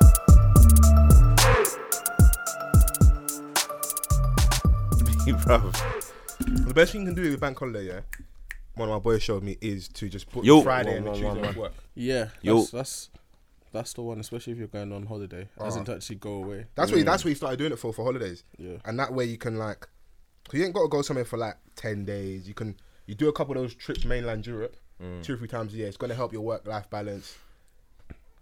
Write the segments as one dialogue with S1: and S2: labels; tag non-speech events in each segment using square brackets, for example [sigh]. S1: [laughs] bro. The best thing you can do with bank holiday, yeah. One of my boys showed me is to just put
S2: Yo.
S1: Friday
S3: Whoa,
S1: and
S3: whoa,
S1: the
S3: whoa,
S1: Tuesday off
S3: whoa.
S1: work.
S4: Yeah,
S2: Yo.
S4: that's, that's that's the one, especially if you're going on holiday, as in to actually go away.
S1: That's what he, that's what he started doing it for for holidays.
S4: Yeah.
S1: And that way you can like, 'cause you ain't got to go somewhere for like ten days. You can you do a couple of those trips mainland Europe,
S3: Mm.
S1: two or three times a year. It's gonna help your work life balance.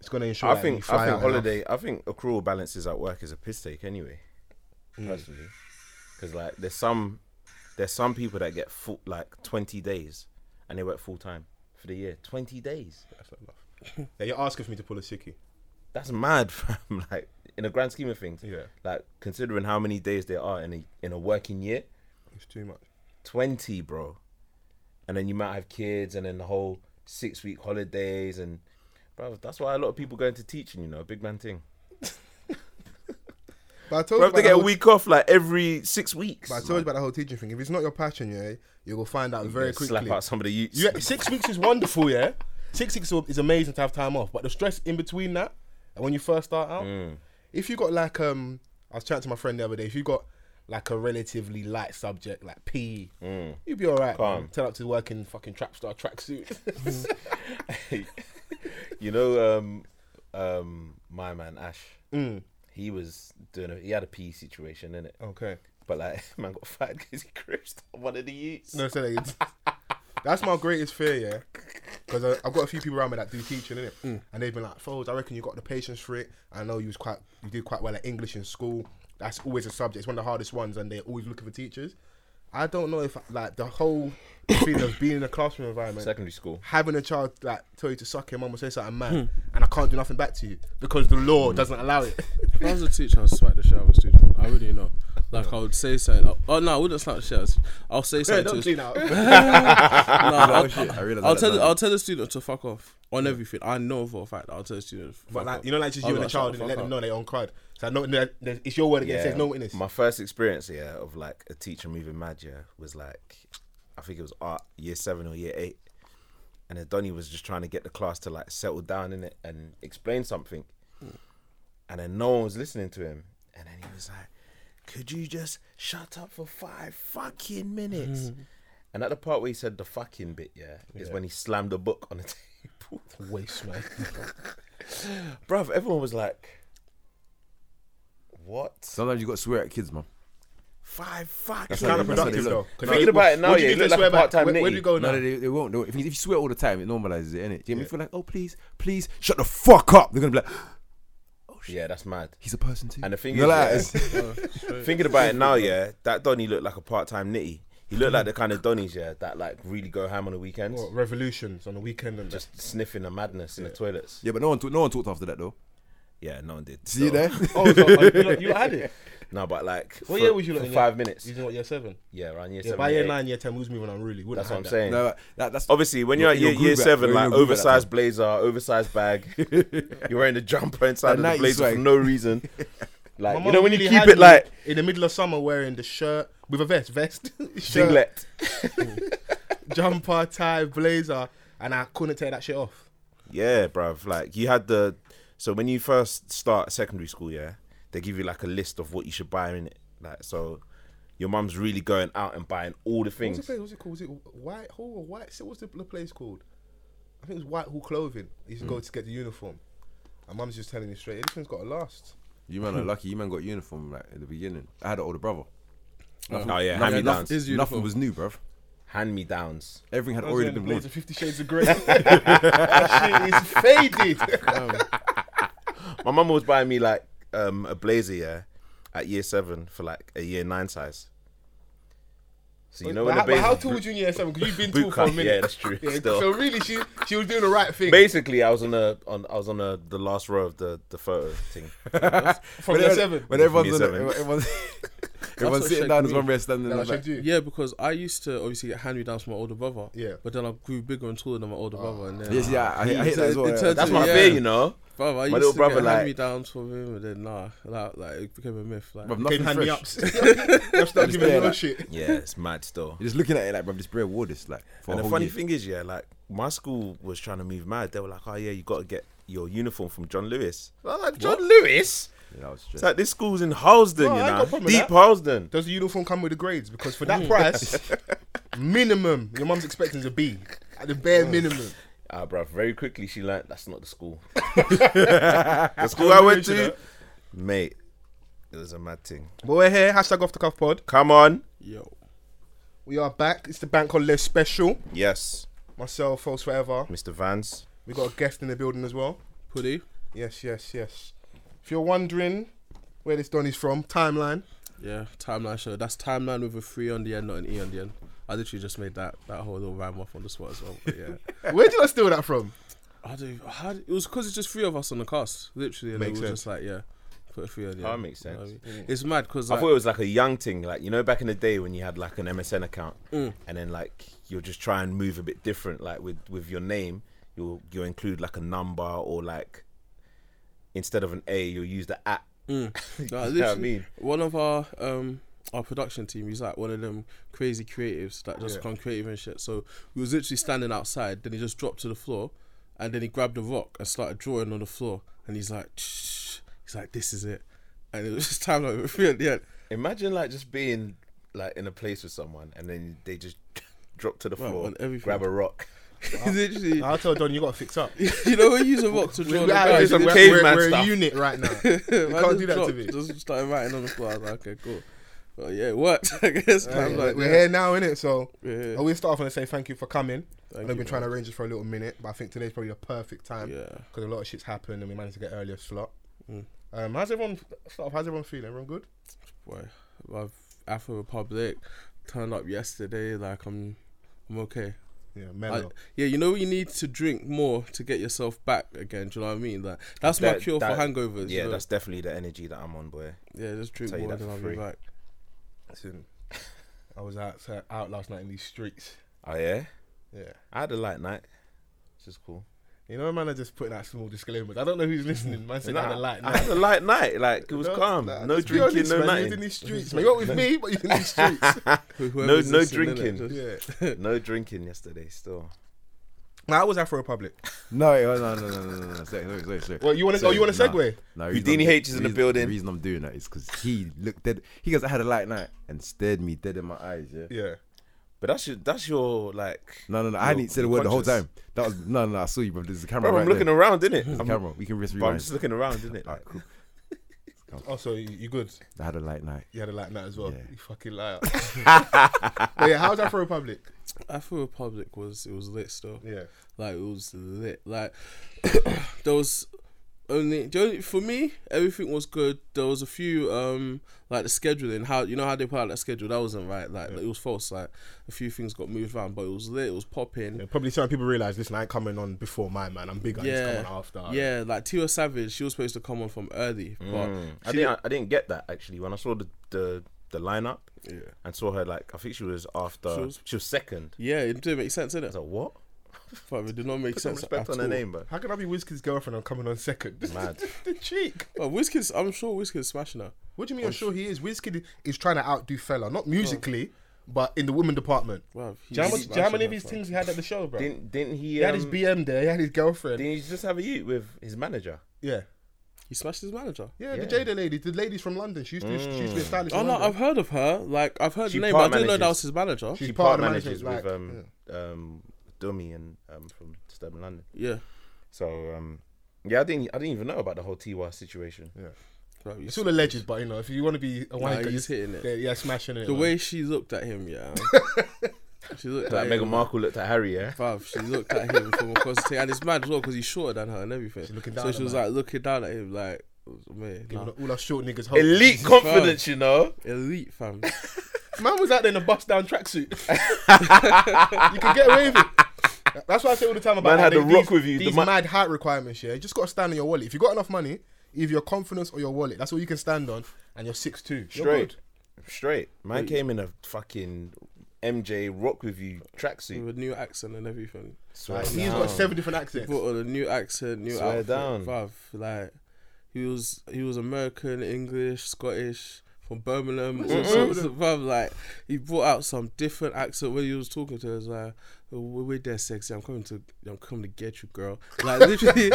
S1: It's gonna ensure.
S3: I
S1: that you
S3: think
S1: fly
S3: I think
S1: out enough.
S3: holiday. I think accrual balances at work is a piss take anyway,
S1: Hmm.
S3: personally, because like there's some there's some people that get full like 20 days and they work full time for the year. 20 days.
S1: That's not enough. [laughs] yeah, you're asking for me to pull a sickie.
S3: That's mad, [laughs] fam. Like in the grand scheme of things.
S1: Yeah.
S3: Like considering how many days there are in a in a working year,
S1: It's too much.
S3: 20, bro. And then you might have kids and then the whole six week holidays and bro, that's why a lot of people go into teaching, you know, big man thing.
S1: But I told
S3: Bro,
S1: you
S3: have to
S1: about the
S3: get a
S1: whole-
S3: week off like every six weeks.
S1: But I told you about the whole teaching thing. If it's not your passion, yeah, you will find out very
S3: Yeah,
S1: quickly.
S3: Slap out some of the youths.
S1: Yeah, six weeks is wonderful, yeah. Six weeks is amazing to have time off, but the stress in between that, and when you first start out, if you got like um, I was chatting to my friend the other day. If you got like a relatively light subject like PE, you'd be all right.
S3: Calm.
S1: man. Turn up to work in fucking trap star tracksuit.
S3: [laughs] you know, um, um, my man Ash,
S1: Mm.
S3: he was doing. A, he had a pee situation in it,
S1: [laughs] okay,
S3: but like, [laughs] man got fired because he crushed one of the youths.
S1: no, so that- that's my greatest fear, yeah. Because I've got a few people around me that do teaching, innit? And they've been like, Foles, I reckon you got the patience for it. I know you was quite, you did quite well at English in school. That's always a subject. It's one of the hardest ones, and they're always looking for teachers. I don't know if like the whole feeling of being in a classroom environment,
S3: Secondary school.
S1: having a child like tell you to suck your mum or say something mad, and I can't do nothing back to you because the law doesn't allow it.
S4: If I was a teacher, I'd smack the shit out of a student. I really know. Like, I would say something. like- oh, no, I wouldn't smack the shit out of a student. I'll say
S1: Yeah, [laughs]
S4: something to
S1: don't
S4: a
S1: clean out.
S4: No, I'll,
S2: I realised
S4: I'll
S2: that
S4: tell
S2: now.
S4: the, I'll tell the student to fuck off on everything. I know for a fact that I'll tell the student. To fuck
S1: But like
S4: off.
S1: you know, like just
S4: I'll
S1: you
S4: be
S1: and the
S4: like,
S1: child,
S4: shut the
S1: and let
S4: fuck
S1: them
S4: up.
S1: know they're on card. So I know there- there's- it's your word against there's no witness.
S3: My first experience, yeah, of like a teacher moving mad, yeah, was like, I think it was art year seven or year eight, and then Donny was just trying to get the class to like settle down in it and explain something, and then no one was listening to him, and then he was like, "Could you just shut up for five fucking
S1: [laughs]
S3: minutes?" and at the part where he said the fucking bit, yeah, is when he slammed the book on the [laughs] table.
S1: Waste man.
S3: Bruv, everyone was like, "What?"
S2: Sometimes you got to swear at kids, man.
S3: Five fucking
S2: That's
S1: It's kind of
S2: how they- that's how they
S1: productive though.
S2: look.
S1: 'Cause
S3: Thinking
S1: they-
S3: about it now,
S1: what do
S3: yeah,
S1: you
S3: it
S1: do if they
S3: look like
S1: swear
S3: a
S1: back?
S3: part-time
S1: Where, where do you
S3: nitty.
S1: go
S2: No,
S1: now?
S2: they, they won't. They won't. If you, if you swear all the time, it normalizes it, innit? Do you know what I mean? If you're like, oh, please, please, shut the fuck up. They're going to be like, [gasps]
S1: Oh,
S3: Yeah, that's mad.
S2: he's a person too.
S3: And the thing
S2: You're
S1: [laughs]
S3: is,
S2: like,
S3: yeah, [laughs] thinking about it now, yeah, that Donny looked like a part-time nitty. He looked like the kind of Donnies, yeah, that like really go ham on the weekends,
S1: What, revolutions on the weekend and just
S3: just sniffing the madness in the toilets.
S2: yeah, but no one, talk, no one talked after that, though.
S3: Yeah, no one did.
S2: See you
S3: So-
S2: [laughs] there?
S1: [laughs] oh, so, uh, you, lot- you lot had [laughs] it.
S3: No, but like,
S1: What
S3: for,
S1: year was you
S3: for
S1: lot in
S3: five
S1: year-
S3: minutes.
S1: You know what? Year seven.
S3: Yeah, around year
S1: Yeah,
S3: seven.
S1: by
S3: year
S1: year
S3: eight.
S1: nine, year ten, we was moving on really. Wouldn't
S3: That's what I'm
S1: have
S3: saying.
S2: No, that, that's
S3: Obviously, when you're at
S2: You're
S3: year,
S2: in your
S3: year
S2: groove at-
S3: seven,
S2: you're in
S3: like
S2: your groove at that
S3: oversized blazer, oversized
S2: [laughs]
S3: bag, you're wearing the jumper inside of the
S2: That 90s
S3: blazer for
S2: swag.
S3: no reason.
S2: [laughs]
S1: that.
S3: Like
S1: My
S3: you know
S1: mum
S3: when you
S1: really
S3: keep
S1: had
S3: it
S1: me
S3: like
S1: in the middle of summer, wearing the shirt with a vest, vest, [laughs] shirt,
S3: singlet.
S1: jumper, tie, blazer, and I couldn't take that shit off.
S3: Yeah, bruv. Like you had the so when you first start secondary school, yeah, they give you like a list of what you should buy in it. Like so your mum's really going out and buying all the
S1: What's the
S3: things.
S1: place? What's it called? Was it Whitehall or White? so What's the the place called? I think it was Whitehall Clothing. You used to
S3: Hmm.
S1: go to get the uniform. And mum's just telling me straight, "Hey, this one's got to
S3: [laughs]
S1: last.
S2: You man are lucky. You man got uniform right at the beginning. I had an older brother.
S3: Oh yeah, hand me
S2: Nothing,
S3: downs.
S4: His
S2: nothing,
S4: uniform.
S2: nothing was new, bruv.
S3: Hand me downs.
S2: Everything had
S1: I was
S2: already
S1: in the
S2: been
S1: blazer,
S2: worn.
S1: Fifty Shades of
S4: [laughs]
S1: Grey. that shit
S3: [laughs]
S1: is faded.
S3: My mum was buying me like um a blazer, yeah, at year seven for like a year nine size. So you know
S1: but,
S3: when
S1: how,
S3: the
S1: but
S3: blazer
S1: how tall was you in year seven? Because you've been tall
S3: Boot
S1: for a
S3: cut,
S1: minute.
S3: yeah, that's
S1: [laughs]
S3: true, still.
S1: so really, she she was doing the right thing.
S3: Basically, I was on a on I was on a the last row of the the photo thing.
S2: [laughs]
S1: from
S2: When
S1: year
S2: everyone-
S1: seven.
S2: When everyone's,
S3: Year
S2: on the-
S3: seven.
S2: everyone's,
S4: what
S2: everyone's sitting
S4: shaped
S2: down, there's
S4: me.
S2: one rest standing.
S1: That's
S2: like
S1: what
S2: that.
S1: you do.
S4: Yeah, because I used to obviously get hand me downs from my older brother.
S1: Yeah.
S4: But then I grew bigger and taller than my older brother. And then,
S2: Yes, yeah, I, I
S4: It
S2: hate that as well.
S4: turns- it
S2: yeah.
S4: turns
S3: That's
S4: Yeah.
S3: my fear, you know.
S4: Brother, I
S3: My
S4: used
S3: little
S4: to
S3: brother,
S4: get
S3: like-
S4: hand me downs from him, and then nah, like, like it became a myth. Like,
S2: Bruv,
S1: Came
S2: nothing
S1: hand
S3: [laughs]
S1: me [laughs]
S2: fresh.
S1: ups. They'll start giving
S2: Yeah,
S1: you no
S2: like-
S1: shit.
S3: Yeah, it's mad still.
S2: You're just looking at it like, bruv, this bread wore this like for
S3: and the
S2: a whole
S3: funny
S2: year.
S3: thing is, yeah, like my school was "Oh, trying to move mad. They were like, "Oh yeah, you got to get your uniform from John Lewis." I was like, "John Lewis?
S2: Yeah, that was
S3: It's
S2: stress.
S3: like this school's in Halsden,
S1: No,
S3: you
S1: I ain't got a
S3: know,
S1: problem with
S3: deep
S1: that.
S3: Halsden.
S1: Does the uniform come with the grades? Because for
S3: Hmm. [laughs]
S1: that price, minimum, your mum's expecting a B at the bare minimum.
S3: Ah, bruv, Very quickly, she learnt that's not the school. [laughs] the school I went to, mate, it was a mad thing.
S1: But we're here. Hashtag off the cuff pod.
S3: Come on,
S4: Yo.
S1: We are back. It's the bank holiday special.
S3: yes,
S1: Myself, false forever.
S3: Mr. Vance.
S1: We got a guest in the building as well.
S4: Puddy.
S1: Yes, yes, yes. If you're wondering where this Donny's from, timeline.
S4: Yeah, timeline show. That's timeline with a three on the end, not an e on the end. I literally just made that that whole little rhyme off on the spot as well. But
S3: [laughs]
S4: yeah,
S1: Where did I steal that from?
S4: I do. How, it was because it's just three of us on the cast, literally. And
S1: Makes
S4: we were
S1: sense.
S4: just like, yeah, put a three on the
S3: That
S4: end.
S3: Oh, makes
S4: You know
S3: sense.
S4: what I mean? It's mad because like,
S3: I thought it was like a young thing, like you know, back in the day when you had like an MSN account,
S1: Mm.
S3: and then like you'll just try and move a bit different, like with with your name, you'll you'll include like a number or like instead of an A, you'll use the at.
S1: Mm.
S3: [laughs]
S4: No,
S3: You know what I
S4: literally,
S3: mean?
S4: One of our um our production team, he's like one of them crazy creatives that just gone creative and shit. So we was literally standing outside, then he just dropped to the floor and then he grabbed a rock and started drawing on the floor and he's like Shh. he's like, This is it and it was just [laughs] time like three at the end.
S3: Imagine like just being like in a place with someone, and then they just [laughs] drop to the
S4: Well,
S3: floor,
S4: on everything.
S3: grab a rock.
S4: literally
S1: I'll tell Don you got to fix up.
S4: [laughs] you know when you use a
S1: [laughs]
S4: rock to draw
S1: We're,
S4: on the
S1: out
S4: ground,
S1: here,
S3: it's
S4: you
S3: a
S1: we're,
S4: literally-
S1: we're,
S3: caveman
S1: we're a
S3: style.
S1: unit right now. You can't do
S4: I just
S1: that to
S4: dropped,
S1: me.
S4: Just started writing on the floor. I was like, okay, cool. But yeah, it worked. [laughs] I guess.
S1: Right,
S4: I'm
S1: we're
S4: like,
S1: we're Oh,
S4: yeah.
S1: here now, innit? So
S4: We're here.
S1: I will start off and say thank you for coming. I know
S4: you,
S1: we've been trying to arrange this for a little minute, but I think today's probably a perfect time
S4: Yeah.
S1: because a lot of shit's happened and we managed to get earlier slot. Um, how's everyone? Start off, how's everyone feeling? Everyone good?
S4: boy, I've Afro Republic turned up yesterday. Like I'm, I'm okay.
S1: Yeah,
S4: I,
S1: mellow.
S4: yeah, you know you need to drink more to get yourself back again. Do you know what I mean? Like that's my
S3: That-
S4: cure
S3: that-
S4: for hangovers.
S3: Yeah,
S4: you know?
S3: that's definitely the energy that I'm on, boy.
S4: yeah. Just drink
S3: tell you
S4: more
S3: that
S4: and
S3: for
S4: I'll
S3: free.
S4: be back.
S1: Listen, I was out out last night in these streets.
S3: Oh yeah,
S1: Yeah.
S3: I had a light night, which is cool.
S1: You know, man, I just putting out small disclaimers. I don't know who's listening. Man, said I had a light
S3: I had
S1: night.
S3: a light night. Like it was calm.
S1: nah,
S3: no
S1: [laughs] just be
S3: drinking,
S1: honest,
S3: no
S1: man, You was in
S3: nothing.
S1: these streets, man. You weren't with [laughs] me, but you was in these streets.
S4: Who-
S3: No,
S4: whoever's
S3: no
S4: listening, innit?
S3: drinking.
S1: [laughs] yeah.
S3: No drinking yesterday. Still.
S1: Now I was Afro Republic.
S2: No, wait, no, no, no, no, no, no. Sorry, sorry, sorry, sorry.
S1: Well, you wanna- oh, you wanna
S2: nah.
S1: segue?
S2: No,
S3: Houdini H is in the building.
S2: The reason I'm doing that is because he looked dead. He goes, I had a light night and stared me dead in my eyes. Yeah.
S1: Yeah.
S3: But that's your that's your like.
S2: No, no, no. I
S3: You're-
S2: didn't say the
S3: you're
S2: word the whole
S3: conscious.
S2: time. That was no, no. no I saw you, bro. There's a camera
S3: Bro,
S2: right
S3: I'm looking
S2: there.
S3: around, innit?
S2: There's a
S3: I'm,
S2: camera. We can risk
S3: bro, I'm
S2: rewind.
S3: just looking around, innit? Like,
S2: Alright, cool.
S1: Also, Oh, you, you good?
S2: I had a light night.
S1: You had a light night as well.
S2: Yeah.
S1: You fucking [laughs] liar. but yeah, how's Afro Republic?
S4: Afro Republic was it was lit still.
S1: Yeah.
S4: Like it was lit. Like [coughs] there was only, the only for me everything was good. There was a few um like the scheduling how you know how they put out that schedule that wasn't right. Like it was false. Like a few things got moved around, but it was lit. It was popping.
S1: Yeah, probably some people realize, listen, I ain't coming on before my man. I'm bigger. Yeah.
S4: Yeah,
S1: He's coming after.
S4: yeah. Like Tia Savage, she was supposed to come on from early,
S3: I
S4: but she,
S3: didn't Mm. I didn't get that actually when I saw the the, the lineup
S4: Yeah.
S3: and saw her like I think she was after
S4: She
S3: she
S4: was-
S3: was, second.
S4: yeah, it didn't make sense,
S3: I
S4: did it?
S3: was like, what?
S4: Fuck, it did not make
S3: Put some
S4: sense.
S3: respect
S4: at
S3: on her
S4: all.
S3: name, bro.
S1: How can I be Wizkid's girlfriend? I'm coming on second. [laughs]
S3: Mad.
S1: the cheek.
S4: But Wizkid's, I'm sure Wizkid's smashing her.
S1: What do you mean? I'm sure he is. Wizkid is trying to outdo Fella, not musically, but in the women department.
S4: Wow,
S1: Oh. Do you know how much- do you know how many of his things he had at the show, bro?
S3: Didn't didn't
S1: he
S3: he?
S1: had
S3: um,
S1: his BM there. He had his girlfriend.
S3: didn't he just have a you with his manager?
S1: yeah.
S4: He smashed his manager.
S1: yeah, the
S3: Yeah.
S1: Jada lady, the ladies from London. She used to, she used to be a stylist.
S4: Oh
S1: in
S4: no,
S1: London.
S4: I've heard of her. Like I've heard
S3: She
S4: the name, but I
S3: part
S4: didn't know that
S3: manages.
S4: was his manager.
S1: She's
S3: She part
S1: part of the
S3: managers
S1: management,
S3: with
S1: like,
S3: um um Dummy and um from Sturm London.
S4: yeah.
S3: So um yeah, I didn't I didn't even know about the whole Tiwa situation.
S4: Bro, you
S1: It's
S4: see-
S1: all alleged, but you know, if you want to be a wanker,
S4: he's
S1: you-
S4: hitting it.
S1: Yeah, yeah, smashing it.
S4: the
S1: man.
S4: way she looked at
S1: [laughs]
S4: him, yeah. she looked
S3: Like
S4: at
S3: Meghan
S4: him.
S3: Markle looked at Harry, yeah.
S4: Bruv, she looked at him from across the table, and it's mad as well because he's shorter than her and everything.
S1: She's looking
S4: so
S1: down
S4: she
S1: at
S4: was
S1: him.
S4: like looking down at him, like, oh, man,
S1: Giving
S4: nah.
S1: all our short niggas hope.
S3: Elite confidence, you know.
S4: elite fam.
S1: Man was out there in a bust down
S3: [laughs]
S1: tracksuit. you can get away with it. That's why I say all the time about
S3: Man had
S1: how
S3: the
S1: they-
S3: rock
S1: these,
S3: with you, the
S1: These
S3: ma-
S1: mad height requirements, yeah. You just got to stand on your wallet. If you got enough money, either your confidence or your wallet. That's all you can stand on. And you're six two.
S3: Straight. Straight. Man came in a fucking MJ rock with you tracksuit.
S4: with a new accent and everything.
S3: Swear
S1: he's
S3: down.
S1: got seven different accents.
S4: Put on a new accent, new
S3: Swear
S4: outfit,
S3: down.
S4: bruv. Like he was, he was American, English, Scottish. from Birmingham. or something, bruv, like he brought out some different accent when he was talking to us. Like, "Oh, we- we're there, sexy. I'm coming to, I'm coming to get you, girl. Like literally, [laughs] he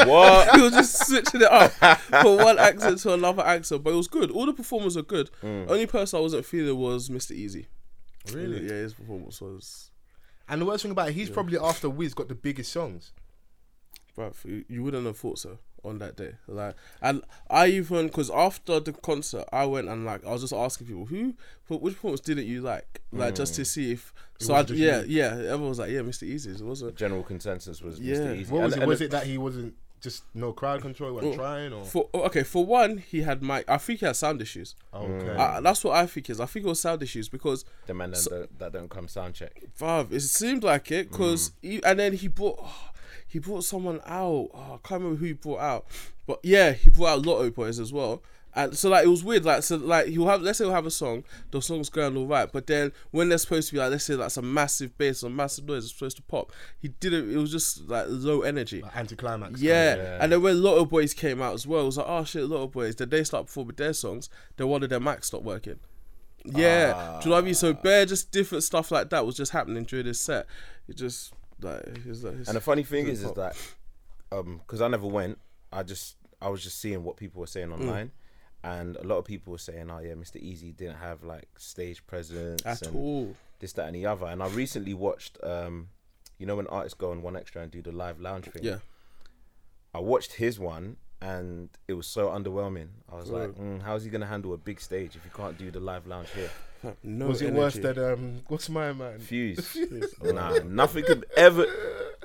S4: was just switching it up from one accent to another accent. But it was good. All the performers are good.
S3: Mm.
S4: Only person I wasn't feeling was Mr. Easy.
S1: Really?
S4: Yeah, his performance was.
S1: And the worst thing about it, he's probably after Wiz got the biggest songs.
S4: Bruv, you- you wouldn't have thought so on that day. Like, and I even because after the concert, I went and like I was just asking people who, wh- which performance didn't you like, like just to see if. So I,
S1: was just
S4: yeah, yeah, everyone was like, yeah, Mr. Easy's. It wasn't.
S3: General consensus was
S4: Yeah.
S3: Mr. Easy.
S1: What was
S3: And-
S1: it?
S3: and
S1: Was
S3: the- Mm.
S1: it that he wasn't just no crowd control, he wasn't trying, or
S4: For oh, okay, for one, he had mic. I think he had sound issues.
S1: okay?
S3: Ah.
S4: I, that's what I think is. I think it was sound issues because
S3: The man that, don't, that don't come sound check.
S4: Bruv, it seemed like it because and then he brought [sighs] he brought someone out. Oh, I can't remember who he brought out, but yeah, he brought out Lotto Boys as well. And so like it was weird. Like so like he'll have let's say he'll have a song, the song's going all right, but then when they're supposed to be like let's say that's a massive bass or massive noise, it's supposed to pop. He didn't. It was just like low energy.
S1: Like anticlimax.
S4: Yeah.
S3: Yeah.
S4: and then when Lotto Boys came out as well, it was like, oh shit, Lotto Boys. Then they start performing their songs, then one of their mics stopped working. Yeah, do you know what I mean? So
S3: Ah.
S4: bare, just different stuff like that was just happening during this set. It just like, it was like
S3: And the funny thing
S4: Good
S3: is, is
S4: pop.
S3: that because I never went, I just I was just seeing what people were saying online, and a lot of people were saying, "Oh yeah, Mr. Easy didn't have like stage presence
S4: at
S3: and
S4: all.
S3: this, that, and the other." And I recently watched, um, you know, when artists go on one extra and do the live lounge thing.
S4: Yeah,
S3: I watched his one, and it was so underwhelming. I was like, mm, "How's he gonna handle a big stage if he can't do the live lounge here?"
S4: no.
S1: Was it
S4: energy.
S1: worse than um? What's my man?
S3: Fuse, nah, nothing could ever.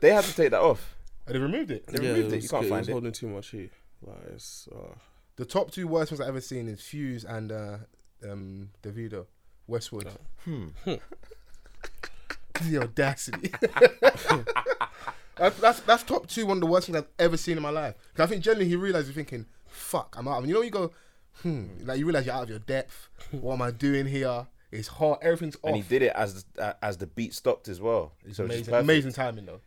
S3: They had to take that off.
S1: Oh, they removed it.
S3: They
S4: Yeah,
S3: removed
S4: it
S3: it.
S4: was
S3: You can't
S4: good.
S3: find
S4: was
S3: it.
S4: holding too much heat. Like, it's, uh,
S1: The top two worst ones I've ever seen is Fuse and uh, um, Davido, Westwood.
S3: Oh.
S1: Hmm. [laughs] the audacity. [laughs] that's, that's that's top two one of the worst things I've ever seen in my life. 'Cause I think generally he realized you're thinking, "Fuck, I'm out." of-" you know, you go, "Hmm," like you realize you're out of your depth. What am I doing here? It's hard. Everything's off.
S3: Hmm. and he did it as as the beat stopped as well. So it's
S1: amazing,
S3: perfect.
S1: amazing timing though.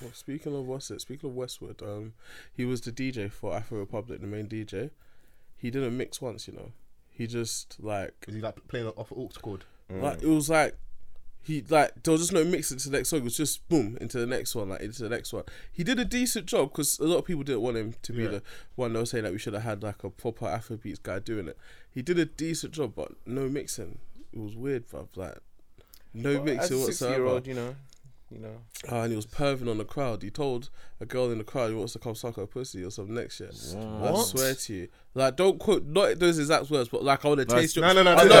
S4: well, speaking of what's it? Speaking of Westwood, um, he was the DJ for Afro Republic, the main DJ. He didn't mix once, you know. He just like
S1: Is he like playing off an aux chord?
S3: Mm.
S4: Like it was like he like there was just no mix into the next song. It was just boom into the next one, like into the next one. He did a decent job because a lot of people didn't want him to be the one that was saying that we should have had like a proper Afrobeats guy doing it. He did a decent job, but no mixing. It was weird, bruv. Like no
S3: As
S4: mixing
S3: a
S4: whatsoever.
S3: six-year-old, you know, you know.
S4: Ah, and he was perving on the crowd. He told a girl in the crowd he wants to come suck her pussy or some next shit. I swear to you. Like, don't quote, not those exact words, but like, I want to taste your
S1: no, no, no,
S4: I
S1: no,
S4: know-
S1: no,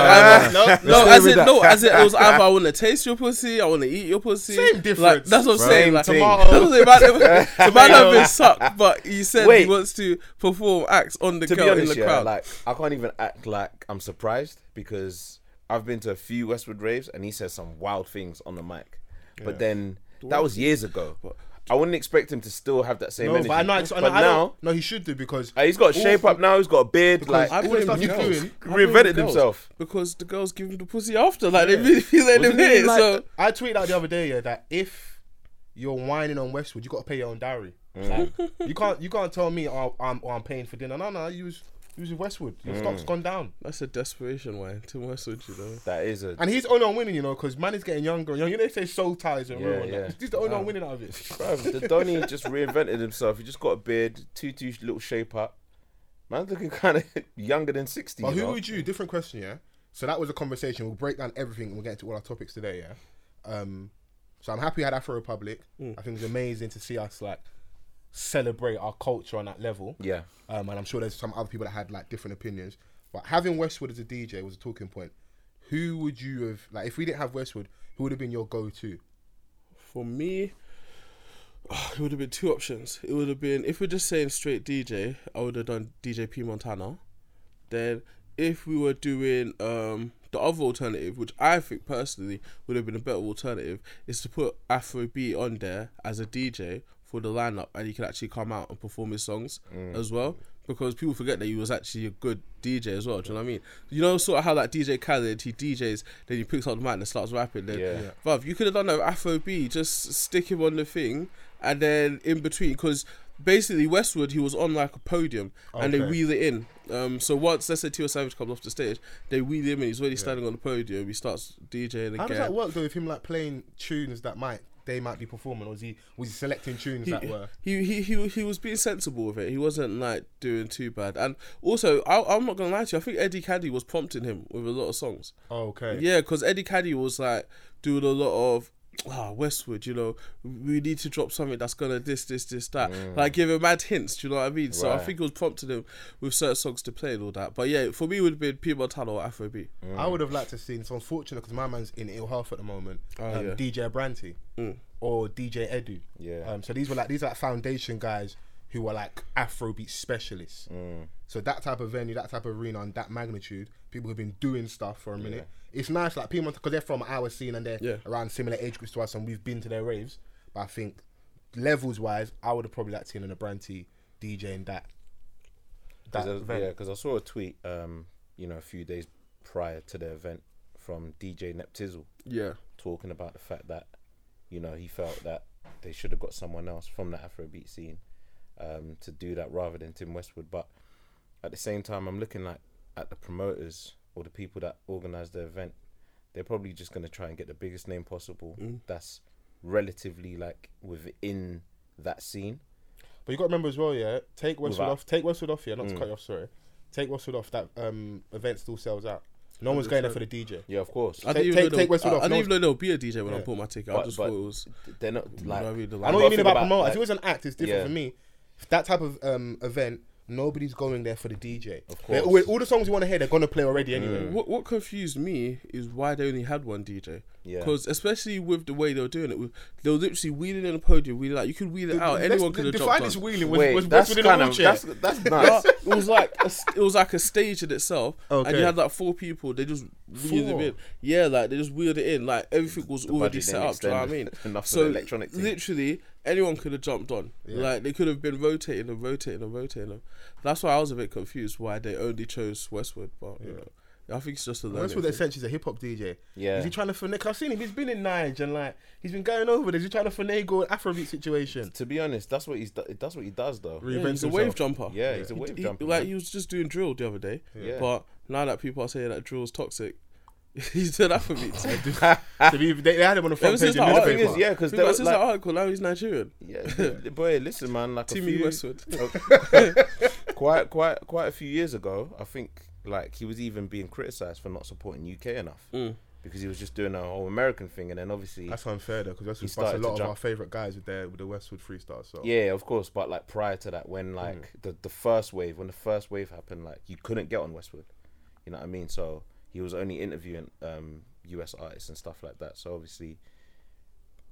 S1: no,
S4: I-
S1: no.
S4: No, as
S2: Let's stay
S4: it,
S2: with
S4: no, as it, it was either I want to taste your pussy, I want to eat your pussy.
S1: Same
S4: Like,
S1: difference,
S4: that's what I'm
S1: bro.
S4: saying.
S3: Same
S4: Like,
S3: thing.
S4: [laughs] that's what I'm saying. Man, the man have been sucked, but he said he
S3: Wait.
S4: wants to perform acts on the
S3: To
S4: girl
S3: be honest,
S4: in the
S3: yeah,
S4: crowd.
S3: like I can't even act like I'm surprised because I've been to a few Westwood raves and he says some wild things on the mic, but then that was years ago. I wouldn't expect him to still have that same
S1: No,
S3: energy.
S1: but I know. I know- I know-
S3: But now
S1: no, he should do because
S3: uh, he's got a
S1: all-
S3: shape up. Now he's got a beard. Like
S1: I
S4: I
S1: wouldn't
S4: blame
S1: stop
S4: the girls.
S1: doing.
S4: I blame
S3: Reinvented
S4: the girls
S3: himself.
S4: because the girls give him the pussy after. Like [laughs] they really feel
S3: [laughs]
S4: like
S3: Wasn't
S4: they
S3: he
S4: hit.
S3: like-
S4: So
S1: I tweeted out the other day yeah, that if you're whining on Westwood, you got to pay your own dowry.
S3: Mm.
S1: Like, you can't you can't tell me oh, I'm oh, I'm paying for dinner. No, no, you was you was with Westwood.
S3: Mm.
S1: Your stock's gone down,
S4: that's a desperation wine. Tim Westwood, you know.
S3: that is a
S1: and he's the only one winning, you know, because man is getting younger. You know they say soul ties and
S3: Yeah,
S1: real. Yeah.
S3: yeah. Um,
S1: He's the only one winning out of
S3: [laughs]
S1: it.
S3: Bruv, the Donny just reinvented himself. He just got a beard, tutu, little shape up. Man's looking [laughs] kind of younger than sixty.
S1: But
S3: you
S1: who
S3: know?
S1: would you? Different question, yeah. So that was a conversation. We'll break down everything and we'll get into all our topics today, yeah. Um, so I'm happy we had Afro Republic.
S3: Mm.
S1: I think it was amazing to see us like celebrate our culture on that level.
S3: Yeah.
S1: Um, and I'm sure there's some other people that had like different opinions. But having Westwood as a DJ was a talking point. Who would you have like if we didn't have Westwood? Who would have been your go-to?
S4: For me, ah, it would have been two options. It would have been if we're just saying straight DJ, I would have done DJ P Montana. Then if we were doing um the other alternative, which I think personally would have been a better alternative, is to put Afrobeat on there as a DJ for the lineup, and he could actually come out and perform his songs as well. Because people forget that he was actually a good DJ as well. Do you know what I mean? You know, sort of how that DJ Khaled, he DJs, then he picks up the mic and starts rapping. Then,
S3: Yeah. Yeah.
S4: bruv, you could have done that with Afrobeat, just stick him on the thing, and then in between, because basically Westwood, he was on like a podium, and they
S1: Okay.
S4: wheel it in Um, so once let's say Tio Savage comes off the stage, they wheel him and he's already standing on the podium. He starts DJing
S1: How does that
S4: again.
S1: work though? With him like playing tunes that might they might be performing, or was he was he selecting tunes that were?
S4: He, he he he was being sensible with it. He wasn't like doing too bad. And also, I, I'm not gonna lie to you. I think Eddie Caddy was prompting him with a lot of songs.
S1: Oh, okay.
S4: Yeah, because Eddie Caddy was like doing a lot of ah Westwood. You know, we need to drop something that's gonna this this this that. Like giving mad hints. Do you know what I mean? So I
S3: Mm. Right.
S4: think it was prompting him with certain songs to play and all that. But yeah, for me, it would have been P Montana or Afrobeat.
S3: Mm.
S1: I would have liked to have seen. It's unfortunate because my man's in ill health at the moment. um,
S4: yeah.
S1: DJ Branty or DJ Edu.
S3: Yeah.
S1: Um, so these were like these are like foundation guys who were like Afrobeat specialists. So that type of venue, that type of arena, and that magnitude, people who've been doing stuff for a minute. It's nice, like people because they're from our scene and they're
S4: Yeah.
S1: around similar age groups to us, and we've been to their raves. But I think levels wise, I would have probably liked to see a Branty DJing that. That
S3: Cause I,
S1: event.
S3: yeah, because uh, I saw a tweet, um, you know, a few days prior to the event from DJ Neptizzle
S4: Yeah.
S3: talking about the fact that, you know, he felt that they should have got someone else from the Afrobeat scene um, to do that rather than Tim Westwood. But at the same time, I'm looking like at the promoters or the people that organise the event. They're probably just going to try and get the biggest name possible that's relatively like within that scene.
S1: But you got to remember as well, yeah. Take Westwood
S3: Without-
S1: off. Take Westwood off. Yeah, not
S3: Mm.
S1: to cut you off. Sorry. Take Westwood off. That um, event still sells out. No one's going there for the DJ.
S3: Yeah, of course.
S4: I
S1: Take-
S4: didn't
S1: take-
S4: even know.
S1: take Westwood
S4: I,
S1: off.
S4: I
S1: No
S4: didn't even know there were be a DJ when I
S1: Yeah.
S4: bought my ticket. I
S3: But-
S4: just
S3: but
S4: thought it was.
S3: they're not like.
S4: I really like-
S1: I know what you mean
S3: think
S1: about promoter.
S3: like-
S1: if it was an act, it's different
S3: Yeah.
S1: for me. If that type of um, event, nobody's going there for the DJ. Of
S3: course. Mm.
S1: All, all the songs you want to hear, they're gonna play already anyway.
S4: What, what confused me is why they only had one DJ.
S3: Yeah.
S4: Because especially with the way they were doing it, they were literally wheeling in the podium, wheeling out. You could wheel it out.
S1: Let's-
S4: Oh, Anyone could have
S1: define
S4: dropped
S1: this
S4: one.
S1: wheeling. Was,
S3: Wait,
S1: was
S3: that's
S1: Westwood in a
S3: kind of
S1: wheelchair?
S3: that's that's
S1: [laughs]
S4: No,
S3: nuts.
S4: it was like a, st- it was like a stage in itself, and
S1: Okay.
S4: you had like four people. They just wheeled
S1: Four?
S4: it in. Yeah, like they just wheeled it in. Like everything was already
S3: budget
S4: set
S3: didn't
S4: up. Do you know what I mean?
S3: extend [laughs] enough for
S4: so
S3: the electronic thing.
S4: literally anyone could have jumped on. Like they could have been rotating and rotating and rotating them. That's why I was a bit confused why they only chose Westwood. But you know, I think it's just a learning.
S1: Westwood
S4: thing.
S1: essentially is a hip hop DJ.
S3: Yeah.
S1: Is he trying to finagle? I've seen him. He's been in Nige and like he's been going over this. He's trying to finagle an Afrobeat situation.
S3: to be honest, that's what he's do- that's what he does though.
S1: Reinvent
S4: Yeah, he's a
S1: himself.
S4: wave jumper.
S3: Yeah, he's a
S4: He-
S3: wave
S4: he-
S3: jumper,
S4: Like
S3: man.
S4: he was just doing drill the other day.
S3: Yeah.
S4: But now that people are saying that drill is toxic, [laughs] he's done
S3: [laughs]
S4: that for me. too.
S1: So they, they had him on the
S4: Ever
S1: front page
S4: since
S1: of
S4: that
S1: newspaper.
S3: thing
S4: article,
S3: is, yeah, 'cause
S4: People
S3: there
S4: ever
S3: was,
S4: since
S3: like-
S4: that article, oh, now he's Nigerian.
S3: Yeah, li- boy, listen, man, like a
S4: Timmy
S3: few,
S4: Westwood.
S1: [laughs]
S3: [laughs] quite quite quite a few years ago, I think like he was even being criticised for not supporting UK enough
S1: Mm.
S3: because he was just doing a whole American thing, and then obviously,
S1: That's unfair though, because Westwood busts a
S3: started to
S1: lot of
S3: jump.
S1: our favourite guys with their with the Westwood freestyle. So
S3: yeah, of course, but like prior to that, when like the the first wave, when the first wave happened, like you couldn't get on Westwood, you know what I mean? So he was only interviewing um US artists and stuff like that. So obviously,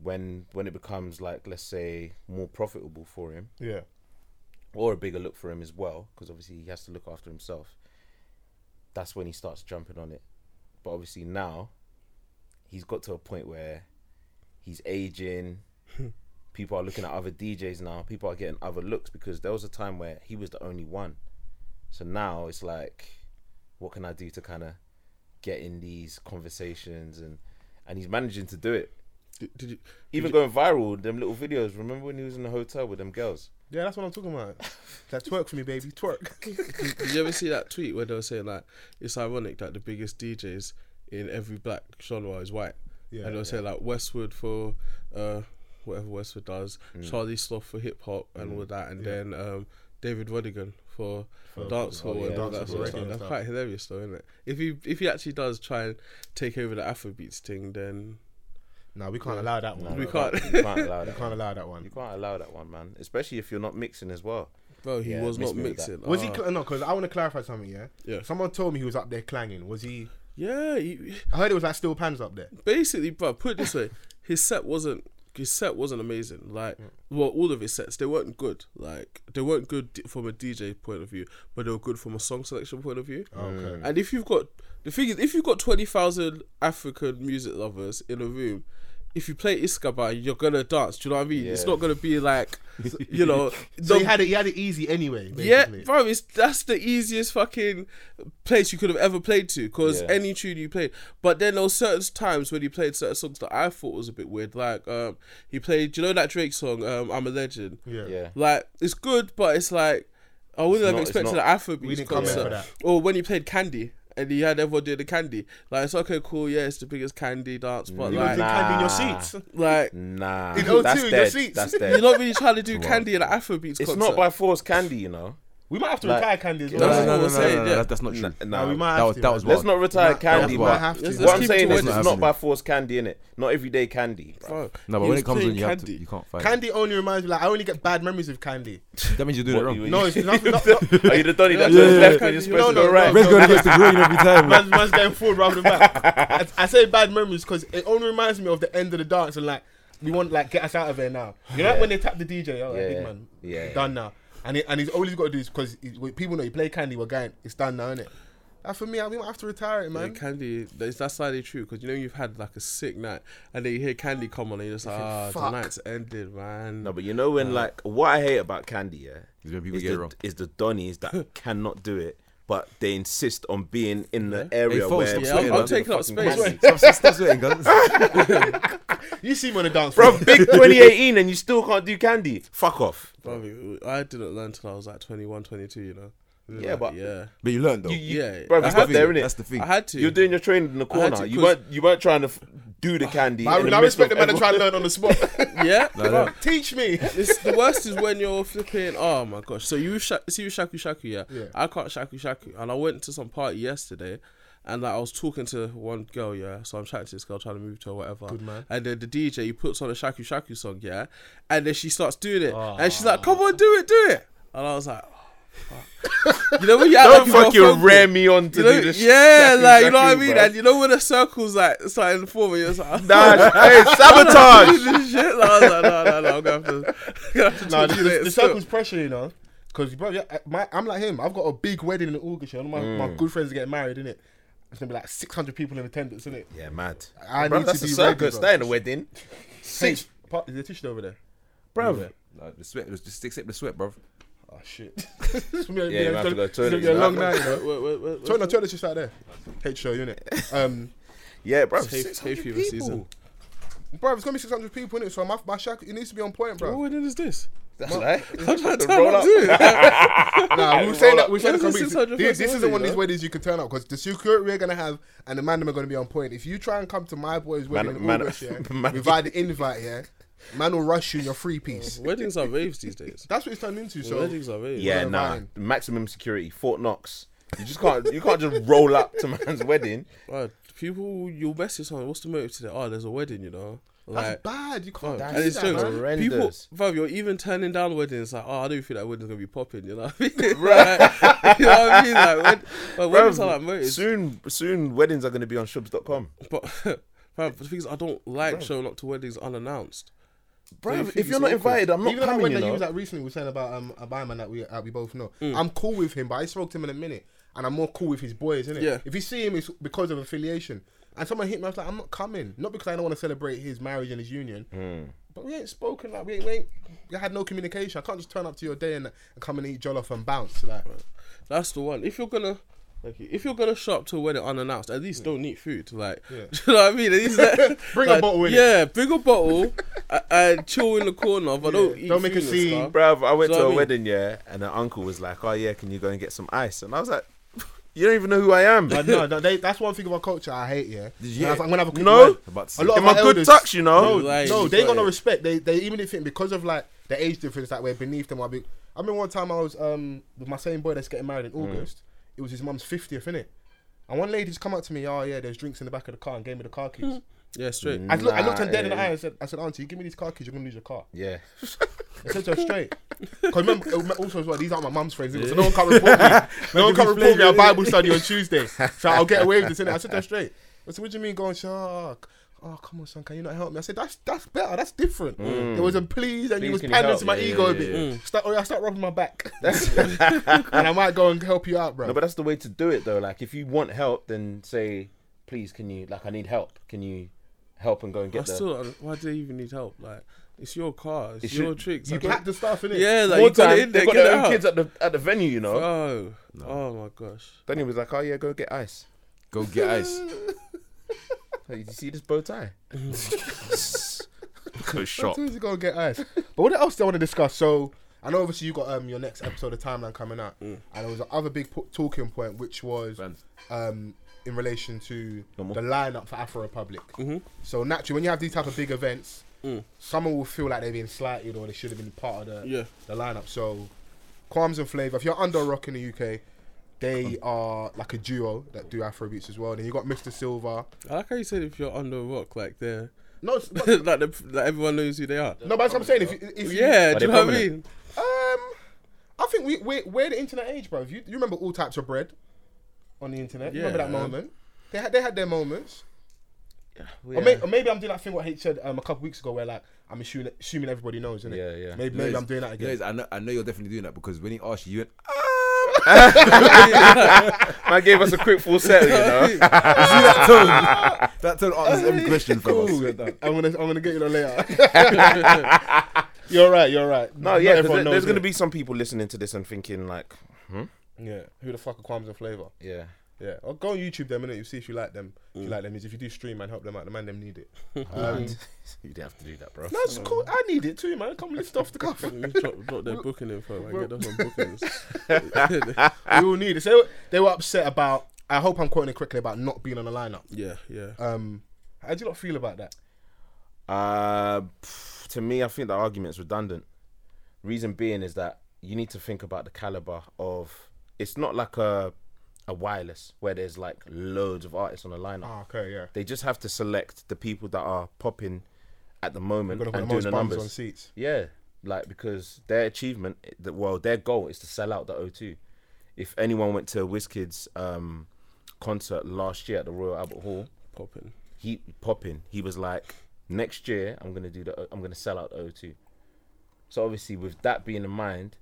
S3: when when it becomes like let's say more profitable for him,
S1: yeah,
S3: or a bigger look for him as well, because obviously he has to look after himself. That's when he starts jumping on it. But obviously now, he's got to a point where he's aging.
S4: [laughs]
S3: People are looking at other DJs now. People are getting other looks because there was a time where he was the only one. So now it's like, what can I do to kind of get in these conversations and and he's managing to do it.
S4: Did, did you,
S3: Even going viral, them little videos. Remember when he was in the hotel with them
S4: [laughs]
S3: girls?
S1: yeah, that's what I'm talking
S2: [laughs]
S1: about. that twerk for me, baby, twerk.
S4: did, did you ever see that tweet where they were saying like it's ironic that the biggest DJs in every black genre is white?
S1: Yeah,
S4: and they were saying like Westwood for uh, whatever Westwood does,
S1: Mm.
S4: Charlie Sloth for hip hop and all that, and then um, David Rodigan for,
S1: oh,
S4: dancehall
S3: yeah,
S4: and all that
S1: dancehall,
S4: sort of
S1: reggae
S4: stuff.
S1: and
S4: That's
S1: stuff.
S4: quite hilarious though, isn't it? If he if he actually does try and take over the Afrobeats thing, then
S1: No, we can't allow that one.
S4: We
S1: bro.
S4: can't.
S3: You can't allow
S1: We
S3: that.
S1: can't allow that one.
S3: You can't allow that one, man. Especially if you're not mixing as well.
S4: [laughs] bro, he
S3: Yeah,
S4: was
S3: miss
S4: not
S3: me with that.
S4: mixing.
S1: Was he?
S4: Ah.
S1: Cl- no, because I want to clarify something. Yeah.
S4: Yeah.
S1: Someone told me he was up there clanging. Was he?
S4: Yeah, he,
S1: I heard it was like steel pans up there.
S4: basically, bro. Put it this way, [laughs] his set wasn't his set wasn't amazing. Like, well, all of his sets they weren't good. Like, they weren't good d- from a DJ point of view, but they were good from a song selection point of view.
S1: Okay.
S4: And if you've got the thing is, if you've got twenty thousand African music lovers in a room. If you play Iskaba, you're gonna dance. Do you know what I mean? It's
S3: Yeah.
S4: not gonna be like, you know,
S1: So
S4: the-
S1: he had it. He had it easy anyway.
S4: yeah,
S1: Basically.
S4: bro, it's that's the easiest fucking place you could have ever played to because
S3: Yeah.
S4: any tune you played. But then there were certain times when he played certain songs that I thought was a bit weird. Like um, he played, do you know that Drake song, um, "I'm a Legend."
S1: Yeah.
S3: Yeah.
S4: Like it's good, but it's like I wouldn't have
S3: not- it's
S4: expected
S3: not-
S4: an Afrobeat
S1: we didn't come in
S4: concert.
S1: for that.
S4: Or when he played Candy and he had everyone doing the Candy. Like it's okay, cool, yeah, it's the biggest Candy dance, but
S1: You
S4: like,
S1: was in candy in your
S3: Nah. Mm.
S1: seats.
S4: like
S3: Nah,
S1: In O2,
S3: that's
S1: your
S3: dead.
S1: seats.
S3: That's
S4: [laughs] you're
S3: dead.
S4: not really trying to do Candy in an Afrobeat
S3: it's
S4: concert.
S3: not by force candy, you know.
S1: We might have to
S3: Like-
S1: retire candy as
S4: No,
S2: No,
S1: well.
S2: no,
S4: That's
S2: no, no,
S4: what
S2: no,
S4: we're
S2: no,
S4: saying,
S2: no,
S4: yeah.
S2: that's, that's not true.
S1: Nah,
S3: Nah,
S1: we might
S2: That
S1: have
S2: was-
S1: to,
S2: that
S1: man.
S2: was
S3: let's not retire
S1: Nah,
S3: candy,
S1: we
S2: but-
S1: might
S3: man.
S1: have to.
S4: Let's
S1: man.
S4: just
S3: What I'm
S4: keep it
S3: saying
S4: to
S3: is,
S4: what
S3: it's
S2: it's
S3: not by
S2: happening.
S3: force candy, innit? Not everyday candy. Bro.
S4: Bro,
S2: No,
S4: he
S2: but when
S4: was
S2: it comes
S4: playing
S2: on, you, have to,
S4: Candy.
S2: you can't fight.
S1: Candy only reminds me, like, I only get bad memories of
S2: [laughs]
S1: candy.
S2: That means you're doing it
S3: What,
S2: wrong.
S3: you-
S1: No, it's not. not, not
S3: [laughs] Are you the Donny that's
S2: Yeah, yeah,
S3: left
S4: yeah.
S3: when you're supposed to
S1: No,
S3: go
S1: no,
S3: right?
S1: no.
S2: Red's going against [laughs] the grain
S1: [laughs]
S2: every time. man.
S1: man's, man's going forward rather than back. I, I say bad memories because it only reminds me of the end of the dance and, like, we want, like, get us out of here now. You know, like when they tap the DJ, oh,
S3: Yeah,
S1: big
S3: yeah.
S1: man,
S3: Yeah, yeah.
S1: done now. And, he, and he's all he's got to do is because people know you play candy, we're going, it's done now, innit? That for me, I, we might have to retire it,
S4: Yeah,
S1: man.
S4: Candy, that's, that's slightly true because you know you've had like a sick night and then you hear Candy come on and you're just like,
S1: think,
S4: ah, the
S1: "Fuck."
S4: night's ended, man.
S3: No, but you know when like what I hate about candy, yeah,
S2: Is when people
S3: is
S2: get
S3: the,
S2: it wrong.
S3: is the Donnies that cannot do it, but they insist on being in the
S2: Hey,
S3: area
S2: folks,
S3: where
S2: stop
S4: Yeah, I'm-
S2: sweating,
S4: I'm
S2: man.
S4: taking up
S3: Fucking
S4: space.
S3: candy.
S2: Stop- stop- Stop sweating, guys.
S1: You see me on the dance floor.
S3: Bro, big 2018 and you still can't do candy. Fuck off.
S4: Bro, I didn't learn till I was like 21, 22, you know.
S3: Yeah,
S4: Like,
S3: but-
S4: yeah,
S2: But you learned though.
S3: You- you-
S4: Yeah,
S3: bro,
S4: that's
S3: that's,
S4: the
S3: there,
S2: thing,
S3: innit?
S2: that's the thing.
S4: I had to.
S3: You're doing your training in the
S4: had
S3: corner.
S4: to,
S3: you
S4: 'cause-
S3: weren't you weren't trying to f- do the candy.
S1: I,
S3: in the
S1: I
S3: midst
S1: respect the
S3: of
S1: man to
S3: everyone.
S1: try and learn on
S3: [laughs]
S1: the spot.
S4: yeah. bro.
S1: Teach me.
S4: It's the worst is when you're flipping. Oh my gosh! So you sha- see you shaku shaku, yeah?
S1: Yeah.
S4: I can't shaku shaku, and I went to some party yesterday, and like I was talking to one girl, yeah. So I'm chatting to this girl, trying to move to her, whatever. Good
S1: man.
S4: And then the DJ he puts on a shaku shaku song, yeah, and then she starts doing it, and she's
S1: Ah.
S4: like, "Come on, do it, do it," and I was like. oh, fuck. You know when you act
S3: Don't
S4: like you got a phone
S3: fucking
S4: call?
S3: rear me on to
S4: You know-
S3: do this.
S4: yeah,
S3: shaku
S4: like you know what I
S3: shaku,
S4: mean,
S3: bruv.
S4: and you know when the circles like starting to form, and you're just like,
S3: Nah, hey, [laughs] sabotage.
S4: this shit. Like, I was like, no, no, no, I'm gonna have to. I'm gonna have to
S1: Nah,
S4: talk
S1: the,
S4: to you later
S1: the
S4: still.
S1: circle's pressure, you know. Because, bro, yeah, my, I'm like him. I've got a big wedding in August. You know? my, my
S3: Mm.
S1: good friends are getting married, innit? It's going to be like 600 people in attendance, innit?
S3: Yeah, mad.
S1: I
S3: Bro,
S1: need
S3: that's
S1: to
S3: a
S1: be
S3: circus.
S1: ready, bro.
S3: that ain't a wedding.
S1: Six. Pa- Is there a tissue over there?
S3: Bro,
S2: Nah, the sweat was just accept the sweat, bro.
S1: Oh, shit. [laughs] It's gonna be-
S3: Yeah, you might have to go
S1: it's gonna be
S3: toilet,
S1: a long
S3: you
S1: night, you know?
S4: Wait, wait, wait, wait,
S1: Toilet, toilet's just out there. H show, innit? Um,
S3: yeah, bro.
S4: Safe- safe
S3: 600
S4: fever
S3: people.
S4: season.
S1: bro, it's going to be 600 people, innit? So my, my shack, it needs to be on point,
S4: What
S1: bro.
S4: wedding is this?
S3: That's right.
S4: I'm trying to
S3: The
S4: tell
S3: [laughs] roll
S4: what
S3: up.
S4: to do.
S1: Nah, we're saying that. We're saying
S4: Where's the
S1: that.
S4: 600
S1: This, this
S4: person
S1: isn't one of
S4: wedding,
S1: these weddings you can turn up because the security we're gonna have and the man them are gonna be on point. If you try and come to my boy's wedding in
S3: man-
S1: August, yeah,
S3: man-
S1: without the invite, yeah, man will rush you in your free piece.
S4: [laughs] Weddings are raves these days.
S1: That's what it's turned into. So
S4: Weddings are raves.
S3: Yeah,
S1: Well,
S3: nah.
S1: mine.
S3: Maximum security, Fort Knox. You just can't. You can't [laughs] just roll up to man's [laughs] wedding.
S4: Right, people, you'll message someone. What's the motive today? Oh, there's a wedding, you know.
S1: that's
S4: Like,
S1: bad. You
S4: Oh,
S1: can't.
S4: and
S1: do
S4: it's
S1: that,
S4: true.
S1: man.
S4: People,
S3: Horrendous.
S4: bruv, you're even turning down weddings. Like, oh, I don't think that wedding's gonna be popping. You know what I mean? Like, you know what I mean? Like, wed- but weddings are like motives.
S3: soon, soon weddings are going to be on shrubs.com.
S4: But [laughs] bruv, the thing is, I don't like showing up to weddings unannounced.
S3: Bro,
S4: you
S3: if,
S4: think it's
S3: you're not
S4: awkward?
S3: invited, I'm not
S1: Even that
S3: coming.
S1: when
S3: You Mm.
S1: that you
S3: know?
S1: was at recently, we were saying about um a bioman that we that we both know. I'm cool with him, but I spoke to him in a minute, and I'm more cool with his boys, innit?
S4: Yeah.
S1: If you see him, it's because of affiliation. And someone hit me. I was like, I'm not coming, not because I don't want to celebrate his marriage and his union,
S3: Mm.
S1: but we ain't spoken. Like we ain't, we ain't, we had no communication. I can't just turn up to your day and, and come and eat jollof and bounce. Like
S4: That's the one. If you're gonna, like, if you're gonna show up to a wedding unannounced, at least don't eat food. Like, [laughs]
S1: Yeah.
S4: do you know what I mean? At least let-
S1: Bring a
S4: like,
S1: bottle in it.
S4: Yeah, bring a bottle a- and chill in the corner. But don't
S1: Yeah,
S4: eat
S1: don't make a
S4: food and
S1: scene.
S4: stuff.
S3: Bro, I went
S4: So
S3: to
S4: I
S3: a
S4: mean-
S3: wedding, yeah, and the uncle was like, "Oh yeah, can you go and get some ice?" And I was like, [laughs] "You don't even know who I am."
S1: But Uh, no, no they, that's one thing about culture I hate. Yeah,
S2: Did you-
S1: And I'm gonna have a quick
S3: No.
S1: word.
S2: About to
S1: A lot
S3: In
S1: of
S3: my
S1: our
S3: good
S1: elders-
S3: touch, you know.
S1: No,
S4: Like,
S1: no,
S4: you
S1: they ain't got
S4: got
S1: no
S4: it.
S1: respect. They they even think because of like the age difference that we're beneath them. I be, I remember one time I was um with my same boy that's getting married in August. It was his mum's fiftieth, innit? And one lady just come up to me, oh yeah, there's drinks in the back of the car, and gave me the car keys.
S4: Yeah, straight.
S1: I, look, I looked
S3: Nah,
S1: her dead in the
S3: yeah.
S1: eye and said, I said, Auntie, you give me these car keys, you're gonna lose your car.
S3: Yeah,
S1: I said to her
S3: [laughs]
S1: straight. Because remember, uh, also as well, these aren't my mum's friends, innit? so no one can report
S3: [laughs]
S1: me. No one can report me at Bible study on Tuesday. So I'll get away with this, innit? I said to her straight. I said, what do you mean going, shark? Oh, come on, son, can you not help me? I said, that's that's better, that's different. There was a please and you
S3: Mm. Please
S1: was
S3: can you
S1: pandering
S3: help?
S1: to my
S3: Yeah,
S1: ego a
S3: yeah,
S1: bit.
S3: yeah,
S1: Start, oh, yeah, start rubbing
S3: [laughs]
S1: my back. and I might go and help you out, bro.
S3: no, but that's the way to do it though. Like, if you want help, then say, "Please, can you? Like, I need help. Can you help and go and
S4: I
S3: get the?"
S4: still, don't- why do they even need help? Like, it's your car, it's,
S3: It should-
S4: your tricks.
S1: you
S4: like,
S1: pack the stuff, innit?
S4: yeah, like
S3: More
S4: you got
S3: time,
S4: it in
S3: they
S4: there,
S3: got
S4: get
S3: their
S4: it
S3: own
S4: out.
S3: kids at the at the venue, you know.
S4: Oh, oh my gosh.
S3: Then he was like, "Oh yeah, go get ice."
S2: Go get
S1: [laughs]
S2: ice.
S3: Hey, did you see this bow tie? Good
S1: As soon as you go and get ice. But what else do I want to discuss? So I know obviously you got um your next episode of Timeline coming out,
S3: Mm.
S1: and there was another big po- talking point which was
S2: Ben.
S1: um in relation to
S3: No more.
S1: the lineup for Afro Republic. So naturally, when you have these type of big events, someone will feel like they're being slighted or they should have been part of the
S4: Mm. Yeah.
S1: the lineup. So Qualms and Flavor, if you're under a rock in the UK. They are like a duo that do Afro beats as well. Then you got Mr. Silver.
S4: I like how you said if you're under a rock, like they're [laughs]
S1: No, it's not,
S4: like, the, like everyone knows who they are.
S1: no, but that's what I'm saying. If, you- if you-
S4: Yeah,
S3: Are
S4: do
S3: they
S4: you know what I
S3: prominent?
S4: mean?
S1: Um, I think we we're, we're the internet age, bro. You, you remember all types of bread on the internet? You remember that
S4: Yeah.
S1: moment? They had they had their moments.
S3: Yeah.
S1: Or, may, or maybe I'm doing that thing what H said um, a couple weeks ago, where like I'm assuming assuming everybody knows, isn't it?
S3: Yeah, yeah.
S1: Maybe,
S2: You know
S1: maybe
S2: it's-
S1: I'm doing that
S2: you know
S1: again.
S2: it's- I know, I know you're definitely doing that because when he asked you, you went,
S1: [laughs]
S2: ah.
S3: Man gave us a quick full set, you [laughs]
S4: [laughs]
S3: know.
S2: You see "Ah, that tone? that tone answers every question from
S1: Cool.
S2: us.
S1: [laughs] I'm gonna I'm gonna get you that later. you're right. You're right.
S3: No,
S1: Not
S3: yeah, 'cause
S1: everyone
S3: there-
S1: knows,
S3: there's gonna
S1: innit?
S3: be some people listening to this and thinking like,
S1: yeah. Who the fuck are Qualms and Flavor?
S3: [laughs] yeah,
S1: Yeah. Or go on YouTube them and you see if you like them. If you like them, if you do stream and help them out, the man them need it. Mm. Um,
S3: you didn't have to do that, bro.
S1: that's cool. I need it too, man. Come list off the [laughs] cuff.
S4: You drop, drop their booking info, man. Get them on bookings.
S3: [laughs]
S4: [laughs]
S1: we all need it. So they were, they were upset about. I hope I'm quoting it correctly about not being on the lineup.
S4: yeah, yeah.
S1: Um, how do you not feel about that?
S3: Uh, pff, to me, I think the argument's redundant. Reason being is that you need to think about the caliber of. It's not like a a wireless where there's like loads of artists on the lineup.
S1: Ah, okay, yeah.
S3: They just have to select the people that are popping at the moment
S1: Got to
S3: and
S1: put the
S3: doing
S1: most
S3: the
S1: bums
S3: numbers.
S1: on seats.
S3: Yeah, like because their achievement, the- well, their goal is to sell out the O2. If anyone went to Wizkid's um, concert last year at the Royal Albert Hall,
S4: Popping.
S3: he popping. He was like, next year I'm gonna do the O- I'm gonna sell out the O2. So obviously, with that being in mind,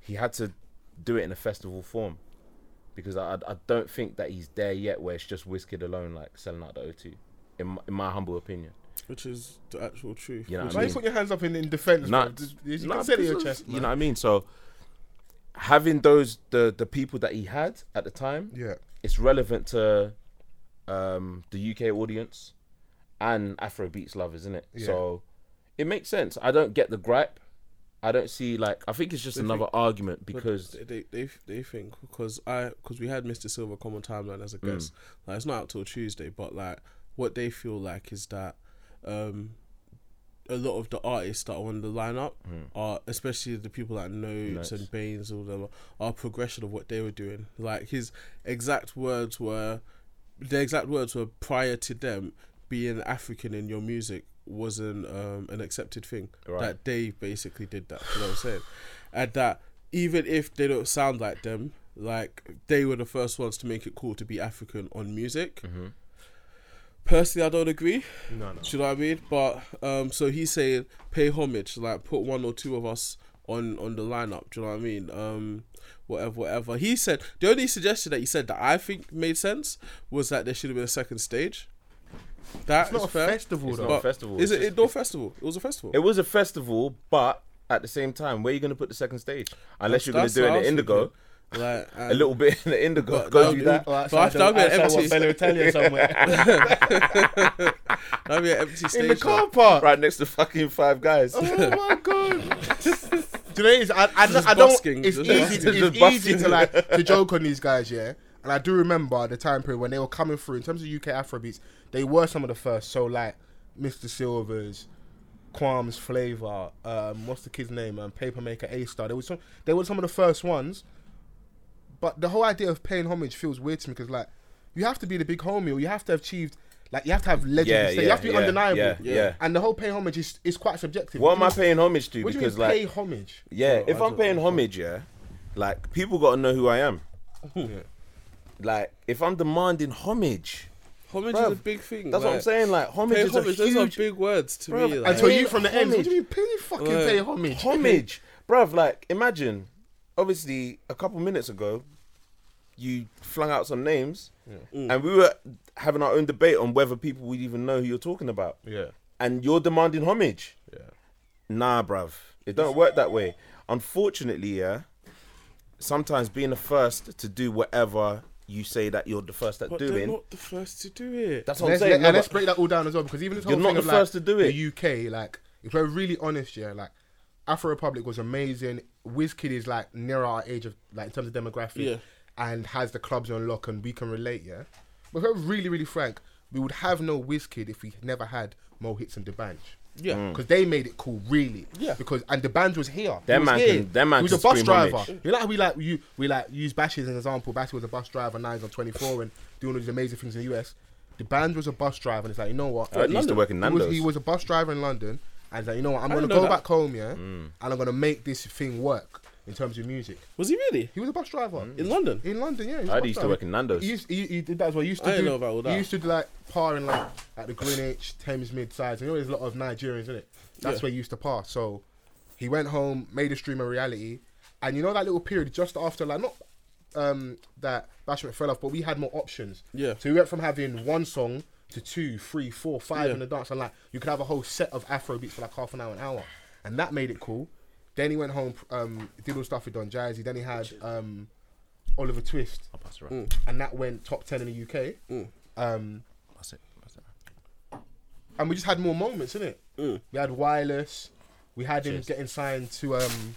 S3: he had to do it in a festival form because I I don't think that he's there yet where it's just Wizkid alone like selling out the O2. In my, in my humble opinion,
S4: Which is the actual truth.
S3: You know
S4: which
S3: what I
S1: Why
S4: is-
S1: you put your hands up in, in defense?
S3: Nah,
S1: bro? Just- You
S3: Nah,
S1: can sit in your
S3: because of-
S1: chest.
S3: You know what I mean? So having those the the people that he had at the time,
S1: Yeah.
S3: it's relevant to um the UK audience and Afrobeats lovers, isn't it?
S1: Yeah.
S3: So it makes sense. I don't get the gripe. I don't see like I think it's just another argument
S4: But
S3: because
S4: they- they they they think because I because we had Mr. Silver come on timeline as a
S3: Mm.
S4: guest. Like it's not out till Tuesday, but like what they feel like is that um a lot of the artists that are on the lineup are especially the people like Notes and Baines all them are progression of what they were doing. Like his exact words were their exact words were prior to them being African in your music wasn't um, an accepted thing. That they basically did that. You know what I'm saying? And that even if they don't sound like them, like they were the first ones to make it cool to be African on music. Personally, I don't agree.
S1: No, no.
S4: Do you know what I mean? But um, so he's saying pay homage, like put one or two of us on on the lineup. Do you know what I mean? Um, whatever, whatever. He said the only suggestion that he said that I think made sense was that there should have been a second stage. That's
S1: It's not a
S4: fair.
S1: festival,
S3: It's
S1: though.
S3: not a festival, it's
S4: Is it
S3: just-
S4: indoor festival? It was a festival.
S3: it was a festival, but at the same time, where are you gonna put the second stage? Unless you're gonna
S4: That's
S3: do it in
S4: what
S3: the
S4: I was
S3: Indigo.
S4: thinking. Like
S3: A little bit in the Indigo.
S4: But
S3: Go
S4: that
S3: do
S4: would-
S3: that.
S4: But after I've been empty-
S1: Italian [laughs] somewhere
S4: That'd be an empty stage.
S1: in the
S4: though.
S1: car park.
S3: Right next to fucking five guys. [laughs]
S1: Oh [laughs] my god! Do you know what it is? I, I, I don't.
S4: busking,
S1: It's
S4: just
S1: easy.
S4: busking.
S1: To,
S3: Just
S1: it's
S3: busking.
S1: easy to like to joke on these guys, yeah. And I do remember the time period when they were coming through in terms of UK Afrobeats. They were some of the first. So like, Mr. Silver's, Quam's Flavor, um, what's the kid's name? Um, Papermaker A Star. They were some. They were some of the first ones. But the whole idea of paying homage feels weird to me because like, you have to be the big homie, or you have to have achieved. Like you have to have legend.
S3: Yeah,
S1: you
S3: yeah,
S1: have to be
S3: yeah,
S1: undeniable.
S3: yeah, yeah.
S1: And the whole pay homage is, is quite subjective.
S3: What am
S1: Do you
S3: I paying homage to?
S1: what do you
S3: because
S1: mean
S3: like
S1: pay homage?
S3: Yeah,
S4: I
S3: if I'm
S4: don't-
S3: paying homage, yeah, like people gotta know who I am. Like if I'm demanding homage,
S4: homage is
S3: Bruv,
S4: a big thing.
S3: that's what I'm
S4: like,
S3: saying. Like homage
S4: Pay
S3: is
S4: homage.
S3: a
S4: Those are
S3: huge
S4: big words to
S3: Bruv,
S4: me.
S3: and
S4: Like,
S1: And so
S3: Pay
S1: you from the ends, what do you mean pay you fucking
S4: Like,
S1: pay homage?
S3: homage, bruv. Like imagine, obviously, a couple minutes ago, you flung out some names, and we were having our own debate on whether people would even know who you're talking about.
S1: Yeah,
S3: and you're demanding homage.
S1: yeah.
S3: Nah, bruv. It don't work that way. Unfortunately, yeah. Sometimes being the first to do whatever you say that you're the first at
S4: but they're
S3: doing.
S4: not the first to do it.
S3: that's what I'm
S1: Let's,
S3: saying.
S1: let, and
S3: no,
S1: let's
S3: but-
S1: break that all down as well because even this whole
S3: You're not
S1: thing
S3: the
S1: of
S3: first
S1: like
S3: to do it.
S1: the UK, like if we're really honest, yeah, like Afro Republic was amazing. Wizkid is like near our age of like in terms of demographic,
S4: Yeah.
S1: and has the clubs on lock, and we can relate. Yeah, but if we're really, really frank, we would have no Wizkid if we never had Mo Hits and Debanch.
S4: Yeah. Mm.
S1: because they made it cool, really.
S4: Yeah.
S1: because and Debanch was here.
S3: That
S1: He was
S3: man
S1: here.
S3: can- that man
S1: He was
S3: can
S1: a bus
S3: scream homage.
S1: driver. You know how we like you we like use Bash as an example. Bash was a bus driver, nines on twenty four, and doing all these amazing things in the US. The band was a bus driver, and it's like you know what?
S3: I Uh, used to
S4: London.
S3: work in
S1: He was-
S3: Nando's.
S1: He was a bus driver in London, and it's like you know what? I'm gonna
S4: didn't
S1: go
S4: know that.
S1: back home, yeah,
S3: Mm.
S1: and I'm gonna make this thing work in terms of music.
S4: Was he really?
S1: He was a bus driver
S4: In London?
S1: in London, yeah. he was a
S3: Mm. I
S1: bus
S3: used to
S1: driver.
S3: work in Nando's.
S1: He, used, he, he did that as well. He used to
S4: I
S1: do,
S4: didn't know about all that.
S1: He used to do like par in like at the Greenwich, Thames Midsides. And you know, there's a lot of Nigerians in it. That's
S4: Yeah.
S1: where he used to par. So he went home, made a stream of reality, and you know that little period just after like not um that Bashment fell off, but we had more options.
S4: Yeah.
S1: So we went from having one song to two, three, four, five
S4: Yeah.
S1: in the dance, and like you could have a whole set of Afro beats for like half an hour, an hour, and that made it cool. Then he went home, um, did all stuff with Don Jazzy. Then he had um, Oliver Twist
S3: I'll pass it
S4: Mm.
S3: around.
S1: and that went top ten in the UK.
S4: Mm.
S1: Um,
S3: Pass it. Pass it. around.
S1: and we just had more moments, innit?
S4: Mm.
S1: We had Wireless. We had him
S3: Cheers.
S1: getting signed to um.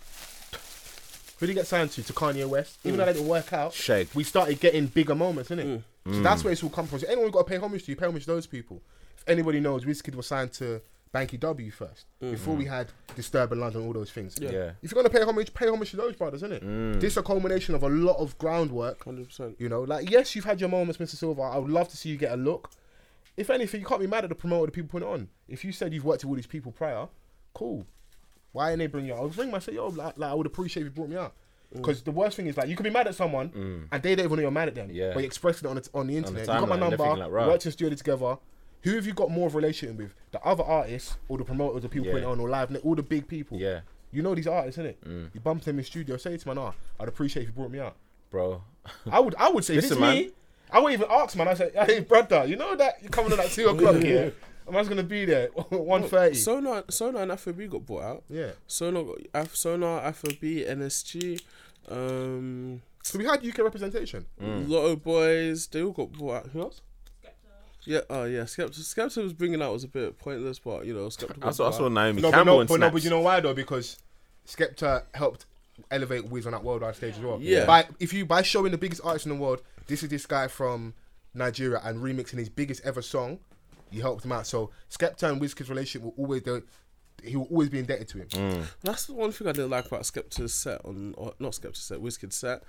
S1: Who did he get signed to? To Kanye West. Even though that didn't work out,
S3: Shag.
S1: we started getting bigger moments, innit? So that's where it's all come from. So anyone who got to pay homage to you, pay homage to those people. If anybody knows, Wizkid was signed to Banky W first before we had Disturb and London, all those things.
S4: Yeah.
S3: Yeah.
S1: If you're gonna pay homage, pay homage to those brothers, innit? This is a culmination of a lot of groundwork
S4: 100%.
S1: You know, like yes, you've had your moments, Mr. Silver. I would love to see you get a look. If anything, you can't be mad at the promoter, the people putting it on. If you said you've worked with all these people prior, cool. Why didn't they bring you out? I was ringing myself, yo, like, like I would appreciate if you brought me out.
S3: Mm.
S1: Because the worst thing is like you could be mad at someone and they don't even know you're mad at them.
S3: Yeah.
S1: But you expressed it on the, on the internet. you got my
S3: timeline, they're
S1: number.
S3: thinking like, right.
S1: Worked in studio together. Who have you got more of a relationship with? The other artists or the promoters, the people
S3: Yeah.
S1: putting it on, or live, all the big people.
S3: Yeah. Mm.
S1: You know these artists, innit? You bump them in studio. Say to man, ah, I'd appreciate if you brought me out.
S3: Bro. [laughs]
S1: I would, I would say,
S3: Listen,
S1: this
S3: man.
S1: me. I wouldn't even ask, man. I say, hey, brother, you know that you're coming on [laughs] at two o'clock here. I'm just gonna be there [laughs] one thirty.
S4: Sonar, Sonar and Afrobeat got bought out.
S1: yeah.
S4: Sonar, got, Af, Sonar, Afrobeat, NSG, um,
S1: So we had UK representation.
S3: Mm. Hmm.
S4: Lotto Boys. They all got bought out. Who else? Yeah, oh yeah, Skepta. Skepta was bringing out was a bit pointless, but you know, Skepta.
S3: I
S4: got
S3: saw, I
S4: bought
S3: saw
S4: out.
S3: Naomi
S1: No, but
S3: Campbell
S1: no,
S3: and
S1: but no, but
S3: Snaps.
S1: you know why though? Because Skepta helped elevate Wiz on that worldwide stage as well.
S4: Yeah.
S1: By if you by showing the biggest artist in the world, this is this guy from Nigeria and remixing his biggest ever song, you helped him out. So Skepta and Wizkid's relationship will always they- he will always be indebted to him.
S3: Mm.
S4: That's the one thing I didn't like about Skepta's set on, or not Skepta's set, Wizkid's set.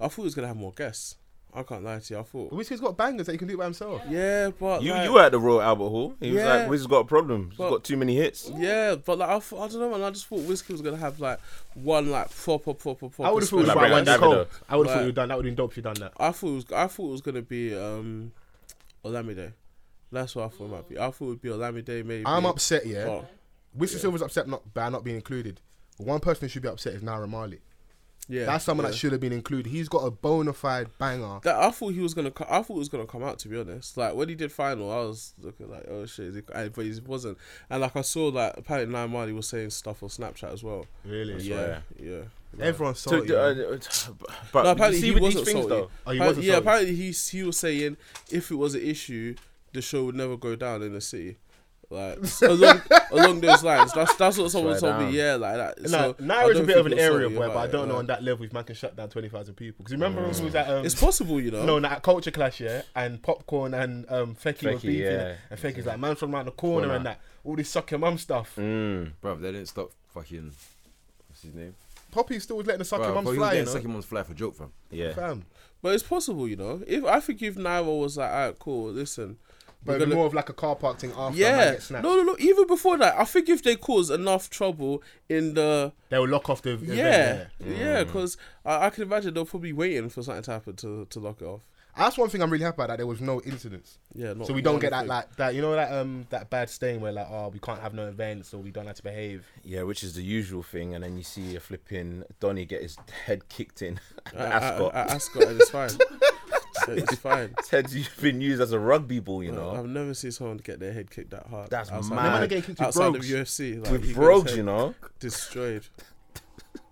S4: I thought he was gonna have more guests. I can't lie to you. I
S1: But
S4: thought,
S1: Wizkid's got bangers that he can do by himself.
S4: yeah, but
S3: You
S4: like,
S3: you were at the Royal Albert Hall. He was
S4: Yeah.
S3: like, "Wiz's got a problem. He's
S4: But-
S3: got too many hits."
S4: Yeah, but like I, thought, I don't know, man. I just thought Wizkid was gonna have like one like proper, proper, proper.
S1: I would have thought it was
S4: special
S1: about
S3: Elaborate
S1: Wendy
S3: on
S4: guest.
S1: Cole.
S3: Davido.
S1: I would have thought
S4: Right.
S1: you done that. Would have been dope if you done that.
S4: I thought it was. I thought it was gonna be um, Olamide. That's what I thought it might be. I thought it would be Olamide maybe.
S1: I'm upset, yeah.
S4: Oh,
S1: Winston Silver's upset not by not being included. But one person who should be upset is Naira Marley.
S4: yeah,
S1: That's someone
S4: yeah.
S1: that should have been included. He's got a bona fide banger.
S4: That I thought he was gonna. co- I thought it was gonna come out. To be honest, like when he did final, I was looking like, oh shit, is he, I, but he wasn't. And like I saw that apparently Nine Marley was saying stuff on Snapchat as well.
S1: Really?
S4: Yeah, yeah.
S1: Everyone's
S3: So,
S1: salty. man.
S3: uh, [sighs] but
S4: No,
S3: you
S4: apparently
S3: see
S4: he
S3: with these
S4: wasn't
S3: things
S4: salty.
S3: though.
S1: Oh, he
S4: Apparently-
S1: wasn't
S4: yeah,
S1: salty.
S4: apparently he he was saying if it was an issue, the show would never go down in the city. Like along,
S1: [laughs]
S4: along those lines, that's that's what someone
S3: Swear
S4: told
S3: down.
S4: me. Yeah, like that.
S1: No,
S4: So,
S1: Naira's
S4: I
S1: a
S4: don't
S1: bit of
S4: think
S1: an
S4: he was
S1: area
S4: salty
S1: boy, but
S4: about
S1: I
S4: it,
S1: don't know
S4: like.
S1: on that level if man can shut down 20,000 people. Because remember when we was at. Um,
S4: It's possible, you know.
S1: no, no, at Culture Clash, yeah, and Popcorn and um, Fecky
S3: Fecky,
S1: was beefing,
S3: yeah.
S1: and Fecky's like, man from around the corner
S3: Corner.
S1: and that, all this suck your mum stuff.
S3: Mm.
S2: Bro, they didn't stop fucking. What's his name?
S1: Poppy still was letting the suck
S2: Bro,
S1: your
S2: bro,
S1: mums
S2: he was
S1: fly, you
S2: getting
S1: know?
S2: second one's fly for joke, fam.
S3: Yeah.
S1: Fam.
S4: But it's possible, you know. If I think if Naira was like, alright, cool, listen,
S1: But
S4: we're
S1: it'd be
S4: gonna-
S1: more of like a car park thing after yeah. man
S4: yeah,
S1: gets
S4: no,
S1: snapped.
S4: no, no. Even before that, I think if they cause enough trouble in the
S1: They'll lock off the Mm. event,
S4: yeah, yeah, because I, I can imagine they're probably waiting for something to happen to to lock it off.
S1: That's one thing I'm really happy about. That there was no incidents,
S4: Yeah, not
S1: so we don't
S4: one
S1: get that
S4: thing.
S1: like that. You know that um that bad stain where like oh we can't have no events or we don't have to behave.
S3: Yeah, which is the usual thing, and then you see a flipping Donny get his head kicked in [laughs] at the
S4: I-
S3: Ascot.
S4: I, I, Ascot,
S3: [laughs]
S4: and it's fine. it's fine.
S3: His head's [laughs] been used as a rugby ball, you know,
S4: I've never seen someone get their head kicked that hard.
S3: That's
S4: outside,
S3: mad. No, man,
S1: are getting kicked with
S4: outside of
S1: brogues.
S4: UFC. Like, he
S3: with
S4: got his
S3: brogues,
S4: head
S3: you
S4: [laughs]
S3: know. [laughs]
S4: destroyed.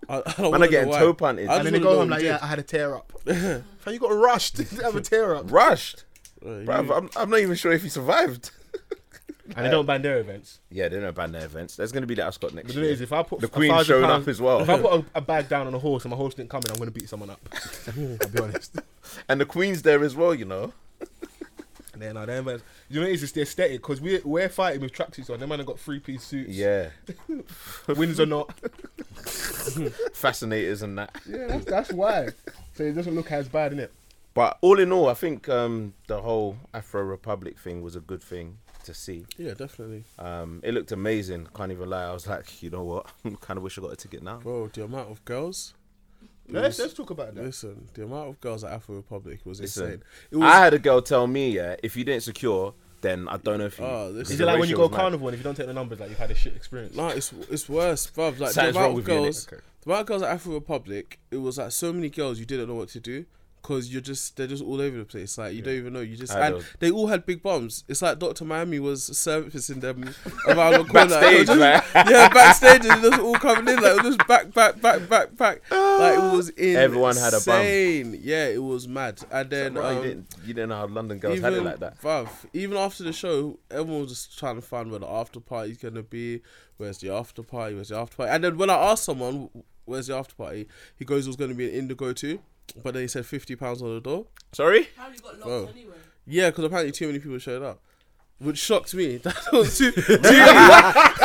S4: I, I don't
S3: Man,
S4: wanna
S3: I
S4: know
S3: getting
S4: why.
S3: toe punted.
S4: I
S1: And
S4: just
S1: then they
S4: wanna
S1: go
S4: know
S1: home
S4: what
S1: like
S4: he
S1: yeah I had a tear
S4: [laughs]
S1: up. [laughs] Fam, you got rushed to have a tear
S3: [laughs]
S1: up.
S3: Rushed,
S4: did. Uh, you-
S3: bruv. I'm, I'm not even sure if he survived. [laughs]
S1: And they don't ban their events.
S3: Yeah, they don't ban their events. There's going to be the Ascot next
S1: But the thing
S3: year.
S1: is, if I put
S3: The
S1: a
S3: Queen
S1: thousand
S3: showing
S1: pounds-
S3: up as well.
S1: If I put a, a bag down on a horse and my horse didn't come in, I'm gonna beat someone
S4: [laughs]
S1: up. I'll be honest. [laughs]
S3: and the Queen's there as well, you know.
S1: And then, uh, them events- you know, what it is? it's the aesthetic because we're we're fighting with tracksuits on. Them man have got three piece suits.
S3: Yeah.
S4: [laughs]
S1: wins or not.
S3: Fascinators and that.
S1: Yeah, that's, that's why. So it doesn't look as bad, innit?
S3: But all in all, I think um, the whole Afro Republic thing was a good thing to see.
S4: Yeah, definitely.
S3: Um, it looked amazing. Can't even lie. I was like, [laughs] you know what? kind of wish I got a ticket now.
S4: Bro, the amount of girls.
S1: Let's let's talk about that.
S4: Listen, the amount of girls at Afro Republic was
S3: Listen,
S4: insane. It was.
S3: I had a girl tell me, yeah, if you didn't secure, then I don't know if you.
S4: Oh, this
S3: the
S1: Is it like when you
S3: ratio
S1: go
S3: was mad.
S1: carnival and if you don't take the numbers, like you've had a shit experience?
S4: No, it's it's worse, bruv. Like
S3: Something's
S4: the
S3: wrong
S4: amount of
S3: with you, innit?
S4: girls,
S3: Okay.
S4: the amount of girls at Afro Republic, it was like so many girls you didn't know what to do because you're just they're just all over the place. Like you don't even know. You just
S3: I
S4: and
S3: know.
S4: they all had big bombs. It's like Doctor Miami was servicing them [laughs] around the corner.
S3: Backstage,
S4: It was just-
S3: man.
S4: [laughs] yeah, backstage and it was all coming in like it was just back, back, back, back, back. Like it was insane.
S3: Everyone had a bum.
S4: Yeah, it was mad. And then
S3: Bro, you,
S4: um,
S3: didn't, you didn't know how London girls had it like that.
S4: Bruv, even after the show, everyone was just trying to find where the after party's gonna be. Where's the after party? Where's the after party? And then when I asked someone, "Where's the after party?" He goes, "It was gonna be an Indigo too," but then he said fifty pounds on the door.
S3: Sorry?
S5: Apparently got locked
S4: Bro.
S5: anyway.
S4: Yeah, because apparently too many people showed up. Which shocked me. [laughs] That was
S3: [laughs]
S4: too, too,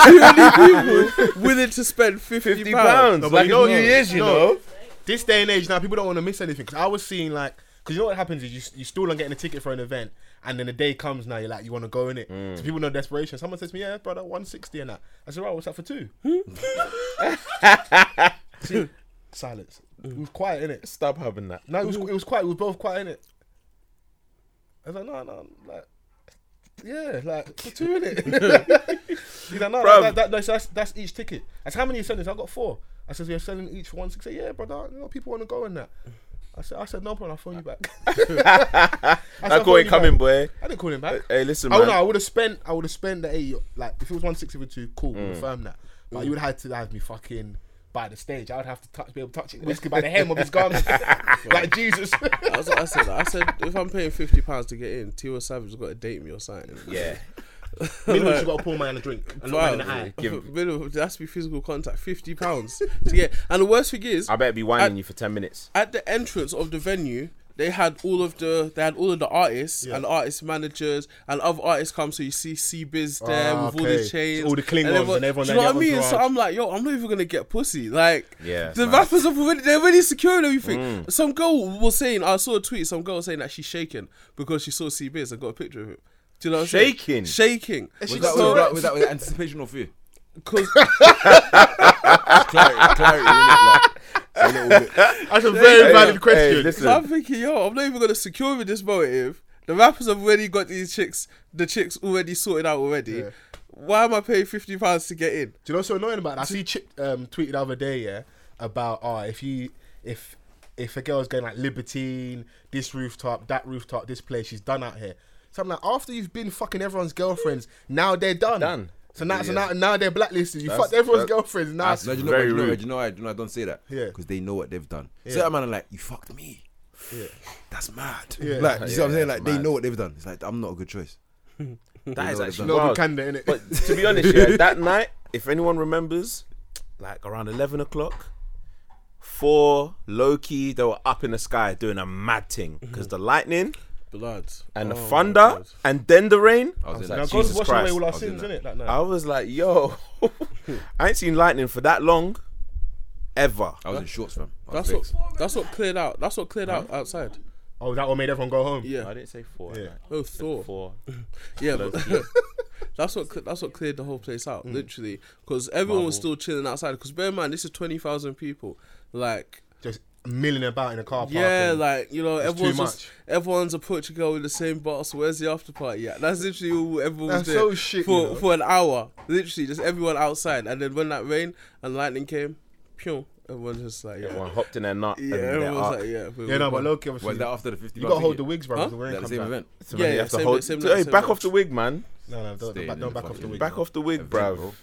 S4: too many people willing to spend fifty,
S3: Fifty
S4: pounds.
S3: pounds.
S1: No, but
S3: like you
S1: you
S3: know what
S1: know-
S3: it is, you
S1: no.
S3: know.
S1: This day and age now, people don't want to miss anything. Because I was seeing like, because you know what happens is you you still on getting a ticket for an event, and then the day comes now you're like you want to go in it. So people know desperation. Someone says to me, "Yeah, brother, one sixty and that." I said, "Right, what's that for [laughs] two? See, silence. It was quiet in it.
S3: Stop having that.
S1: No, it was it was quiet. We were both quiet in it. I was like, no, no, like. Yeah, like for two
S3: [laughs]
S1: in it. He's like, no,
S3: Bruv.
S1: that, that, that's, that's that's each ticket. That's how many you selling? I got four. I said we're selling each for one sixty. Yeah, brother, you know, people want to go in that. I said, I said no problem. I'll phone you back. [laughs] I, said,
S3: I
S1: "I'll
S3: call
S1: phone
S3: it
S1: you
S3: coming,
S1: back."
S3: boy.
S1: I didn't call him back.
S3: Hey, listen,
S1: Oh
S3: man.
S1: no, I would have spent. I would have spent the eighty. Like if it was one sixty with two, cool, confirm that. But you would have had to have me fucking by the stage. I would have to touch, be able to touch it, whiskey by the hem of his [laughs] garment, like [laughs] Jesus.
S4: I, was, I said, I said, if I'm paying fifty pounds to get in, Tio Savage has got to date me or something.
S3: Yeah.
S1: Minimum, you got to pour man a drink and look man in the
S4: Wow.
S1: eye.
S3: Give-
S4: [laughs] Minimum, there has to be physical contact. Fifty pounds to get. And the worst thing is,
S3: I better be whining you for 10 minutes.
S4: at the entrance of the venue, they had all of the they had all of the artists and artist managers and other artists come. So you see Seabiz there
S1: Ah,
S4: with all
S1: okay.
S4: the chains,
S1: All the Klingons and everyone there,
S4: Do you know
S1: the
S4: what I mean? So
S1: entourage.
S4: I'm like, yo, I'm not even gonna get pussy. Like,
S3: Yeah,
S4: the
S3: man.
S4: rappers have already they're already securing everything. Some girl was saying, I saw a tweet. Some girl was saying that she's shaking because she saw Seabiz and got a picture of him. Do you know what I'm saying?
S3: Shaking?
S4: Shaking.
S2: Was that,
S4: So-
S2: was, that, was that with anticipation or fear?
S4: [laughs] 'cause-
S2: Clarity, clarity. innit, like, a little bit.
S1: That's a very
S3: Hey,
S1: valid
S3: Hey,
S1: question.
S4: So I'm
S3: listen.
S4: thinking, yo, I'm not even gonna secure with this motive. The rappers have already got these chicks, the chicks already sorted out already.
S1: Yeah.
S4: Why am I paying fifty pounds to get in?
S1: Do you know what's so annoying about? That? I see Chip um, tweeted the other day, yeah, about oh, if you if if a girl's going like libertine, this rooftop, that rooftop, this place, she's done out here. So I'm like, after you've been fucking everyone's girlfriends, now they're done.
S3: Done.
S1: So now, so
S3: Yeah.
S1: now, now they're blacklisted. You
S3: That's-
S1: fucked everyone's
S3: that-
S1: girlfriends. Now,
S3: that's
S2: No, do you know,
S3: Very
S2: do you know,
S3: rude.
S2: do you know, I, do you know I don't say that.
S1: Yeah.
S2: Because they know what they've done.
S1: Yeah.
S2: Certain man are like, you fucked me.
S1: Yeah.
S2: That's mad.
S1: Yeah.
S2: Like, you see what I'm
S3: Yeah,
S2: saying?
S3: that's
S2: Like, they
S3: mad.
S2: know what they've done. It's like, I'm not a good choice.
S3: That is
S2: know
S3: actually
S2: that.
S1: no
S3: wild.
S1: good candidate, innit?
S3: But to be honest, yeah, that night, if anyone remembers, like around 11 o'clock, four low key, they were up in the sky doing a mad thing because the lightning
S4: Blood.
S3: and
S4: Oh
S3: the
S4: my
S3: thunder
S4: God.
S3: and then the rain.
S2: I was in
S1: now
S2: like,
S1: God's
S2: Jesus
S1: washing away
S2: Christ.
S1: all
S2: I
S1: our
S2: was in
S1: sins,
S2: that.
S1: innit? Like, no.
S3: I was like, yo, [laughs] I ain't seen lightning for that long ever.
S2: I was in shorts, fam. I was
S4: That's
S2: vexed.
S4: what that's what cleared out. That's what cleared out outside.
S1: [laughs] oh, that one made everyone go home.
S4: Yeah.
S3: didn't say four.
S1: Yeah.
S4: Oh Thor.
S3: Four.
S4: Yeah, but [laughs] that's what cle- that's what cleared the whole place out, literally. 'Cause literally, because everyone was still chilling outside. Because bear in mind, this is twenty thousand people. Like,
S1: Just milling about in a car park.
S4: yeah,
S1: and-
S4: like you know,
S1: It's too
S4: everyone's just,
S1: much.
S4: everyone's a Portugal with the same bottle. So where's the after party at? That's literally all everyone
S1: That's
S4: was doing
S1: so shit,
S4: for
S1: you know.
S4: for an hour. Literally, just everyone outside. And then when that rain and lightning came, pew, everyone's just like, yeah,
S3: Everyone hopped in their nut.
S4: yeah,
S3: and they're
S4: everyone's
S3: up.
S4: like, yeah, we-
S1: yeah, no, but
S4: we gone.
S1: low key, obviously,
S2: Was that after the 50
S1: you gotta hold the wigs, bro.
S4: Huh?
S1: the
S2: Is
S1: rain
S2: that the
S1: comes
S2: same
S1: out.
S2: event?
S3: So
S4: Yeah,
S3: when you
S4: yeah,
S3: have to
S4: same
S3: hold-
S4: night, same
S3: Hey,
S4: night, same
S3: back
S4: night.
S3: off the wig, man.
S1: No, no, don't,
S2: Staying
S1: don't,
S2: in
S1: don't
S2: the
S1: back off the
S2: fucking
S1: wig.
S3: Back off the wig, bruv.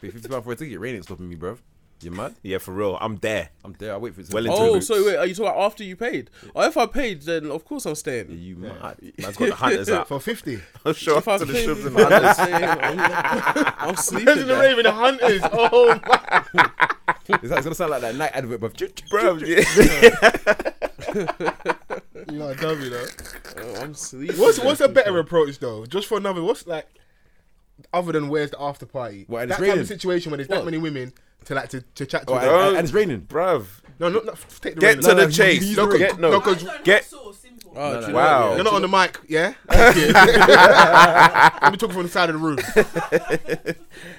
S2: Pay 50 pounds for a ticket. Rain ain't stopping me, bruv. You mad?
S3: Yeah, for real. I'm there.
S2: I'm there. I wait for it to
S3: Well into
S4: Oh,
S3: roots.
S4: so wait, are you talking about after you paid? Oh, if I paid, then of course I'm staying.
S2: Yeah, you mad?
S3: Man's got the hunters out.
S1: For 50.
S3: [laughs] I'm sure.
S4: if I
S3: To the
S4: paid,
S3: shrubs and
S4: then I'm
S3: hunters. [laughs]
S4: staying. I'm, I'm sleeping.
S1: Imagine the
S4: there.
S1: rave in the [laughs] hunters. Oh, my.
S2: It's, like, it's gonna sound like that night advert, but
S3: Bro, [laughs] yeah.
S1: You know, dummy, though.
S4: Oh, I'm sleeping.
S1: [laughs] What's
S4: there.
S1: what's a better approach though? Just for another, what's like other than where's the after party?
S2: What, and
S1: that
S2: it's
S1: type
S2: raining?
S1: of situation where there's
S4: What?
S1: that many women to like to, to chat to.
S2: oh, and,
S1: them.
S2: and- and it's raining.
S3: Bruv.
S1: no, no, no, f- take the
S3: Get
S1: rain.
S3: to the
S1: No, no, you-
S3: chase.
S1: you-
S3: No,
S1: you-
S3: get- no.
S1: no, 'cause
S3: Get-
S4: Oh, do you know what,
S3: Wow.
S4: yeah,
S1: you're
S4: do
S1: not
S4: you
S1: on
S4: know-
S1: the mic,
S3: [laughs]
S1: yeah. [laughs] Let me talk from the side of the room.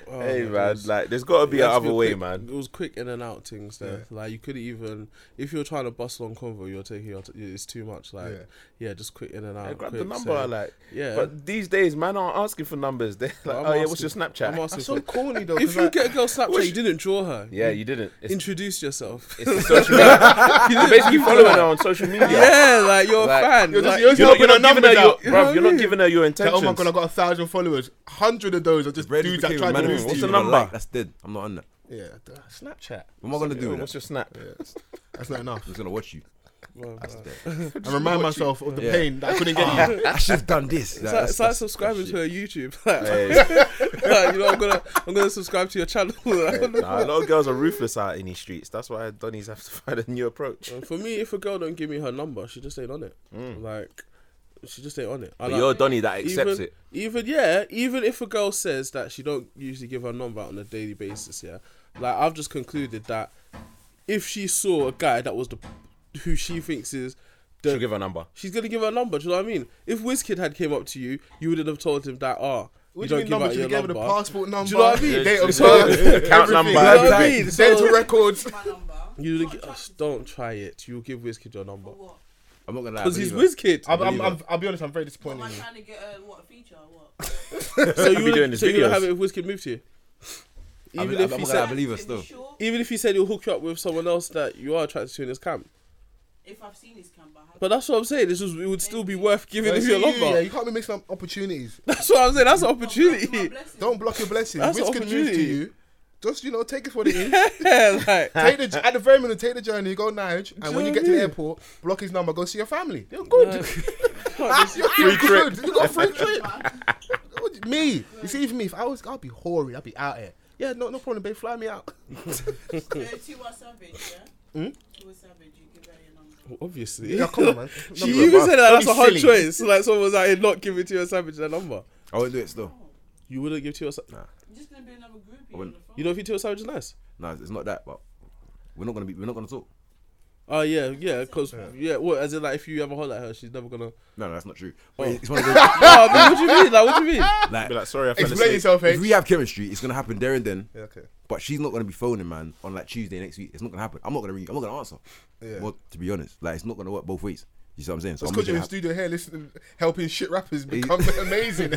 S4: oh,
S3: Hey,
S4: my
S3: man.
S4: days.
S3: Like, there's got to be
S4: It had to
S3: another
S4: be a
S3: way,
S4: quick-
S3: man.
S4: It was quick in and out things there. Like you could even, if you were trying to bustle on convo, you're taking your t- it's too much. Like yeah,
S1: Yeah.
S4: just quick in and out.
S3: I grabbed
S4: quick,
S3: the number,
S4: so-
S3: like.
S4: yeah.
S3: But these days, man aren't asking for numbers. [laughs] They're like,
S4: But
S3: oh,
S4: I'm
S3: yeah, what's your
S4: asking-
S3: Snapchat?
S4: I'm asking
S1: That's so
S4: for-
S1: corny though.
S4: [laughs] if
S1: 'cause,
S4: you
S1: like,
S4: get a girl Snapchat, you didn't draw her.
S3: yeah, you didn't. It's, [laughs]
S4: introduce yourself.
S3: it's the social media. You're basically following her on social media.
S4: [laughs] yeah, like you're
S3: Like,
S4: a fan.
S1: you're just-
S4: like,
S1: you're
S3: You're not, you're not giving her
S1: Helping her
S3: your,
S1: numbers
S4: out. You know what
S3: bruv,
S4: I
S3: you're not
S4: mean?
S3: giving her your
S1: like,
S3: intentions.
S1: oh my god, I got a thousand followers. Hundred of those are just
S2: Red
S1: dudes that
S2: became
S1: tried
S2: man
S1: to do
S2: of the
S1: this to
S2: world.
S3: What's
S1: you.
S3: the
S2: I'm not
S3: number?
S2: like, That's dead. I'm not on that.
S1: Yeah, duh, Snapchat.
S2: What am I gonna do?
S3: Yo,
S2: with
S3: What's
S2: that?
S3: your snap?
S1: That's not enough.
S2: [laughs] I'm just gonna watch you.
S4: Well,
S2: That's
S4: like-
S1: [laughs] I
S2: dead.
S1: remind myself of the
S2: Yeah.
S1: pain that I couldn't get you.
S2: [laughs] I should have done this.
S4: It's
S2: Like,
S4: like,
S2: that's-
S4: it's like
S2: that's-
S4: subscribing to
S2: that's
S4: her YouTube. [laughs] Like,
S3: Hey,
S4: [laughs] like, you know, I'm gonna, I'm gonna subscribe to your channel. [laughs] Like,
S3: nah, a lot of girls are ruthless out in these streets. That's why Donnies have to [laughs] find a new approach.
S4: For me, if a girl don't give me her number, she just ain't on it. Like, she just ain't on it.
S3: Mm.
S4: I
S3: But
S4: like-
S3: you're Donny that
S4: even,
S3: accepts it.
S4: Even yeah, even if a girl says that she don't usually give her number out on a daily basis, yeah, like I've just concluded that if she saw a guy that was the who she thinks is the
S3: She'll give her
S2: [laughs]
S3: number.
S4: She's gonna give her a number. Do you know what I mean? If Wizkid had came up to you, you wouldn't have told him that. Ah,
S1: What
S4: you
S1: do
S4: don't
S1: you mean
S4: give
S1: number?
S4: out
S1: Should
S4: your
S1: you gave her the
S4: number.
S1: passport number?
S4: know what I mean?
S1: Date of
S4: It's all-
S1: birth,
S3: Account
S1: everything.
S3: number.
S4: Do you know what I
S2: Right.
S4: mean?
S1: Dental
S4: So,
S1: records.
S5: my number.
S4: you don't,
S5: Can't
S4: gi-
S5: trust
S4: don't try it. You'll give Wizkid your number
S5: What?
S2: I'm not gonna lie.
S4: because he's
S2: believe her.
S4: Wizkid.
S1: I'm, I'm, I'm, I'll be honest, I'm very disappointed
S5: Am I
S1: in you.
S5: trying to get a what a feature? or What?
S4: So you
S3: be
S4: would
S3: doing
S4: not
S3: his
S4: so you would
S3: videos.
S4: have it if Wizkid moved to you,
S2: I'm-
S4: even
S2: I'm-
S4: if
S2: I'm
S4: he
S2: gonna
S4: said
S2: have believe us
S5: Is it
S2: though.
S5: sure?
S4: even if he said he'll hook you up with someone else that you are attracted to in his camp.
S5: If I've seen his camera, I
S4: But that's what I'm saying. This was it would still be worth giving
S1: Yeah,
S4: him
S1: see,
S4: your
S1: you- Yeah,
S4: number.
S1: you can't be missing up opportunities.
S4: That's what I'm saying. That's an
S5: haven't. My
S1: [laughs]
S4: opportunity. [laughs]
S5: blessing.
S1: Don't block your blessing.
S4: That's
S1: That's
S4: an
S1: Which can news to
S4: opportunity.
S1: you. Just you know, take it for the in.
S4: yeah, like
S1: take the at the very minute, take the journey, go Nige,
S4: you
S1: and when
S4: know
S1: you
S4: what
S1: get
S4: I
S1: to the
S4: mean?
S1: airport, block his number, go see your family. You're good. [laughs]
S4: [laughs]
S1: You're
S3: Free
S1: good. You got a free trip. What do you- me, you see, even me, if I was, I'll be hoary, I'll be out here. Yeah, no, no problem, babe. Fly me out.
S4: [laughs]
S5: Uh, Tiwa Savage, yeah.
S1: Hmm?
S5: Tiwa Savage, you give her your number.
S4: obviously.
S1: Yeah,
S4: [laughs]
S1: come on, man.
S4: She
S1: Number
S4: even
S1: one.
S4: said that
S1: Don't
S4: that's
S1: be
S4: a hard
S1: silly.
S4: choice. Like someone was out here not giving to your savage their number.
S2: I won't do it still.
S4: You wouldn't give to your savage.
S5: You're just gonna be another groupie on
S2: wouldn't-
S5: the phone.
S4: You don't think to your savage is nice?
S2: No, it's not that. But we're not gonna be. We're not gonna talk.
S4: Oh yeah, yeah, cause yeah. What as in like if you ever holler at her, she's never gonna. [laughs]
S2: No, no, that's not true.
S4: Oh.
S2: But it's one of those.
S4: No, but what do you mean? Like what
S1: [laughs]
S4: do you mean?
S2: Like,
S3: Be like, sorry, I fell
S1: Explain
S3: asleep.
S1: yourself,
S2: if
S1: H.
S2: we have chemistry, it's gonna happen there and then.
S1: Yeah, okay.
S2: But she's not gonna be phoning, man, on like Tuesday next week. It's not gonna happen. I'm not gonna. Re- I'm not gonna answer.
S1: Yeah.
S2: Well, to be honest, like it's not gonna work both ways. You see what I'm saying? So
S1: It's
S2: I'm
S1: because you're in
S2: gonna have-
S1: studio here listening, helping shit rappers
S2: [laughs]
S1: become amazing.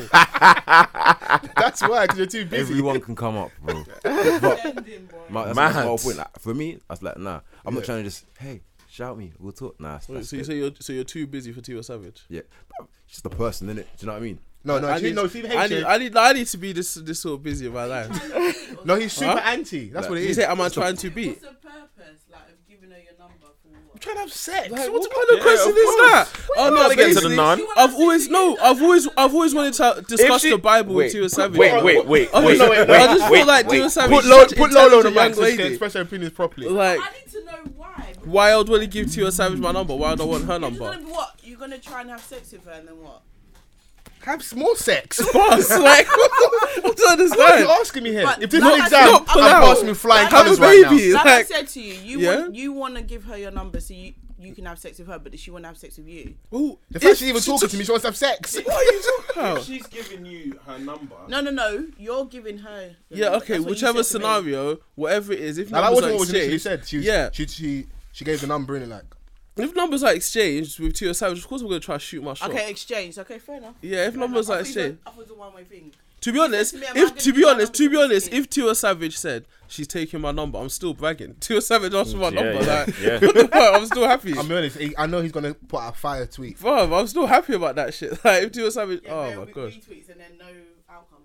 S1: That's why, because you're too busy.
S2: everyone can come up,
S1: [laughs]
S2: bro.
S5: Sending, boy.
S2: My, that's, that's
S3: Mad.
S2: my whole point. Like, for me, I was like, nah, I'm not
S1: Yeah.
S2: trying to just hey, shout me, we'll talk. Nah, that's,
S4: Wait,
S2: that's
S4: so you
S2: dead.
S4: say you're so you're too busy for Tiwa Savage.
S2: yeah, But it's just a person, innit? Do you know what I mean?
S1: No, no,
S4: I
S1: she,
S4: need,
S1: no, see,
S4: I,
S1: hate
S4: need,
S1: you.
S4: I need, I need to be this, this sort of busy in
S1: [laughs]
S4: my life.
S1: no, he's super
S4: Huh?
S1: anti. That's what it
S4: You
S1: is.
S4: say, am I trying to be?
S5: What's the purpose, like, of giving her your number for what?
S1: trying to have sex.
S4: Like,
S1: What's
S4: what
S1: the
S4: kind of
S1: yeah,
S4: question
S1: of
S4: is
S1: course.
S4: that? Oh no,
S3: gotta get to the
S4: basically,
S3: nun.
S4: I've always no, I've always, I've always wanted to discuss
S3: she-
S4: the Bible
S3: wait,
S4: with Tiwa Savage.
S3: Wait, wait, wait,
S4: I
S3: wait,
S4: just,
S3: wait,
S4: I just
S3: wait,
S4: feel like
S3: wait.
S4: Tiwa Savage
S1: Put,
S4: is
S1: Lo-
S4: such
S1: put Lolo on the
S4: intelligent young
S1: mic so she can
S4: lady.
S1: express her opinions properly.
S4: Like,
S5: I need to know why. because
S4: why I would want to give Tiwa Savage my number? Why I don't want her
S5: You're just
S4: number? [laughs]
S5: gonna be what? You're gonna try and have sex with her and then what?
S1: Have small sex. What
S4: Boss, [laughs] like, I don't
S1: are you
S4: understand.
S1: asking me here?
S5: But
S1: If this
S5: no,
S1: is an
S5: I-
S1: exam,
S5: no,
S1: I'm
S4: pull out.
S1: passing with flying
S5: Have a
S1: colours right now.
S4: baby.
S5: Like,
S4: Like-
S5: I said to you, you
S4: Yeah?
S5: want you want to give her your number so you you can have sex with her, but does she want to have sex with you?
S4: Ooh,
S1: The fact
S4: if-
S1: she's even talking to me, she wants to have
S4: [laughs]
S1: sex.
S4: What are you talking
S6: If
S4: about?
S6: she's giving you her number.
S5: No, no, no. You're giving her. your
S4: Yeah,
S5: number.
S4: okay.
S5: That's what you
S4: Whichever
S5: said to me.
S4: scenario, whatever it is, if
S1: Now, that
S4: numbers
S1: wasn't
S4: are
S1: what was initially
S4: exchanged,
S1: said. She, was,
S4: yeah,
S1: she, she, she gave the number in it like,
S4: if numbers are exchanged with Tiwa Savage, of course I'm gonna try to shoot my shot.
S5: Okay, exchange. Okay, fair enough.
S4: Yeah, if
S5: Fair
S4: numbers
S5: enough.
S4: are
S5: I thought you
S4: exchanged.
S5: said- I thought it was a one-way thing.
S4: To be honest,
S5: to me, am I
S4: if
S5: gonna
S4: to be
S5: give my
S4: honest,
S5: number
S4: to be
S5: to
S4: honest,
S5: Wizkid?
S4: if Tiwa Savage said she's taking my number, I'm still bragging. Tiwa Savage asked for my
S3: Yeah,
S4: number,
S3: yeah,
S4: like
S3: yeah.
S4: [laughs] what the fuck? I'm still happy. [laughs]
S1: I'm honest, he- I know he's going to put out a fire tweet.
S4: Bro, I'm still happy about that shit. [laughs] Like if Tiwa Savage,
S5: Yeah,
S4: oh
S5: no,
S4: my
S5: with
S4: god,
S5: Retweets and then no outcome.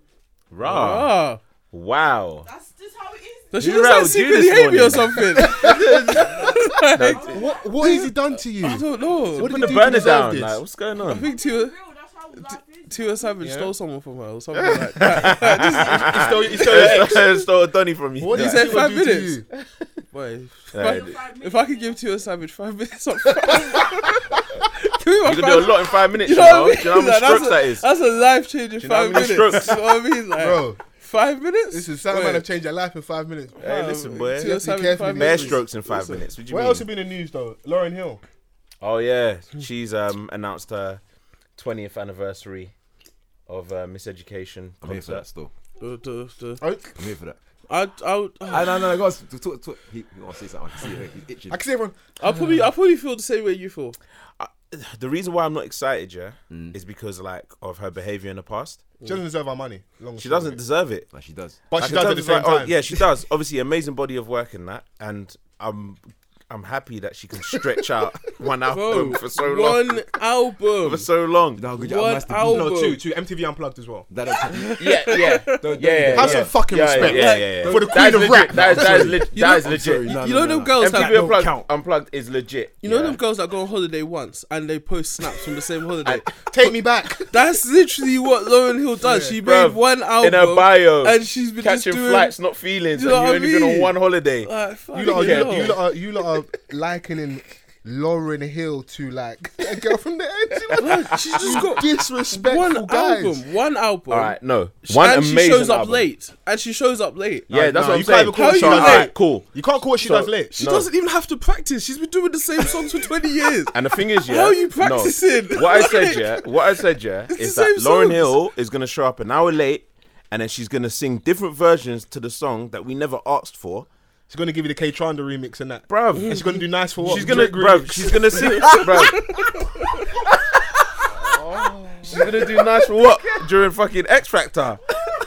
S3: Rah.
S4: ah,
S3: Wow.
S4: [laughs]
S5: That's just how it is.
S4: Does she
S3: You
S4: just like
S3: rattled you
S4: secretly
S3: this
S4: hate me or
S3: morning. [laughs]
S4: something?
S1: What what has he done to you?
S4: [laughs] I don't know.
S1: What
S3: Put the
S1: did you do to
S3: burner
S1: deserve
S3: down.
S1: this?
S3: Like, what's going
S4: I
S3: on?
S4: think Tia,
S5: that's how life is.
S4: Tia Savage stole someone from her
S3: [laughs]
S4: or something like that. [laughs]
S1: He stole, he stole your ex.
S3: Stole Donny from you.
S1: What did
S4: You said
S1: Tiva
S4: five
S1: do to
S4: minutes.
S1: you?
S4: Boy, if
S3: Nah,
S4: I-
S3: you
S4: if I could give Tia Savage five
S3: [laughs]
S4: minutes up [laughs] front. Give me my
S3: You can
S4: five
S3: do a lot in five minutes,
S4: You
S3: you
S4: know
S3: know.
S4: what I
S3: Do you know how many
S4: mean? Like,
S3: strokes
S4: that's,
S3: that
S4: a,
S3: is?
S4: that's a life changing
S3: know how many
S4: five minutes.
S3: strokes?
S4: You know what I mean? Like,
S1: Bro,
S4: five minutes?
S1: this is Sound Man have changed your life in five minutes.
S3: Hey, listen, boy.
S4: Tia
S1: Just be
S4: Savage,
S1: careful,
S4: five
S1: man.
S3: Bare
S4: minutes.
S3: strokes in five minutes. What do you
S1: What
S3: mean?
S1: else has been in the news though? Lauren Hill.
S3: Oh yeah, she's um announced her 20th anniversary of uh, Miseducation
S2: I'm here for that
S3: concert.
S2: still.
S4: Duh, duh, duh.
S1: Oh,
S2: I'm here for that.
S4: I, I, would- I,
S2: I no no. I got to talk. talk. He, he wants to say something. I can see it. He's itching.
S1: I can see everyone.
S4: I'll probably, I'll probably feel the same way you
S3: [laughs]
S4: feel.
S3: The reason why I'm not excited, yeah, is because like of her behavior in the past.
S1: She doesn't deserve our money. Long
S3: She doesn't deserve it.
S2: Like she does.
S1: But
S3: I can
S1: she does
S3: tell
S1: at the
S3: it's
S1: same
S3: like, oh,
S1: time.
S3: yeah, she does. Obviously, amazing body of work in that, and I'm I'm happy that she can [laughs] stretch out one album
S4: Bro,
S3: for so long.
S4: one
S3: [laughs]
S4: album.
S3: For so long.
S2: You know how good
S4: One
S2: your must
S4: hour-
S2: be.
S1: No, two, two. MTV Unplugged as well.
S4: [laughs]
S2: That don't
S3: Yeah, [laughs] yeah, yeah, yeah.
S1: Have some fucking
S3: yeah,
S1: respect
S3: yeah, yeah, yeah.
S1: for the
S3: That is
S1: queen of
S3: legit.
S1: rap.
S3: That is, that is, leg- that
S4: You know-
S3: is
S4: I'm
S3: legit.
S2: sorry, no.
S4: you know them girls that
S3: MTV Unplugged,
S2: count.
S3: Unplugged is legit.
S4: you know
S3: yeah.
S4: them girls that go on holiday once and they post snaps from
S3: [laughs]
S4: the same holiday.
S1: Take me back.
S4: That's literally what Lauren Hill does. She made
S3: Bruv,
S4: one
S3: in
S4: album
S3: her bio,
S4: and she's been just
S3: catching
S4: doing
S3: flights, not feelings.
S4: You know
S3: and
S4: what
S3: you
S4: I
S3: only been
S4: mean?
S3: on one holiday.
S4: Like, fuck
S1: You lot, are,
S3: Yeah.
S4: [laughs]
S1: you, lot are, you lot are likening Lauren Hill to like a girl from the
S3: [laughs]
S1: edge.
S4: Like, she's just got
S1: Disrespectful
S4: one
S1: guys.
S4: album. One album.
S3: All right, no,
S4: Sh-
S3: one
S4: and
S3: amazing
S4: she shows up
S3: album.
S4: late. And she shows up late.
S3: Yeah, that's
S1: no,
S3: what I'm
S1: you can't
S3: saying.
S1: even call
S4: it
S3: So,
S4: How you
S3: all right,
S1: late?
S3: cool.
S1: You can't call what she
S3: So-
S1: does late.
S4: She
S3: No.
S4: doesn't even have to practice. She's been doing the same songs for
S3: [laughs]
S4: 20 years.
S3: And the thing is, yeah,
S4: How are you
S3: no.
S4: practicing?
S3: What I
S4: Like-
S3: said, yeah, what I said, yeah, is
S4: the
S3: that
S4: same
S3: Lauren
S4: songs.
S3: Hill is gonna show up an hour late, and then she's gonna sing different versions to the song that we never asked for,
S1: She's gonna give you the K Tronda remix and that. And
S3: bruv.
S1: she's gonna do nice for what?
S3: She's gonna,
S1: Drake
S3: bruv,
S1: remix.
S3: she's gonna sing, bruv. She's gonna do nice for what during fucking X Factor,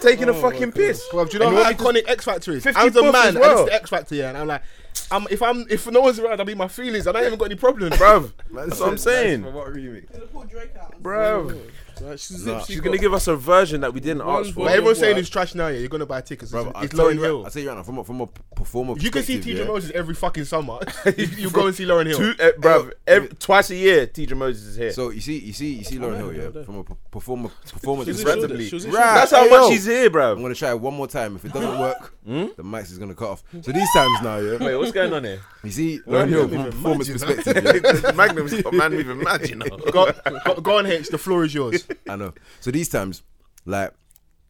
S3: taking a fucking piss.
S1: Bruv, do you know
S3: And
S1: how
S3: what-
S1: iconic X Factor is?
S3: 50
S1: I was a
S3: buff
S1: man,
S3: as
S1: and it's
S3: well.
S1: the X Factor, yeah, and I'm like, I'm, if I'm if no one's around, I'll be my feelings. I don't even got any problems, bro.
S3: Bruv, that's what I'm saying.
S2: what remix?
S5: They pull Drake out and
S3: Bruv,
S4: Like, she's
S3: she's
S4: literally
S3: gonna
S4: got-
S3: give us a version that we didn't ask for.
S1: But everyone's saying
S4: what?
S1: it's trash now. Yeah, you're gonna buy tickets.
S2: Bro,
S1: it's
S2: I
S1: it's
S2: tell
S1: Lauren
S2: you, right-
S1: Hill.
S2: I tell you right now, from a from a performer,
S1: You can see
S2: perspective,
S1: T.J.
S2: yeah,
S1: Moses every fucking
S4: [laughs]
S1: summer. [laughs] you you go and see Lauren Hill.
S3: Two, eh, bruv, every, twice a year, Teacher Moses is here.
S2: So you see, you see, you see Lauren Hill, yeah, from a p- performer performance
S4: She's in
S2: perspective.
S3: randomly.
S4: Shoreditch. She's in
S2: Right.
S4: Shoreditch.
S3: That's how
S2: Hey,
S3: much
S2: yo.
S3: he's here,
S2: I'm
S3: bruv.
S2: gonna try it one more time. If it doesn't work, the max is gonna cut off. So these times now, yeah,
S3: Wait, what's going on [laughs] here?
S2: you see, Lauren Hill from a performance perspective. Yeah,
S3: Magnum's got man moving mad, you know.
S1: Go, [laughs]
S3: [laughs]
S1: go, go on, H. The floor is
S4: [laughs]
S1: yours.
S2: I know. So these times, like,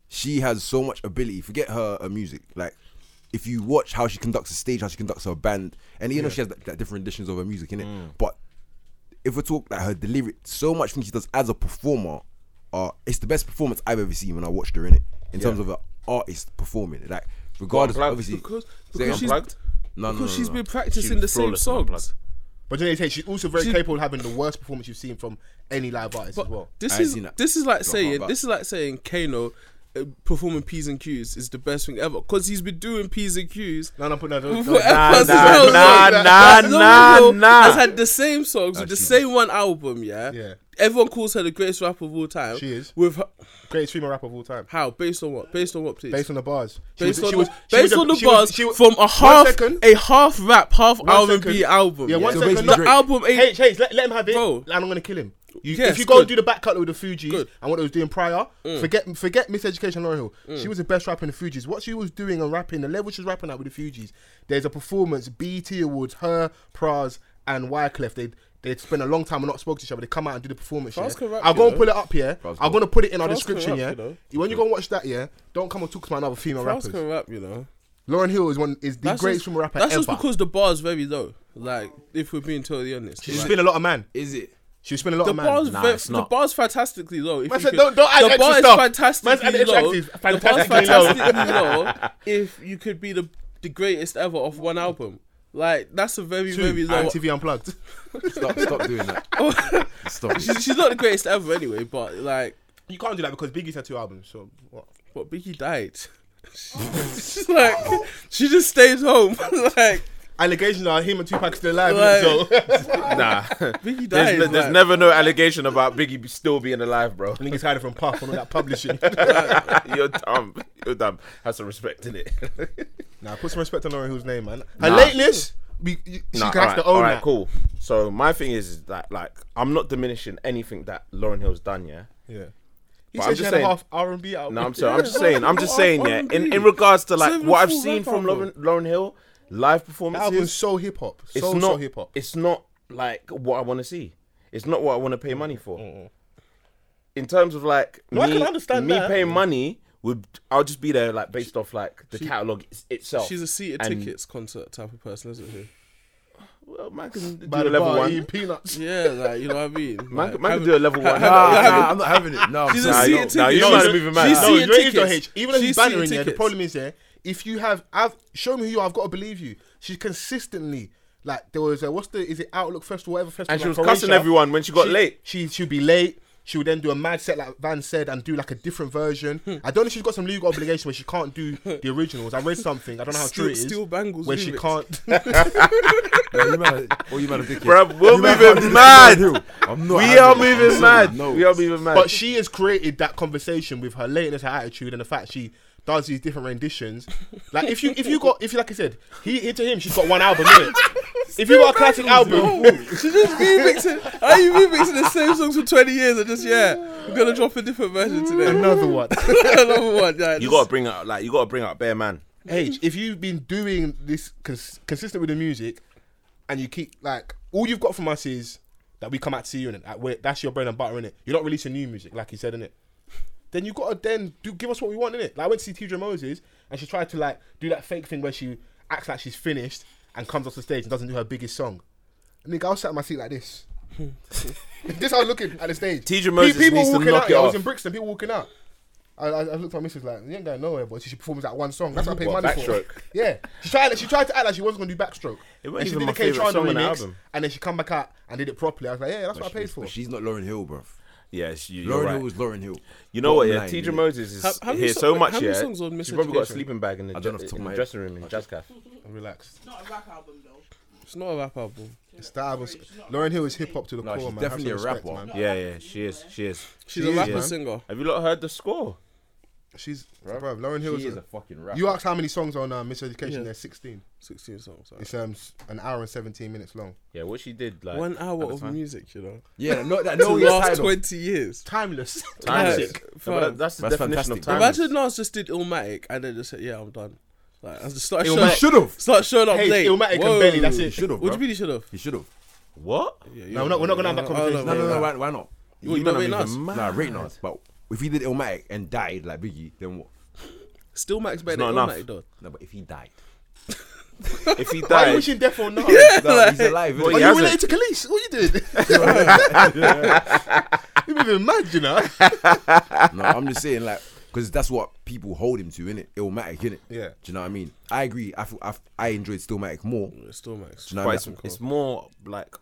S2: she has so much ability. Forget her, her music. Like, if you watch how she conducts a stage, how she conducts her band, and you know she has like, like, different editions of her music in it. But if we talk like her delivery, so much things she does as a performer, are it's the best performance I've ever seen when I watched her in it. In terms of an artist performing, like regardless,
S3: Unplugged?
S2: obviously,
S4: Because,
S2: Say
S4: because she's,
S3: Unplugged?
S2: no, no, no,
S4: because she's
S2: no.
S4: been practicing the
S3: was
S4: same
S3: flawless in Unplugged.
S4: songs.
S1: But Jenny Tate, she's also very capable of having the worst performance you've seen from any live artist as well.
S4: This
S2: I ain't
S4: is
S2: seen that.
S4: this is like
S2: It's not hard,
S4: saying
S2: but-
S4: this is like saying Kano uh, performing P's and Q's is the best thing ever because he's been doing P's and Q's. [laughs]
S1: No, no, put no, no, no.
S4: Forever
S3: nah,
S4: as well.
S3: nah,
S4: Like,
S3: nah,
S4: Lauren
S3: nah,
S4: Hill
S3: nah. Ah,
S4: Has had the same songs with the
S2: she's-
S4: same one album, yeah.
S1: Yeah.
S4: Everyone calls her the greatest rapper of all time.
S1: She is.
S4: With her,
S1: Greatest female rapper of all time.
S4: how? Based on what? Based on what? Please.
S1: Based on the bars. She
S4: Based
S1: was- she
S4: on
S1: was-
S4: the-
S1: she was
S4: based
S1: a-
S4: on the
S1: she was-
S4: bars
S1: she was-
S4: from a
S1: one
S4: half
S1: second.
S4: a half rap, half
S1: One
S4: R and B
S1: second.
S4: album.
S1: Yeah, one
S2: So
S1: second.
S2: basically
S1: No,
S2: Drake-
S4: album ain't
S1: H, H, let, let him have it,
S4: Bro.
S1: and I'm gonna kill him. You,
S4: Yes,
S1: if you go
S4: good.
S1: and do the back catalog with the Fugees
S4: Good. Mm.
S1: and what they was doing prior, forget forget Miseducation Lauren Hill. She was the best rapper in the Fugees. What she was doing and rapping, the level she was rapping at with the Fugees, there's a performance, BT Awards, her, Praz, and Wyclef. They they'd spend a long time and not spoke to each other. They come out and do the performance.
S4: Praz
S1: yeah?
S4: can rap,
S1: I'll
S4: you
S1: go and
S4: know.
S1: pull it up here.
S2: Praz
S1: I'm
S2: can-
S1: gonna put it in our
S4: Praz can
S1: description,
S4: rap,
S1: yeah.
S4: you know.
S1: When you go and watch that, yeah, don't come and talk to my other female
S4: Pras
S1: rappers.
S4: can rap, you know.
S1: Lauren Hill is one is the greatest
S4: just,
S1: female rapper
S4: That's
S1: ever.
S4: just because the bar's very low. Like, if we're being totally honest,
S1: She's
S4: Like,
S1: been a lot of man.
S2: Is it?
S1: She's been a lot
S4: The
S1: of man.
S4: bar's
S3: Nah,
S4: ve-
S3: it's
S4: the
S3: not.
S4: bar's fantastically low. If
S1: Man
S4: you
S1: said,
S4: could-
S1: "Don't- don't add
S4: the
S1: extra
S4: bar
S1: stuff."
S4: is
S1: Man said,
S4: fantastically
S1: "Extra
S4: low.
S1: active,
S4: The bar's
S1: fantastically low."
S4: fantastically low. If you could be the the greatest ever off one album, like that's a very very
S1: Two,
S4: low.
S1: and TV Unplugged.
S2: Stop, stop doing that.
S4: [laughs]
S2: Stop. it.
S4: she's, she's not the greatest ever anyway, but like,
S1: You can't do that because Biggie's had two albums. So what?
S4: but Biggie died. [laughs] she's like, she just stays home. [laughs] like
S1: Allegations are him and Tupac still alive.
S4: Right.
S1: innit? So [laughs]
S3: Nah.
S4: Biggie died.
S3: There's, there's
S4: like,
S3: never no allegation about Biggie still being alive, bro.
S1: I think he's hiding
S3: [laughs]
S1: from Puff on all that publishing.
S3: You're dumb. You're dumb. Have some respect in it.
S1: Now put some respect on Lauren Hill's name, man. Her
S3: Nah.
S1: lateness, we, you- she
S3: Nah,
S1: can have
S3: alright,
S1: to own
S3: alright,
S1: that.
S3: cool. So my thing is, is that like I'm not diminishing anything that Lauren Hill's done, yeah.
S1: Yeah. He
S3: But I'm
S1: said she
S3: just
S1: had
S3: saying-
S1: a half R and B album.
S3: No, I'm sorry. I'm
S1: [laughs]
S3: just saying. I'm just saying. Yeah. In, in regards to like
S4: Seven
S3: what I've
S4: full
S3: seen
S4: rap
S3: from
S4: album.
S3: Lauren, Lauren Hill live
S1: That album's
S3: performances,
S1: so hip hop.
S3: it's
S1: So
S3: not
S1: so hip hop.
S3: It's not like what I want to see. It's not what I want to pay money for. In terms of like
S1: I
S3: me,
S1: can understand
S3: me
S1: that.
S3: paying money would I'll just be there like based off like the catalog itself.
S4: She's a seated
S3: And-
S4: tickets concert type of person, isn't she?
S3: Well, man can do
S1: By
S3: a
S1: the
S3: level
S1: bar,
S3: one.
S1: eating peanuts.
S4: Yeah, like you know what I mean.
S3: Man,
S4: like,
S3: man
S4: have-
S3: can do a level one.
S1: [laughs]
S4: have-
S2: Nah,
S4: have-
S2: nah, I'm not having it. No, I'm
S4: She's a
S2: sorry.
S3: seat-
S4: seated
S3: no,
S4: ticket.
S3: no, you
S4: She's-
S3: man are moving mad.
S4: She's
S3: No,
S1: No,
S4: seated
S1: you're
S4: tickets.
S1: age though, H. Even though
S4: She's
S1: he's bantering,
S4: seated
S1: yeah, the
S4: tickets.
S1: problem is, yeah, if you have, I've show me who you are, I've got to believe you. She's consistently like there was a what's the is it Outlook Festival, whatever festival,
S3: And she
S1: in
S3: was
S1: Croatia.
S3: cussing everyone when she got late.
S1: She she'd be late. She would then do a mad set like Van said and do like a different version.
S3: Hmm.
S1: I don't know if she's got some legal obligation where she can't do the originals. I read something. I don't know how
S4: Steal-
S1: true it is.
S4: steal Bangles
S1: where she
S4: lyrics.
S3: [laughs]
S1: can't.
S2: Yeah, you man, oh, you man, a dickhead.
S3: Bruv, we're
S2: You man
S3: moving
S2: can't do
S3: mad.
S2: [laughs] that, Lauren Hill. I'm not.
S3: We
S2: having
S3: are
S2: it. I'm
S3: moving
S2: sorry,
S3: mad.
S2: No,
S3: We are moving mad.
S1: But she has created that conversation with her lateness, her attitude, and the fact she does these different renditions. Like if you if you got if you like I said, he here to him, she's got one album, innit? If you got a classic album,
S4: She just remixing. Are you remixing the same songs for 20 years and just, yeah, we're going to drop a different
S3: [laughs]
S4: version today?
S1: another one.
S4: [laughs] Another one. Yeah,
S3: you
S4: just-
S3: gotta bring up like you gotta bring up bare man.
S1: H, if you've been doing this cons- consistent with the music, and you keep like all you've got from us is that we come out to see you in it. Like, we're- that's your bread and butter in it. You're not releasing new music, like he said in it. Then you gotta then do give us what we want in it. Like I went to see Tidra Moses, and she tried to like do that fake thing where she acts like she's finished and comes off the stage and doesn't do her biggest song. Nigga, I was sat in my seat like this. [laughs] this how I was looking at the stage.
S3: Teacher Moses
S1: people
S3: needs to
S1: walking
S3: knock
S1: out.
S3: it
S1: yeah, I
S3: off.
S1: was in Brixton. People walking out. I, I, I looked at my missus like, you ain't going nowhere, but she, she performs that one song. That's what I paid
S3: What,
S1: money for.
S3: Backstroke?
S1: Yeah, she tried. She tried to act like she wasn't gonna do backstroke.
S3: It wasn't
S1: And she
S3: even
S1: did
S3: my
S1: the K
S3: favourite song
S1: Chana
S3: on the
S1: remix,
S3: album.
S1: and then she come back out and did it properly. I was like, yeah, that's what I paid for.
S2: But she's not Lauren Hill, bruv.
S3: Yeah, she, you're
S2: Lauren
S3: right.
S2: Hill is Lauren Hill.
S3: you know what?
S2: Bottom
S3: Yeah,
S2: line,
S3: Teacher
S2: innit?
S3: Moses is
S4: How- how many
S3: here
S4: so-
S3: so
S4: wait,
S3: much.
S4: how many
S3: yeah,
S4: songs on
S3: she's probably got a
S4: Miseducation?
S3: sleeping bag in the,
S2: I don't know
S3: ju-
S2: off the top
S3: in
S2: of
S3: the
S2: my head.
S3: dressing room in Jazz Cafe.
S1: Relaxed.
S5: Not a rap album though.
S4: It's not a rap album.
S1: It's the album. Lauren Hill is hip hop to the
S2: No,
S1: core,
S2: she's
S1: man.
S2: definitely
S1: Have some
S2: a
S1: respect,
S2: rapper.
S5: No.
S1: Man.
S3: Yeah, yeah, she is. She is.
S4: She's
S1: She
S4: a
S1: is,
S4: rapper
S1: man.
S4: singer.
S3: Have you not heard the score?
S1: She's bro. Lauren Hill
S2: She
S1: is.
S2: is
S1: a-
S2: a fucking rapper.
S1: You asked how many songs on uh, Miss Education?
S4: Yeah.
S1: There's 16.
S4: 16 songs. alright.
S1: It's um s- an hour and 17 minutes long. [laughs]
S3: Yeah, what she did like
S4: One hour
S3: at the
S4: of
S3: time.
S4: music, you know.
S2: Yeah, no,
S4: [laughs]
S2: that
S4: The
S2: no year's
S4: last
S2: title.
S4: 20 years.
S1: Timeless.
S3: Timeless.
S4: Yes,
S3: No,
S4: fam.
S3: but that- that's the
S2: That's
S3: definition of
S2: fantastic.
S3: time.
S4: Imagine Nas just did Illmatic and then just said, yeah, I'm done. Like, and just start
S2: He
S4: showing,
S2: should have.
S4: start showing up
S1: Hey,
S4: late.
S1: Illmatic and
S4: Whoa.
S1: Benny, that's it.
S2: He should have.
S4: What do you mean he should have?
S2: He should have.
S3: What?
S1: No, we're not- we're not gonna have that conversation.
S2: No, no, no. Why, why not?
S4: You
S3: man
S4: know,
S3: are
S4: wait,
S3: moving
S4: Nas.
S3: mad.
S2: Nah, rate Nas. But if he did Illmatic and died like Biggie, then what?
S4: Still Max better
S3: not
S4: than
S3: enough.
S4: Illmatic, though.
S2: No, but if he died,
S3: If he
S1: Why are you
S3: died,
S1: wishing death on now?
S2: no, he's alive.
S3: Well,
S1: Are
S2: isn't
S1: you
S3: hasn't.
S1: related to Khalees? What are you
S4: [laughs]
S1: doing? You've been mad, you know.
S2: he? no, I'm just saying like because that's what people hold him to, innit? Illmatic, innit?
S1: Yeah.
S2: Do you know what I mean? I agree. I feel, I, I enjoyed Stillmatic more. Do
S4: It's still Max.
S2: you know
S3: but
S2: what
S3: it's,
S2: I mean?
S3: it's more like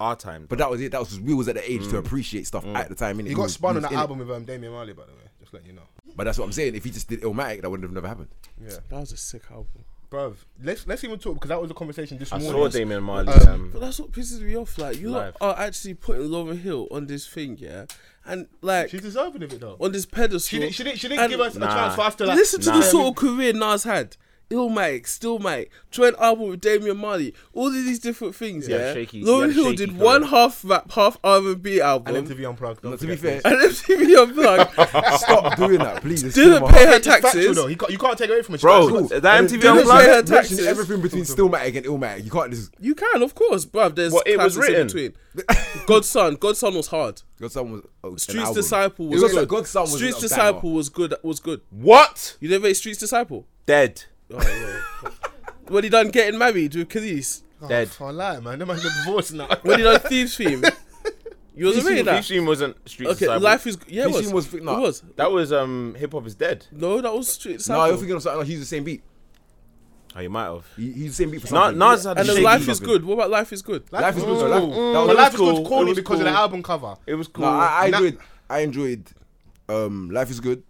S3: our time.
S2: But that was it. That was we was at the age to appreciate stuff at the time. Innit?
S1: He
S2: We
S1: got
S2: was-
S1: spun
S2: we
S1: on
S2: was
S1: that
S2: in it.
S1: album with um, Damian Marley, by the way. Just letting you know.
S2: But that's what I'm saying. If he just did Illmatic, that would have never happened.
S1: Yeah,
S4: That was a sick album.
S1: bruv. Let's let's even talk because that was a conversation this
S3: I
S1: morning.
S3: saw Damien Marley. um,
S4: But that's what pisses me off. Like you lot
S3: Live.
S4: are actually putting Laura Hill on this thing, yeah, and like
S1: She's deserving of it though.
S4: on this pedestal.
S1: She didn't. She didn't. She didn't
S4: and
S1: give us
S3: Nah.
S1: a chance for us to like.
S4: listen to
S3: Nah.
S4: the sort of career Nas had. Illmatic, Stillmatic, joint album with Damian Marley, all of these different things.
S3: Yeah,
S4: Yeah,
S3: shaky- he
S4: Laura
S3: had a
S4: Hill
S3: shaky
S4: did
S3: career.
S4: one half rap, half R and B album,
S1: and
S4: [laughs] and
S1: MTV Unplugged.
S2: No, to be fair,
S4: MTV
S3: [laughs]
S4: Unplugged
S2: stop doing that, please. It's
S4: didn't
S2: still my-
S4: pay her
S1: Factual,
S4: taxes.
S1: though. He can't, you can't take it away from her. She
S3: Bro,
S1: got
S2: Cool.
S1: songs.
S3: that MTV
S4: Didn't pay
S3: Unplugged?
S4: her
S2: Mention
S4: taxes.
S2: everything between Stillmatic and Illmatic. You can't just
S4: You can, of course, bruv. There's
S3: What, it was
S4: classics in
S3: written? [laughs]
S4: between. Godson, Godson was hard.
S2: God's Son was oh, an
S4: Street's
S2: album.
S4: Disciple was,
S2: It
S4: good.
S2: like God's Son was
S4: Street's
S2: a banger.
S4: Disciple was good. Was good.
S3: What?
S4: You never ate Street's Disciple.
S3: Dead.
S4: Oh, yeah. when he done getting married with Khalees,
S3: Dead.
S1: I can't Oh, lie, man. Them man's got divorced now.
S4: when he done Thieves
S3: [laughs]
S4: theme, you wasn't reading that.
S3: Fifteen wasn't Street
S4: Okay,
S3: Disciple.
S4: life is yeah, it
S2: Thieves
S4: was.
S2: Theme was- nah.
S4: It was.
S3: That was um hip hop is dead.
S4: No, that was Street
S2: No,
S4: Disciple.
S2: you're thinking of something. Like, he's the same beat.
S3: Oh, you might have.
S2: He, he's the same beat for
S3: Na-
S2: something.
S3: Nas had
S4: and
S3: the
S4: then
S3: shaky
S4: life is
S3: something.
S4: good. What about life Mm. is good?
S2: Life is good.
S1: Ooh.
S2: though. Life, that was,
S1: But life is
S3: cool.
S1: good.
S3: It
S1: Corny
S3: was
S1: because of the
S3: cool.
S1: album cover.
S3: It was cool.
S2: no, I, I
S1: Na-
S2: enjoyed. I enjoyed. Um, Life is good.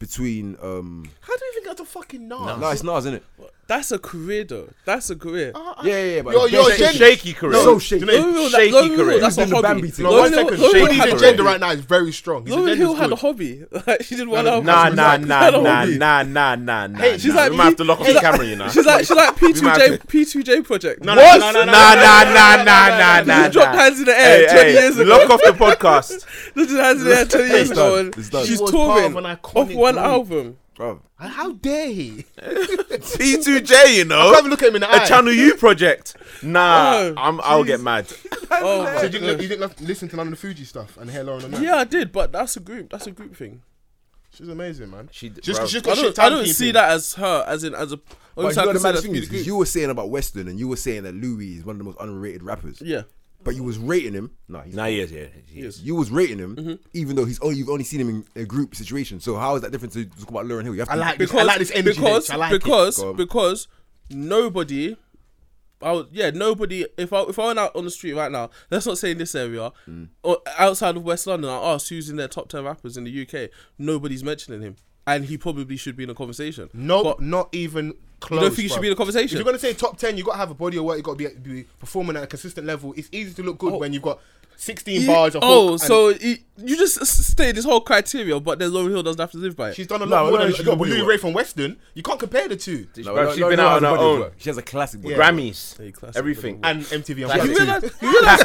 S2: Between um,
S4: How do you think
S1: you to fucking Nas.
S2: No, it's Nas, isn't it?
S4: That's a career, though. That's a career.
S1: Ah,
S2: Yeah, yeah, yeah. But
S1: Yo, yo,
S2: Ben's
S1: Jen-
S3: shaky career.
S2: so shaky.
S1: No,
S4: No, no, no, that-
S3: Shaky
S4: no, no, no,
S3: career.
S4: that's a
S2: He's doing the Bambi
S4: hobby.
S2: thing.
S1: No,
S2: No,
S1: one second.
S4: Lauren
S1: Shawnee's
S4: had a-
S1: agenda right now is very strong. His
S4: Lauren
S1: agenda's
S4: Hill had a
S1: good.
S4: hobby. [laughs] Like, she did one album.
S3: Nah,
S4: She was
S3: nah,
S4: [laughs] like, she
S3: nah,
S4: had a
S3: nah,
S4: hobby.
S3: nah, nah, nah, nah.
S1: Hey,
S3: Hey,
S1: she's
S4: She's
S3: nah.
S4: like
S3: we might have to lock
S4: P-
S3: off the
S4: she's like-
S3: camera, you know.
S4: She's like she's like
S3: might
S4: P2J
S3: have to-
S4: P2J project.
S1: No, no,
S4: What?
S1: no, no, no,
S3: nah, nah,
S1: no, no,
S3: nah, nah, nah, nah.
S4: She dropped
S3: nah.
S4: hands in the air
S3: Hey,
S4: 20
S3: hey,
S4: years ago.
S3: Lock off the podcast.
S4: She [laughs] dropped hands in the air 20 years
S2: It's
S4: ago.
S2: done.
S4: and
S2: It's done.
S4: She's
S1: He was part of
S4: touring
S1: an
S4: off
S1: iconic
S4: one
S1: group.
S4: album.
S2: bro.
S1: How dare he?
S3: P2J, you know.
S1: Have a look at him in the
S3: A
S1: eye.
S3: Channel U project. Nah,
S4: Oh,
S3: I'm, I'll get mad.
S1: So
S4: Oh, my
S1: you didn't,
S4: God.
S1: you didn't love- listen to none of the Fuji stuff and hear Lauren on that?
S4: yeah, I did, but that's a group. That's a group thing.
S1: She's amazing, man.
S3: She d-
S1: just,
S3: bruv.
S1: just
S4: I
S1: got shit
S4: don't, I don't
S1: timekeeping.
S4: see that as her, as in as a.
S2: But you
S4: Obviously, I
S2: know the
S4: consider
S2: maddest thing is,
S4: that group.
S2: you were saying about Western, and you were saying that Louis is one of the most underrated rappers.
S4: Yeah,
S2: But you was rating him. Nah, he's
S3: Nah, he is, yeah. He is.
S4: yes.
S2: You was rating him,
S1: Mm-hmm.
S2: even though he's only you've only seen him in a group situation. So how is that different to talk about Lauren Hill? You have to
S1: I like this. I like this energy.
S4: Because
S1: Because, I like it.
S4: because
S2: Go on.
S4: because nobody. I would, yeah, nobody. If I if I went out on the street right now, let's not say in this area
S1: Mm.
S4: or outside of West London, I asked who's in their top ten rappers in the UK. Nobody's mentioning him, and he probably should be in a conversation.
S1: No,
S4: But
S1: not even close.
S4: you don't think he should
S1: bruv.
S4: be in a
S1: If
S4: conversation?
S1: you're gonna say top ten, you gotta have a body of work. You gotta be, be performing at a consistent level. It's easy to look good when you've got 16
S4: He-
S1: bars. Of
S4: oh, so he, you just s- stated this whole criteria, but then Lauren Hill doesn't have to live by it.
S1: she's done a
S2: No,
S1: lot
S2: no,
S1: more than
S2: she's
S1: you
S2: got
S1: got
S2: body of
S1: Louis
S2: work.
S1: Ray from Western. You can't compare the two.
S3: No,
S2: Lauren-
S3: bruv, she's
S2: Lauren
S3: been
S2: Hill
S3: out
S2: has
S3: on
S2: a
S3: her
S2: body of
S3: own.
S2: work. She has a classic. body of work.
S3: Grammys.
S4: Hey, classic.
S3: Everything.
S1: And MTV
S4: You
S1: Unplugged.
S4: realize, you realize,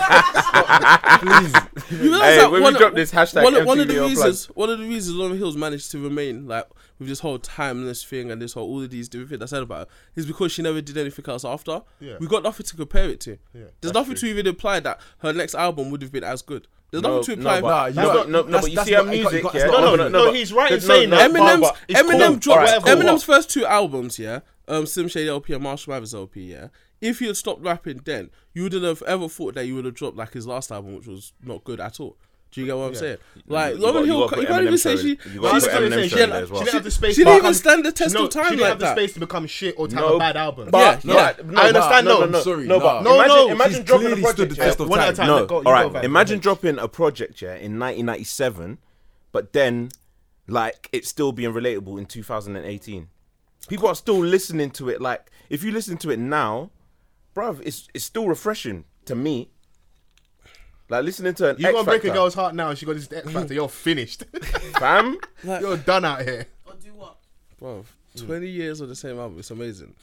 S3: [laughs]
S4: you realize
S3: Hey,
S4: that
S3: when we
S4: one,
S3: drop this hashtag
S4: one, of- one of the
S3: MTV unplugged.
S4: reasons, one of the reasons Lauren Hill's managed to remain like with this whole timeless thing and this whole all of these different things I said about her is because she never did anything else after.
S1: Yeah.
S4: We got nothing to compare it to.
S1: that's
S4: There's nothing to even imply that her next album would have been as good. There's nothing to imply.
S3: but-
S2: Nah, you
S3: no,
S2: know-
S3: but- no, no,
S2: that's-
S3: but you
S2: that's
S3: see her
S2: not- you can't- you
S3: music.
S2: can't-
S3: yeah?
S2: it's not-
S1: no, no, no, he's right in
S3: There's
S1: saying that.
S4: Eminem's
S1: but- but it's
S4: Eminem
S1: cool.
S4: dropped
S1: Alright, cool.
S4: Eminem's first two albums, yeah, um, Sim Shady LP and Marshall Mathers LP, yeah. If he had stopped rapping then, you wouldn't have ever thought that you would have dropped like his last album, which was not good at all. Do you get what I'm saying? Like
S3: you
S4: Lauren
S3: got- you
S4: Hill, you,
S3: gotta put
S4: can't even
S3: Eminem
S4: say
S3: show
S4: she.
S3: in. You gotta
S4: she's-
S3: put Eminem
S4: she-
S3: show in there as
S4: she-
S3: well.
S1: She didn't have the space.
S4: She
S1: to
S4: didn't even
S1: become-
S4: stand the test
S1: no,
S4: of
S1: She
S4: time
S1: didn't
S4: like
S1: have the
S4: that.
S1: space to become shit or to have
S3: No,
S1: a bad album.
S4: but-
S3: no,
S4: yeah.
S3: no,
S1: I understand,
S3: but-
S1: no,
S3: No, no,
S2: sorry,
S3: no, but
S2: nah.
S1: No,
S3: imagine,
S1: no,
S3: imagine
S2: she's
S3: dropping a
S2: clearly stood
S3: project.
S2: the
S3: yeah,
S2: test of
S1: one at a
S2: time.
S1: time.
S3: No,
S1: Let go-
S3: all
S1: you
S3: right.
S1: go, Van.
S3: Imagine dropping a project yeah in 1997, but then like it's still being relatable in 2018. People are still listening to it. Like if you listen to it now, bruv, it's it's still refreshing to me. Like listening to an
S1: You
S3: X
S1: gonna break a
S3: Factor,
S1: girl's heart now? and She got this
S4: Hmm.
S1: X Factor. You're finished. [laughs]
S3: fam.
S1: You're done out here.
S5: Or do what?
S4: Bruv, Twenty years of the same album, it's amazing.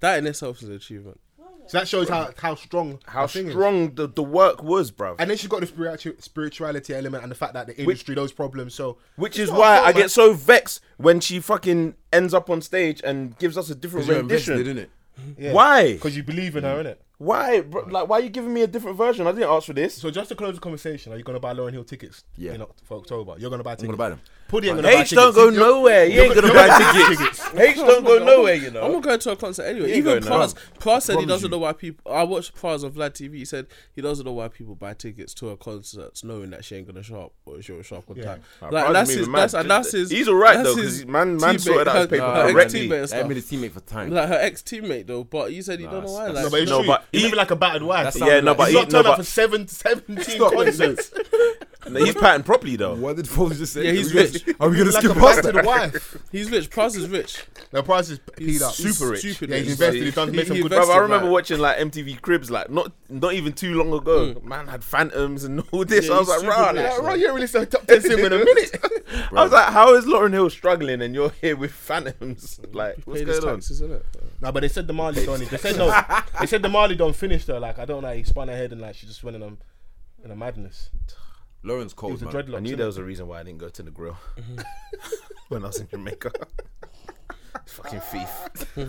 S4: That in itself is an achievement.
S1: So that shows how how strong
S3: How
S1: the thing is.
S3: strong the, the work was, bruv.
S1: And then she's got the spiritu- spirituality element and the fact that the industry, those problems. So
S3: Which
S1: It's
S3: is
S1: not
S3: why
S1: fault,
S3: I
S1: man.
S3: get so vexed when she fucking ends up on stage and gives us a different
S2: [laughs] You're invested,
S3: rendition.
S2: isn't it?
S3: Why?
S1: because you believe in her, innit?
S3: Why? Bro, like, why are you giving me a different version? I didn't ask for this.
S1: So just to close the conversation, are you gonna buy Lauren Hill tickets?
S2: Yeah.
S1: in Oct- for October, you're gonna buy tickets.
S2: gonna buy them.
S1: Puddy ain't gonna buy
S3: H
S1: tickets.
S3: don't go
S1: You're-
S3: nowhere. You ain't gonna buy tickets.
S1: [laughs]
S3: H don't go nowhere. You
S4: I'm
S3: know.
S4: not going to a concert anyway.
S3: ain't
S4: Even
S3: going
S4: Praz,
S3: nowhere.
S4: Praz said he doesn't know why people. I watched Praz on Vlad TV. He said he doesn't know why people buy tickets to her concerts knowing that she ain't gonna show up or she'll show up on time. Like
S3: Praz
S4: that's
S3: is
S4: his.
S3: moving
S4: That's,
S3: mad.
S4: and that's his.
S3: He's alright,
S4: that's
S3: though, 'cause
S4: his
S3: man- man
S4: teammate,
S3: sorted out his
S4: her-
S3: paper
S4: her
S3: correctly.
S4: ex-teammate and
S2: That made
S4: stuff.
S2: a teammate for time.
S4: Like her ex teammate though, but you said you don't know why.
S1: No,
S4: Like,
S1: but it's
S3: No,
S1: true.
S3: but
S1: he's
S3: he-
S1: living like a battered wife.
S2: sounded
S3: Yeah, no,
S2: like-
S3: but
S1: he's
S3: he,
S1: not
S3: no,
S1: turned up for
S3: but
S1: seven, 17 concerts.
S3: he's patterned properly though.
S2: What did Foles just say?
S4: Yeah, he's
S2: [laughs] Are we gonna-
S4: rich.
S2: Are we gonna
S1: like a
S2: skip past
S1: battered
S2: that?
S1: wife.
S4: he's rich. Praz is rich.
S1: The price is
S4: He's
S1: peed up.
S3: super rich.
S4: Stupid
S1: Yeah, he's
S4: rich.
S1: invested. He's done made some
S4: He
S1: good.
S4: invested,
S3: Bruv, I remember
S4: man.
S3: watching like MTV Cribs, like not not even too long ago. Man had phantoms and all this.
S4: Yeah,
S3: I was
S4: he's
S3: like,
S4: super
S3: rah,
S4: rich,
S3: like,
S1: Yeah,
S3: rah,
S1: right, you ain't released a top ten single in a
S3: [laughs]
S1: minute.
S3: I was like, how is Lauren Hill struggling and you're here with phantoms? Like, what's
S4: Paid his
S3: going on? [laughs]
S4: taxes, innit?
S1: No, but they said the Marley don't. They said no. They said the Marley don't finish though. Like I don't know. He spun her head and like she just went in a in a madness.
S2: Lauren's
S1: It
S2: cold,
S1: was a
S2: man.
S1: dreadlock.
S3: I knew there was a reason why I didn't go to the grill [laughs] when I was in [laughs] Jamaica. Fucking thief.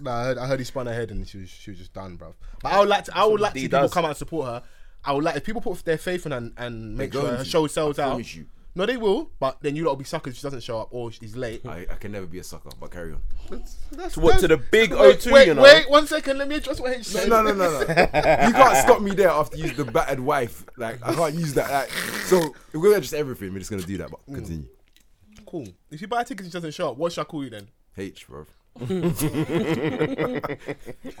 S1: Nah, I heard, I heard he spun her head and she was she was just done, bruv. But I would like to, I would like to see
S3: he
S1: people
S3: does.
S1: come out and support her. I would like if people put their faith in her and, and make sure
S2: going
S1: her
S2: to.
S1: show sells
S2: I
S1: out.
S2: promise you.
S1: No, they will, but then you lot will be suckers if she doesn't show up or she's late.
S2: I, I can never be a sucker,
S1: [laughs]
S2: but carry on.
S1: That's,
S3: What to the big
S1: wait,
S3: O2,
S1: wait,
S3: you know?
S1: Wait, one second. Let me address what H said.
S2: No, no, no, no. you can't stop me there after you use the battered wife. Like, I can't use that. Like, so, if we're gonna just everything, we're just gonna do that,
S1: Mm.
S2: but continue.
S1: [laughs] Cool. If you buy a ticket and she doesn't show up, what should I call you then?
S2: H, bro.
S1: I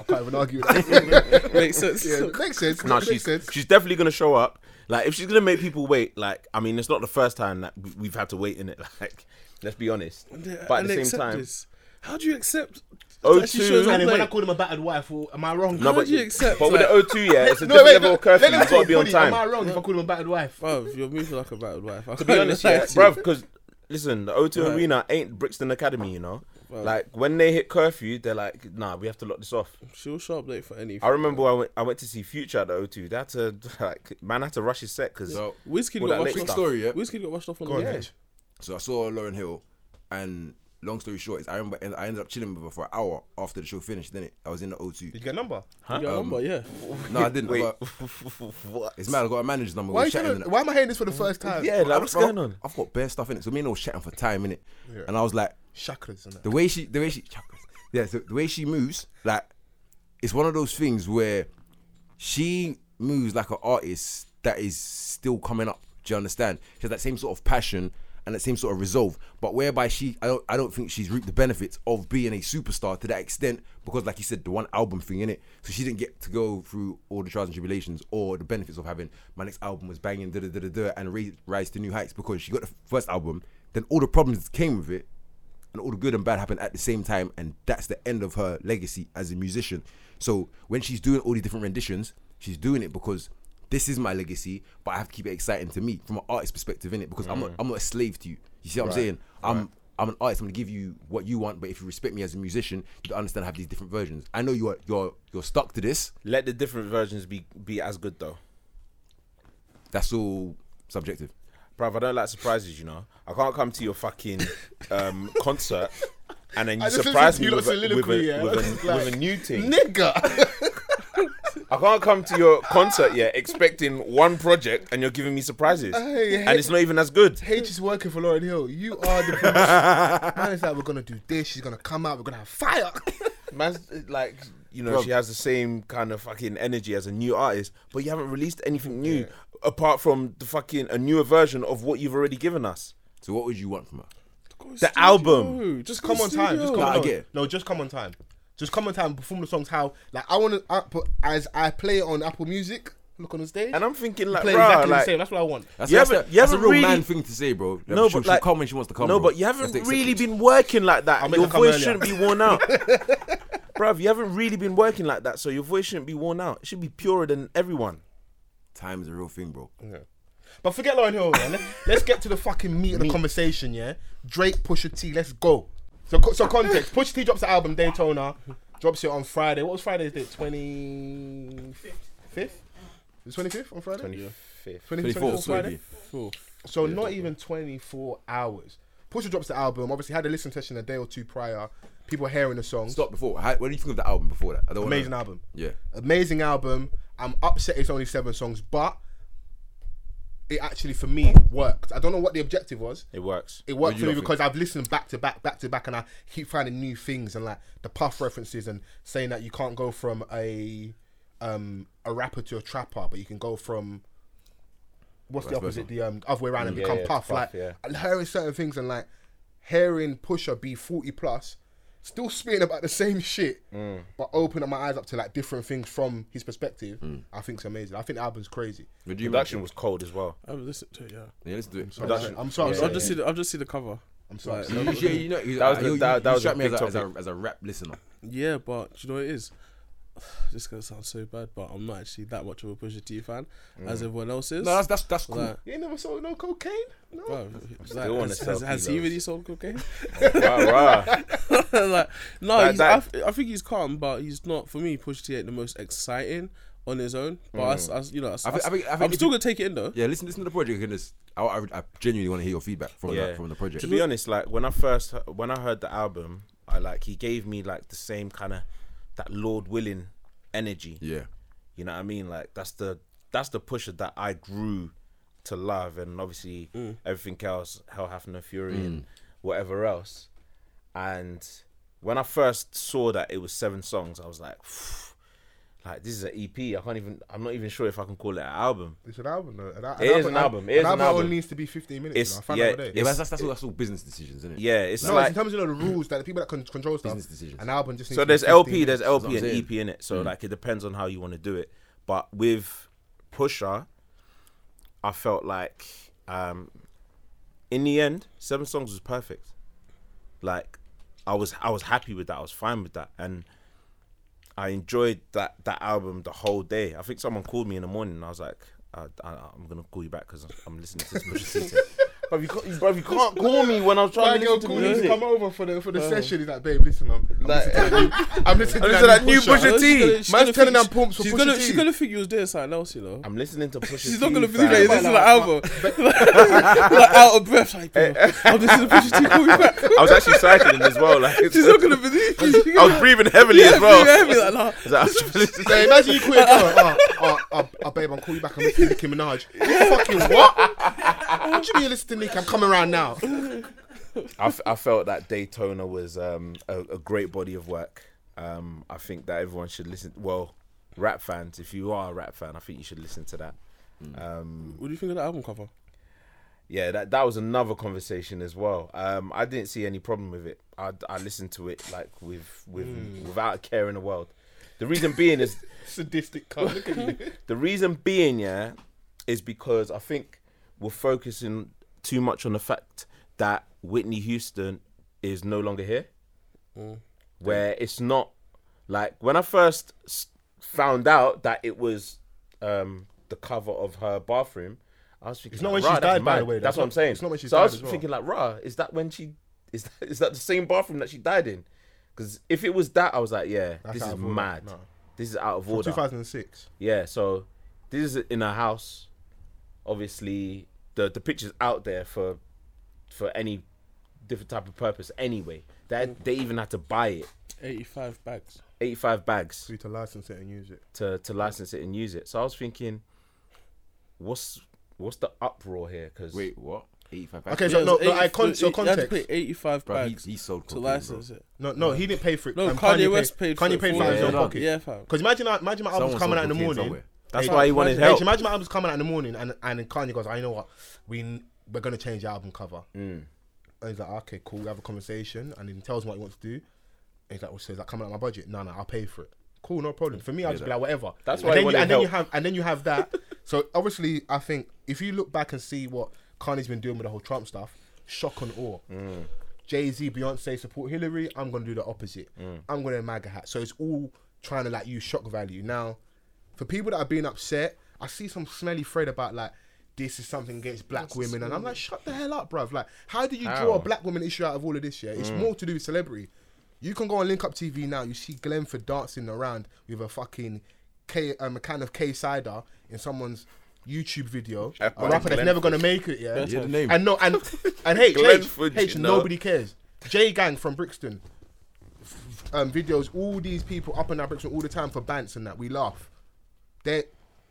S1: can't even argue [laughs] with that.
S4: Makes sense. [laughs]
S1: yeah, makes sense.
S3: No,
S1: makes
S3: she's
S1: sense.
S3: she's definitely gonna show up. Like, if she's gonna make people wait, like, I mean, it's not the first time that we- we've had to wait in it. [laughs] Like, let's be honest.
S4: Yeah,
S3: But
S4: and
S3: at the same
S4: accept
S3: time,
S4: this. How do you accept?
S3: O
S4: that she
S3: two-
S4: shows her
S3: And
S1: And then when I
S4: weight?
S1: called him a battered wife, well, am I wrong?
S4: How do you accept?
S3: But with
S4: like,
S3: the O2,
S4: [laughs]
S3: yeah, it's a
S1: No,
S3: different
S1: wait,
S3: level
S1: no,
S3: of curfew.
S1: let me
S3: You've got to be on
S1: fully, Am I
S3: time.
S1: wrong if I called him a battered wife?
S4: bruv, you're moving like a battered wife. I
S3: To be honest, yeah, bruv, because listen, the O2
S4: Right.
S3: Arena ain't Brixton Academy, you know.
S4: Right.
S3: Like when they hit curfew, they're like, "Nah, we have to lock this off."
S4: She'll show up late for any.
S3: I remember I went, I went to see Future at the O2. They had to [laughs] like, man had to rush his set because
S2: So,
S4: Whiskey
S3: All
S4: got
S3: that
S4: washed
S3: lit
S4: off.
S2: quick story, yeah.
S4: Whiskey got washed off on
S1: Go on,
S4: the
S1: yeah.
S4: edge.
S2: So I saw Lauren Hill, and long story short is I remember and I ended up chilling with her for an hour after the show finished. Then it I was in the O2.
S1: Did you get a number?
S4: Yeah, I remember, yeah.
S2: No, I didn't.
S3: wait,
S2: but
S3: [laughs] what?
S2: it's mad. I got a manager's number.
S1: Why, are
S2: we
S1: you
S2: was chatting.
S1: gonna,
S2: innit?
S1: why am I hearing this for the first time?
S3: Mm. Yeah, like,
S2: I've-
S3: what's
S2: bro,
S3: going on?
S2: I've got bare stuff in it. So me and I was chatting for time in it,
S1: Yeah.
S2: and I was like,
S1: Chakras and that.
S2: the way she, the way she, yeah, so the way she moves, like, it's one of those things where she moves like an artist that is still coming up. Do you understand? She has that same sort of passion and that same sort of resolve, but whereby she, I don't, I don't think she's reaped the benefits of being a superstar to that extent because, like you said, the one album thing in it, so she didn't get to go through all the trials and tribulations or the benefits of having my next album was banging, da da da da da, and raise, rise to new heights because she got the first album, then all the problems that came with it, and all the good and bad happen at the same time, and that's the end of her legacy as a musician. So when she's doing all these different renditions, she's doing it because this is my legacy, but I have to keep it exciting to me from an artist perspective, innit? Because I'm
S3: Mm.
S2: not, I'm not a slave to you. You see what I'm saying? I'm I'm an artist. I'm gonna give you what you want, but if you respect me as a musician, you understand I have these different versions. I know you're you're you're stuck to this.
S3: Let the different versions be be as good though,
S2: That's all subjective.
S3: bruv. I don't like surprises, you know. I can't come to your fucking um,
S1: [laughs]
S3: concert and then you
S1: I just
S3: surprise
S1: listened
S3: me
S1: to you
S3: with
S1: lot
S3: a, with, a,
S1: soliloquy, yeah. [laughs]
S3: with,
S1: I was
S3: a,
S1: like,
S3: with a new thing.
S1: Nigga!
S3: I can't come to your concert yet expecting one project and you're giving me surprises.
S1: Hey, hey.
S3: and it's not even as good.
S1: [laughs] H is working for Lauren Hill. You are the producer. Man, it's like, we're gonna do this, she's gonna come out, we're gonna have fire.
S3: Man's like, you know,
S2: Bro.
S3: she has the same kind of fucking energy as a new artist, but you haven't released anything new apart from the fucking a newer version of what you've already given us.
S2: So what would you want from her?
S4: Go to
S3: The album.
S4: studio. Just go
S1: come
S4: to
S1: on time. Just
S4: studio.
S1: come
S2: Nah, I
S1: on.
S2: get it.
S1: No, just come on time. Just come on time. and Perform the songs how like I want to. As I play it on Apple Music, look on the stage.
S3: And I'm thinking like,
S1: play
S3: bruh,
S1: exactly
S3: like,
S1: the same. That's what I want.
S2: That's,
S3: You
S2: that's,
S3: haven't-
S2: a,
S3: you
S2: that's a
S3: haven't
S2: real
S3: really-
S2: man thing to say, bro.
S3: no,
S2: she'll,
S3: but
S2: she'll
S3: like,
S2: come when she wants to come.
S3: No,
S2: bro.
S3: but you haven't
S2: That's the acceptance.
S3: really been working like that.
S1: make
S3: your
S1: her come
S3: voice
S1: earlier.
S3: shouldn't be worn out, [laughs] bruv. You haven't really been working like that, so your voice shouldn't be worn out. It should be purer than everyone.
S2: Time is a real thing, bro.
S1: But forget Lauren Hill. [laughs] Man. Let's, let's get to the fucking meat of the conversation. Yeah, Drake, Pusha T. Let's go. So co- so [laughs] context. Pusha T drops the album Daytona. Drops it on Friday. What was Friday's date? Twenty fifth. Twenty fifth on Friday. Twenty fifth. Twenty
S2: 24,
S1: fourth Friday.
S4: Cool.
S1: So not even 24 hours. Pusha drops the album. Obviously had a listen session a day or two prior. People hearing the song.
S2: Stop before. How, what do you think of the album before that? I don't wanna-
S1: Amazing album.
S2: Yeah.
S1: Amazing album. I'm upset it's only seven songs, but it actually for me worked. I don't know what the objective was.
S3: It works.
S1: It worked
S2: do
S1: for
S2: you
S1: me
S2: lot
S1: because I've listened back to back, back to back, and I keep finding new things and like the puff references and saying that you can't go from a um a rapper to a trapper, but you can go from what's the opposite, the um other way around and become
S3: Mm, yeah,
S1: puff.
S3: Puff,
S1: Like
S3: yeah.
S1: hearing certain things and like hearing Pusher be forty plus, still spitting about the same shit,
S3: Mm.
S1: but opening my eyes up to like different things from his perspective.
S3: Mm.
S1: I think's amazing. I think the album's crazy.
S2: Would you
S3: Production was cold as well.
S4: I haven't listened to it, yeah.
S2: Yeah, let's do it.
S3: Production.
S1: I'm sorry, I'm
S4: I've
S1: sorry.
S4: just seen the, I've just seen the cover.
S1: I'm sorry.
S4: Like,
S1: I'm sorry.
S2: You- you- yeah, you know, you-
S3: That was
S2: uh,
S3: the-
S2: you-
S3: that-
S2: you-
S3: that
S2: you
S3: was
S2: strike
S3: a
S2: me as
S3: big
S2: a, as, a,
S3: topic.
S2: as a rap listener.
S4: Yeah, but you know what it is? [sighs] This is gonna sound so bad, but I'm not actually that much of a Pusha T fan as everyone else is.
S2: No, that's that's that's cool.
S4: Like,
S1: You ain't never saw no cocaine? No.
S4: bro, like,
S3: wanna
S4: has,
S3: sell
S4: has, has he
S3: kilos.
S4: really sold cocaine? [laughs]
S3: Rah, rah.
S4: like, no,
S3: That-
S4: he's,
S3: that-
S4: I, th- I think he's calm, but he's not for me. Pusha T ain't the most exciting on his own, but I s- I, s- you know, I,
S2: I think- I think- I think
S4: am
S2: if
S4: still
S2: you-
S4: gonna take it in though.
S2: Yeah, listen, listen to the project. you can just- I, I, I genuinely want to hear your feedback from the, from the project.
S3: To be honest, like when I first he- when I heard the album, I like he gave me like the same kind of that Lord willing energy.
S2: yeah,
S3: You know what I mean? Like that's the that's the pusher that I grew to love, and obviously everything else, Hell Hath No Fury
S2: Mm.
S3: and whatever else. And when I first saw that it was seven songs, I was like, [sighs] like this is an EP. I can't even. I'm not even sure if I can call it an album.
S1: It's an album, though. An,
S3: It is an album. It is an album.
S1: only needs to be 15 minutes.
S3: It's-
S1: you know, I found
S3: yeah,
S1: out today.
S2: yeah, but that's that's, all, that's all business decisions, isn't it?
S3: Yeah, it's
S1: No, it's
S3: like
S1: in terms of you know, the rules that the people that con- control stuff,
S2: Business decisions.
S1: an album just needs
S3: So
S1: to be
S3: there's LP,
S1: 15
S3: there's
S1: minutes.
S3: LP and
S2: saying.
S3: EP in it. So
S4: Mm.
S3: like it depends on how you want to do it. But with Pusha, I felt like um in the end, seven songs was perfect. Like I was I was happy with that. I was fine with that, and I enjoyed that that album the whole day. I think someone called me in the morning, and I was like, I, I, "I'm gonna call you back because I'm listening to this
S4: [laughs]
S3: music." But you, can't- bruv, you can't call me when I'm
S1: My
S3: trying to
S1: girl
S3: listen to
S1: called me to
S3: music.
S1: come over for the for the
S2: Uh-huh.
S1: session. He's like, babe, listen, I'm, I'm listening
S2: [laughs]
S1: to that new- I'm listening to
S3: I'm
S1: that new
S3: listening to
S1: Pusha.
S3: that new Pusha T.
S1: Man's telling them pumps for
S4: she's
S1: Pusha
S4: gonna,
S1: T.
S4: She's gonna think you was doing something else, you know.
S3: I'm listening to Pusha
S4: She's
S3: T,
S4: not gonna
S3: fam.
S4: believe that this is an album. [laughs] like out of breath, like
S3: Eh.
S4: oh, bro, I'm listening to Pusha T. Call me back. [laughs]
S3: I was actually cycling as well. Like it's-
S4: She's not gonna believe
S3: [laughs]
S4: you.
S3: I was breathing heavily
S4: [laughs] yeah,
S3: as well.
S4: yeah, yeah, like, nah.
S3: I [laughs] was like, I was listening-
S1: Like, imagine you call
S3: [laughs]
S1: your girl, oh, oh, oh, oh, babe, I'm calling you back. I'm listening to Nicki Minaj. Fucking what? What do you mean you're listening to Nicki? I'm coming around now.
S3: I, f- I felt that Daytona was um, a, a great body of work. Um, I think that everyone should listen. Well, rap fans, if you are a rap fan, I think you should listen to that. Um,
S4: What do you think of the album cover?
S3: yeah, that that was another conversation as well. Um, I didn't see any problem with it. I, I listened to it like with with without a care in the world. The reason being is
S1: Sadistic cunt. Look at you.
S3: The reason being, yeah, is because I think we're focusing too much on the fact that Whitney Houston is no longer here.
S1: Mm.
S3: Where it's not like when I first s- found out that it was um, the cover of her bathroom, I was thinking,
S1: It's not
S3: like,
S1: when
S3: "Rah,
S1: she's
S3: that's
S1: died, by
S3: mad."
S1: the way,
S3: That's
S1: that's
S3: what
S1: not-
S3: I'm saying.
S1: it's not when she's
S3: so I
S1: died
S3: was
S1: as well.
S3: thinking, like, rah, is that when she is that, [laughs] is that the same bathroom that she died in? Because if it was that, I was like, yeah,
S1: That's
S3: this
S1: out
S3: is
S1: of order.
S3: mad.
S1: No.
S3: This is out of order.
S1: 2006.
S3: Yeah, so this is in a house. Obviously, the the picture's out there for for any different type of purpose. Anyway, that they even had to buy it,
S4: 85 bags.
S3: eighty five bags
S1: So you to license it and use it.
S3: to to license it and use it. So I was thinking, what's what's the uproar here? Because
S2: Wait, what? 85
S1: Okay,
S4: Yeah,
S1: so
S4: it
S1: no,
S4: was
S1: no, I
S4: 80
S1: con- so
S4: you had to pay
S1: context.
S4: 85
S2: Bro, he,
S4: bags
S2: he sold
S4: to
S2: cocaine,
S4: license
S2: bro.
S4: it.
S1: No, no, he didn't pay for it.
S4: No,
S1: Um,
S4: Kanye, West paid.
S1: Kanye paid for it out of his
S3: Yeah,
S1: own
S3: yeah.
S1: pocket.
S4: Yeah, fam.
S1: Because imagine, I- imagine my album's
S2: Someone
S1: coming out in
S2: sold
S1: the
S2: cocaine
S1: morning.
S2: somewhere.
S3: that's
S1: Hey,
S3: why he wanted
S1: imagine-
S3: help.
S1: hey, Imagine my album's coming out in the morning, and and Kanye goes, "I know what, we n- we're gonna change the album cover."
S3: Mm.
S1: And he's like, "Okay, cool, we have a conversation," and he tells him what he wants to do. And he's like, "Well, so is that coming out of my budget? No, no, I'll pay for it." Cool, no problem. For me, I'll just be like, whatever.
S3: That's
S1: and
S3: why he
S1: then you,
S3: wanted
S1: and then you
S3: help.
S1: have and then you have that. [laughs] so obviously, I think if you look back and see what Kanye's been doing with the whole Trump stuff, shock and awe. Jay Z, Beyonce support Hillary. I'm gonna do the opposite. I'm gonna wear a MAGA hat. So it's all trying to like use shock value. Now, for people that are being upset, I see some smelly thread about like this is something against black women, and I'm like, shut the hell up, bruv. Like, how do you draw
S3: How?
S1: a black woman issue out of all of this? Yeah, it's more to do with celebrity. You can go on Link Up TV now. You see Glenford dancing around with a fucking K, um, a can of K cider in someone's YouTube video.
S3: Uh,
S1: A rapper that's
S3: Glenford.
S1: never gonna make it. Yeah,
S2: Yeah, the name.
S1: and no,
S3: [laughs]
S1: and and H,
S3: Glenford,
S1: H, H
S3: you know.
S1: nobody cares. J Gang from Brixton, f- um, videos all these people up and down Brixton all the time for bants and that. We laugh. They,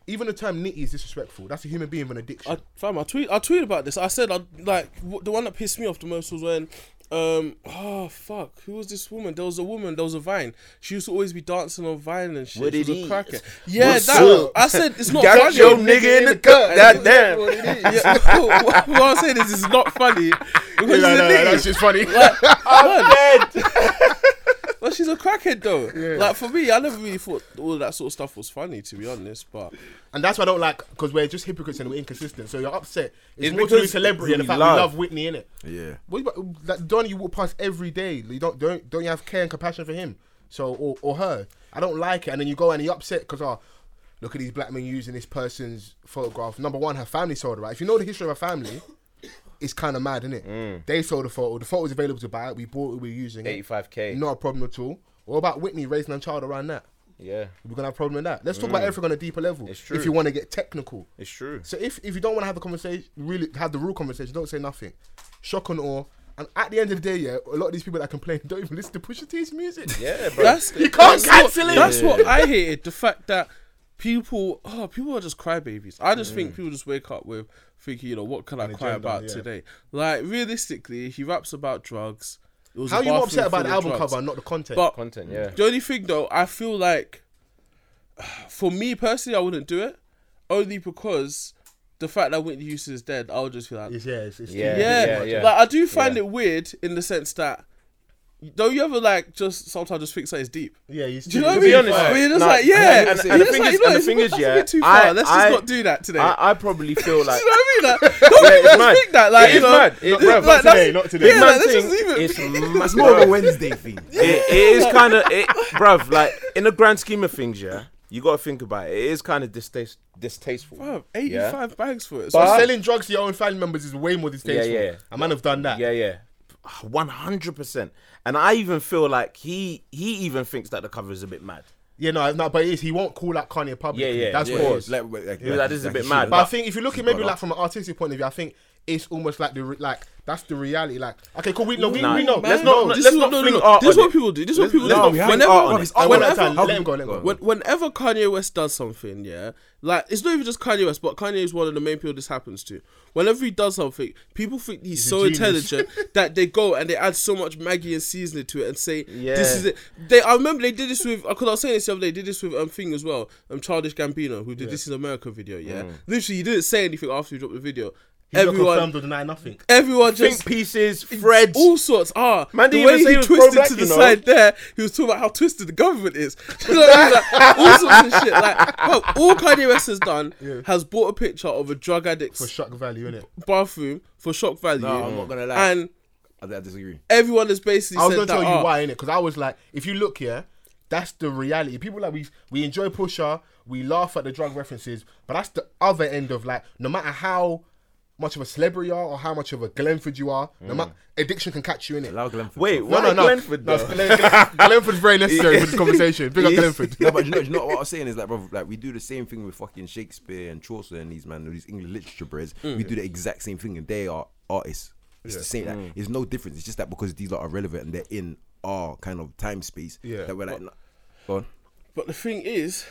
S1: even the term nitty is disrespectful. That's a human being with an addiction. [laughs]
S4: I, fam, I tweet, I tweeted about this. I said, I like w- the one that pissed me off the most was when, um, oh fuck, who was this woman? There was a woman. There was a Vine. She used to always be dancing on Vine and shit.
S3: What
S4: she
S3: it
S4: was a
S3: is.
S4: cracker. Yeah,
S3: What's
S4: that.
S3: up?
S4: I said it's not
S3: Got
S4: funny.
S3: your nigga in the cup,
S4: And-
S3: goddamn.
S4: What it is. [laughs] Yeah, [laughs] what, what I'm saying is, it's not
S3: [laughs]
S4: funny. Because she's a nigga.
S1: just funny.
S4: I'm [laughs]
S3: [laughs]
S4: Well, she's a crackhead though. Like for me, I never really thought all that sort of stuff was funny, to be honest. But
S1: and that's why I don't like because we're just hypocrites and we're inconsistent. So you're upset. It's,
S3: It's
S1: more to do with
S3: because
S1: celebrity and the
S3: we
S1: fact
S3: love.
S1: we love Whitney in it.
S2: Yeah.
S1: What about like Donnie? You walk past every day. You don't don't don't you have care and compassion for him? So or, or her? I don't like it. And then you go and you upset because oh, look at these black men using this person's photograph. Number one, her family sold it right. If you know the history of her family, it's kind of mad, isn't it?
S3: Mm.
S1: They sold the photo. The photo was available to buy. We bought it. We are using it.
S3: 85K.
S1: Not a problem at all. What about Whitney raising her child around that?
S3: yeah,
S1: We're gonna have a problem with that. Let's talk about everything on a deeper level.
S3: It's true.
S1: If you want to get technical,
S3: it's true.
S1: so if, if you don't want to have a conversation, really have the real conversation, don't say nothing. Shock and awe. And at the end of the day, yeah, a lot of these people that complain [laughs] don't even listen to Pusha T's music.
S3: Yeah, bro.
S4: that's
S1: You can't
S4: that's
S1: cancel
S4: what,
S1: it.
S4: That's what I hated. The fact that people, oh, people are just crybabies. I just think people just wake up with thinking, you know, what can I
S1: An
S4: cry
S1: agenda,
S4: about
S1: yeah.
S4: today? Like realistically, he raps about drugs. It was a
S1: How you not
S4: bathroom
S1: upset about the
S4: full of
S1: album
S4: drugs.
S1: cover and not the content?
S4: But
S3: Content, yeah.
S4: The only thing though, I feel like [sighs] for me personally, I wouldn't do it only because the fact that Whitney Houston is dead, I would just feel like,
S1: it's, yeah, it's, it's
S3: Yeah.
S1: too-
S4: yeah,
S3: yeah.
S4: like I do find
S3: Yeah.
S4: it weird in the sense that Don't you ever like just sometimes just think something is deep?
S1: Yeah, you
S4: Do you know what I
S1: too
S4: mean?
S1: far.
S4: Where you're just
S3: No,
S4: like,
S3: and-
S4: yeah.
S3: and- and the
S4: You're just
S3: thing
S4: like,
S3: is-
S4: you know,
S3: and the
S4: it's
S3: thing is,
S4: that's a
S3: yeah,
S4: bit too
S3: I-
S4: far. Let's just
S3: I-
S4: not do that today.
S3: I, I probably feel like
S4: Do you know what I mean? Like, [laughs] don't
S3: [laughs] Yeah, it's
S4: people
S3: mad.
S4: think that, like,
S3: It
S4: you
S3: is
S4: know,
S3: mad. It-
S4: like,
S3: bruv,
S4: like,
S1: not
S4: that's-
S1: today, not today.
S4: Yeah, like,
S3: man
S4: let's
S3: thing,
S4: just leave it. [laughs]
S3: it's
S2: [laughs] It's more of a
S3: mad.
S2: Wednesday
S1: [laughs]
S2: thing.
S3: it, it is kind of, it, bruv. Like in the grand scheme of things, yeah, you got to think about it. It is kind of distaste, distasteful.
S4: Bruv,
S3: yeah?
S4: 85 bags for it. So
S1: But
S4: it's-
S1: selling drugs to your own family members is way more distasteful.
S3: Yeah, yeah.
S1: A man have done that.
S3: Yeah, yeah. 100%. And I even feel like he he even thinks that the cover is a bit mad.
S1: Yeah, no, no, but it is. He won't call out Kanye publicly.
S3: Yeah, yeah.
S1: That's
S3: Yeah,
S1: what it
S3: yeah.
S1: is.
S2: Like, like,
S3: was like, this is a bit
S2: he
S3: mad.
S2: should-
S1: But I
S3: But-
S1: think if you look at maybe
S2: But-
S1: like from an artistic point of view, I think it's almost like the re- like that's the reality. Like, okay, cool, we know, we,
S3: Nah,
S1: we know.
S3: man. Let's
S1: No,
S3: not-
S1: no,
S4: this
S3: let's
S4: is
S3: not
S4: what, no, no,
S3: fling
S4: no.
S3: art
S4: This is
S3: on
S4: what
S3: it.
S4: people do. This is what people
S3: let's
S4: do.
S3: not- we haven't
S4: Whenever,
S3: art on it.
S1: I want that
S4: whenever,
S1: Oh, time. Let him go, let him go.
S4: when, whenever Kanye West does something, yeah, like it's not even just Kanye West, but Kanye is one of the main people this happens to. Whenever he does something, people think he's,
S1: a
S4: so
S1: genius.
S4: intelligent that they go and they add so much Maggie and seasoning to it and say,
S3: Yeah.
S4: "This is it." They, I remember they did this with because I was saying this the other day. They did this with um thing as well. Um, Childish Gambino who did this is America video. Yeah, literally, he didn't say anything after he dropped the video.
S1: He's not
S4: everyone,
S1: confirmed or denied nothing.
S4: everyone just
S3: Think pieces, Fred.
S4: all sorts. Ah,
S3: Man,
S4: the
S3: didn't
S4: way
S3: even say
S4: he
S3: he was
S4: twisted
S3: pro-black,
S4: to the
S3: you know?
S4: side there, he was talking about how twisted the government is. [laughs] You know what I mean? Like, all sorts of shit. Like, bro, all Kanye West has done has bought a picture of a drug addict's
S1: For shock value, innit?
S4: bathroom for shock value.
S2: No, I'm not gonna lie.
S4: And
S2: I I disagree.
S4: everyone has basically
S1: I was
S4: said
S1: gonna
S4: that.
S1: tell you
S4: ah,
S1: why, innit? Because I was like, if you look here, that's the reality. People like we we enjoy Pusha, we laugh at the drug references, but that's the other end of like, no matter how much of a celebrity you are or how much of a Glenford you are, no matter addiction can catch you in it.
S2: Allow Glenford.
S3: Wait,
S1: No,
S3: why
S1: no, no.
S3: Glenford,
S1: no
S3: though?
S1: Glen- Glen- Glenford's very necessary for this conversation. Big up
S3: He
S1: [laughs]
S2: [laughs]
S3: is.
S1: Glenford.
S2: no, but you know, you know what I was saying is like, bro, like we do the same thing with fucking Shakespeare and Chaucer and these man, these English literature breads.
S1: Mm.
S2: We do the exact same thing, and they are artists. It's the same. Like,
S1: Mm.
S2: It's no difference. It's just that because these lot are relevant and they're in our kind of time space.
S1: Yeah.
S2: That we're like, nah, go on.
S4: But the thing is,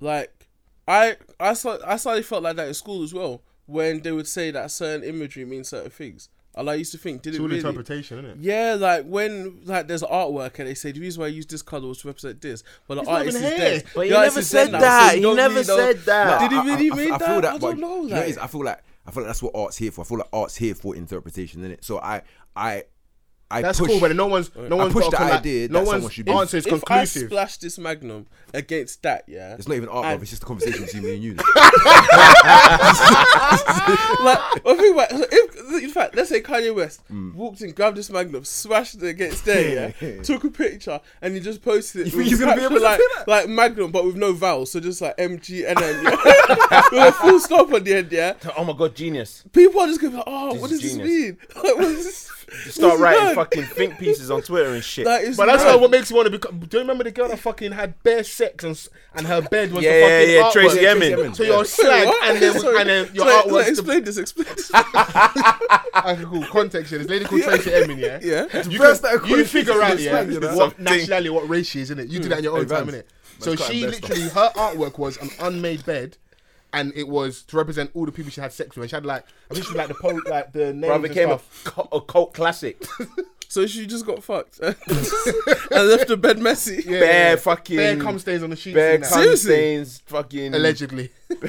S4: like, I I sli- I slightly felt like that in school as well when they would say that certain imagery means certain things. And I used to think, did
S1: It's
S4: it
S1: all
S4: really?
S1: interpretation, isn't it?
S4: Yeah, like when like there's artwork and they say the reason why I use this color was to represent this, but the
S1: not
S4: artist is
S1: even here.
S4: dead.
S3: But
S4: The
S3: he
S4: artist
S3: never
S4: is dead
S3: said
S4: now,
S3: that.
S4: you
S3: He
S4: don't
S3: never
S4: really know-
S3: said that.
S4: Did he really mean
S2: I
S4: that?
S2: feel
S4: I
S2: but
S4: don't know.
S2: you what
S4: Like,
S2: it is? I feel like I feel like that's what art's here for. I feel like art's here for interpretation, is it? So I, I, I
S1: That's
S2: push.
S1: cool, but no one's no one's
S2: push
S1: got a
S2: the
S1: con- like,
S2: idea
S1: No
S2: that
S1: one's
S2: someone should be-
S1: answer is
S4: if I
S1: conclusive.
S4: splash this magnum against that, yeah,
S2: it's not even art,
S4: I-
S2: bro. It's just a conversation between me
S1: [laughs]
S2: and you.
S4: like, [laughs] well, think about it. if, in fact, let's say Kanye West
S2: Hmm.
S4: walked in, grabbed this magnum, smashed it against there,
S2: [laughs]
S4: yeah, took a picture, and he just posted it.
S2: You think
S4: with
S2: he's gonna be
S4: caption
S2: able to
S4: like,
S2: do that?
S4: like magnum, but with no vowels, so just like MGNN, yeah. [laughs] with a full stop on the end, yeah.
S3: [laughs] Oh my god, genius.
S4: People are just gonna be like, oh, what does
S3: is
S4: this mean? [laughs]
S3: genius.
S4: Like, what is [laughs] this?
S3: Start
S4: what's
S3: writing
S4: that?
S3: fucking
S4: [laughs]
S3: think pieces on Twitter and shit.
S4: That is
S1: But that's
S4: mad.
S1: not what makes you want to become. Do you remember the girl that fucking had bare sex and s- and her bed was
S3: Yeah,
S1: the fucking
S3: yeah, yeah,
S1: artwork?
S3: Tracy Emin.
S1: So you're
S4: Wait,
S1: slag
S4: what?
S1: and then
S4: [laughs] Sorry.
S1: and then your
S4: Sorry,
S1: art
S4: sorry,
S1: was the
S4: explain this. Explain
S3: [laughs]
S4: this.
S1: okay, cool. context. Yeah, this lady called Tracy Emin. Yeah,
S4: yeah.
S1: You,
S2: First
S1: can-
S2: that
S1: you figure out yeah,
S2: conversation
S1: what
S2: is
S3: something.
S1: nationality, what race she is, innit? You do that in your own
S2: Hey,
S1: time,
S2: Vance.
S1: innit? So
S2: cut
S1: she
S2: and best
S1: literally, her artwork was an unmade bed, and it was to represent all the people she had sex with. And she had like, I think she was like the po- like the names
S3: Bro,
S1: and
S3: became a,
S1: stuff.
S3: cu- a cult
S4: [laughs]
S3: classic.
S4: So she just got fucked [laughs] and left the bed messy.
S1: Yeah,
S3: Bare
S1: yeah, yeah.
S3: fucking-
S1: bare cum stains on the sheets.
S3: Bear
S1: and that.
S4: cum-
S3: cum
S4: Seriously?
S3: stains, fucking
S1: allegedly. [laughs]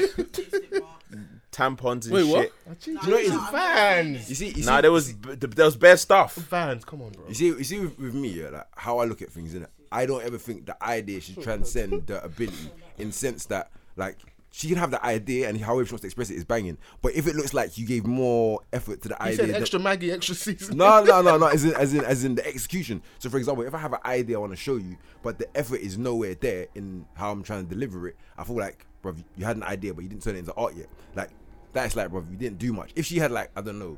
S3: tampons and
S4: Wait,
S3: shit.
S4: what?
S1: you know, it's fans.
S2: You see, you see,
S3: Nah, there was b- there was bare stuff.
S1: Fans, come on, bro.
S2: You see, you see, with, with me, yeah, like how I look at things, innit? I don't ever think the idea should transcend the ability, in sense that like she can have the idea and however she wants to express it is banging. But if it looks like you gave more effort to the
S1: He
S2: idea,
S1: said
S2: than-
S1: extra Maggie, extra season.
S2: no, no, no, no. As in, as in, as in the execution. So, for example, if I have an idea I want to show you, but the effort is nowhere there in how I'm trying to deliver it, I feel like, bro, you had an idea, but you didn't turn it into art yet. Like that's like, bro, you didn't do much. If she had like, I don't know,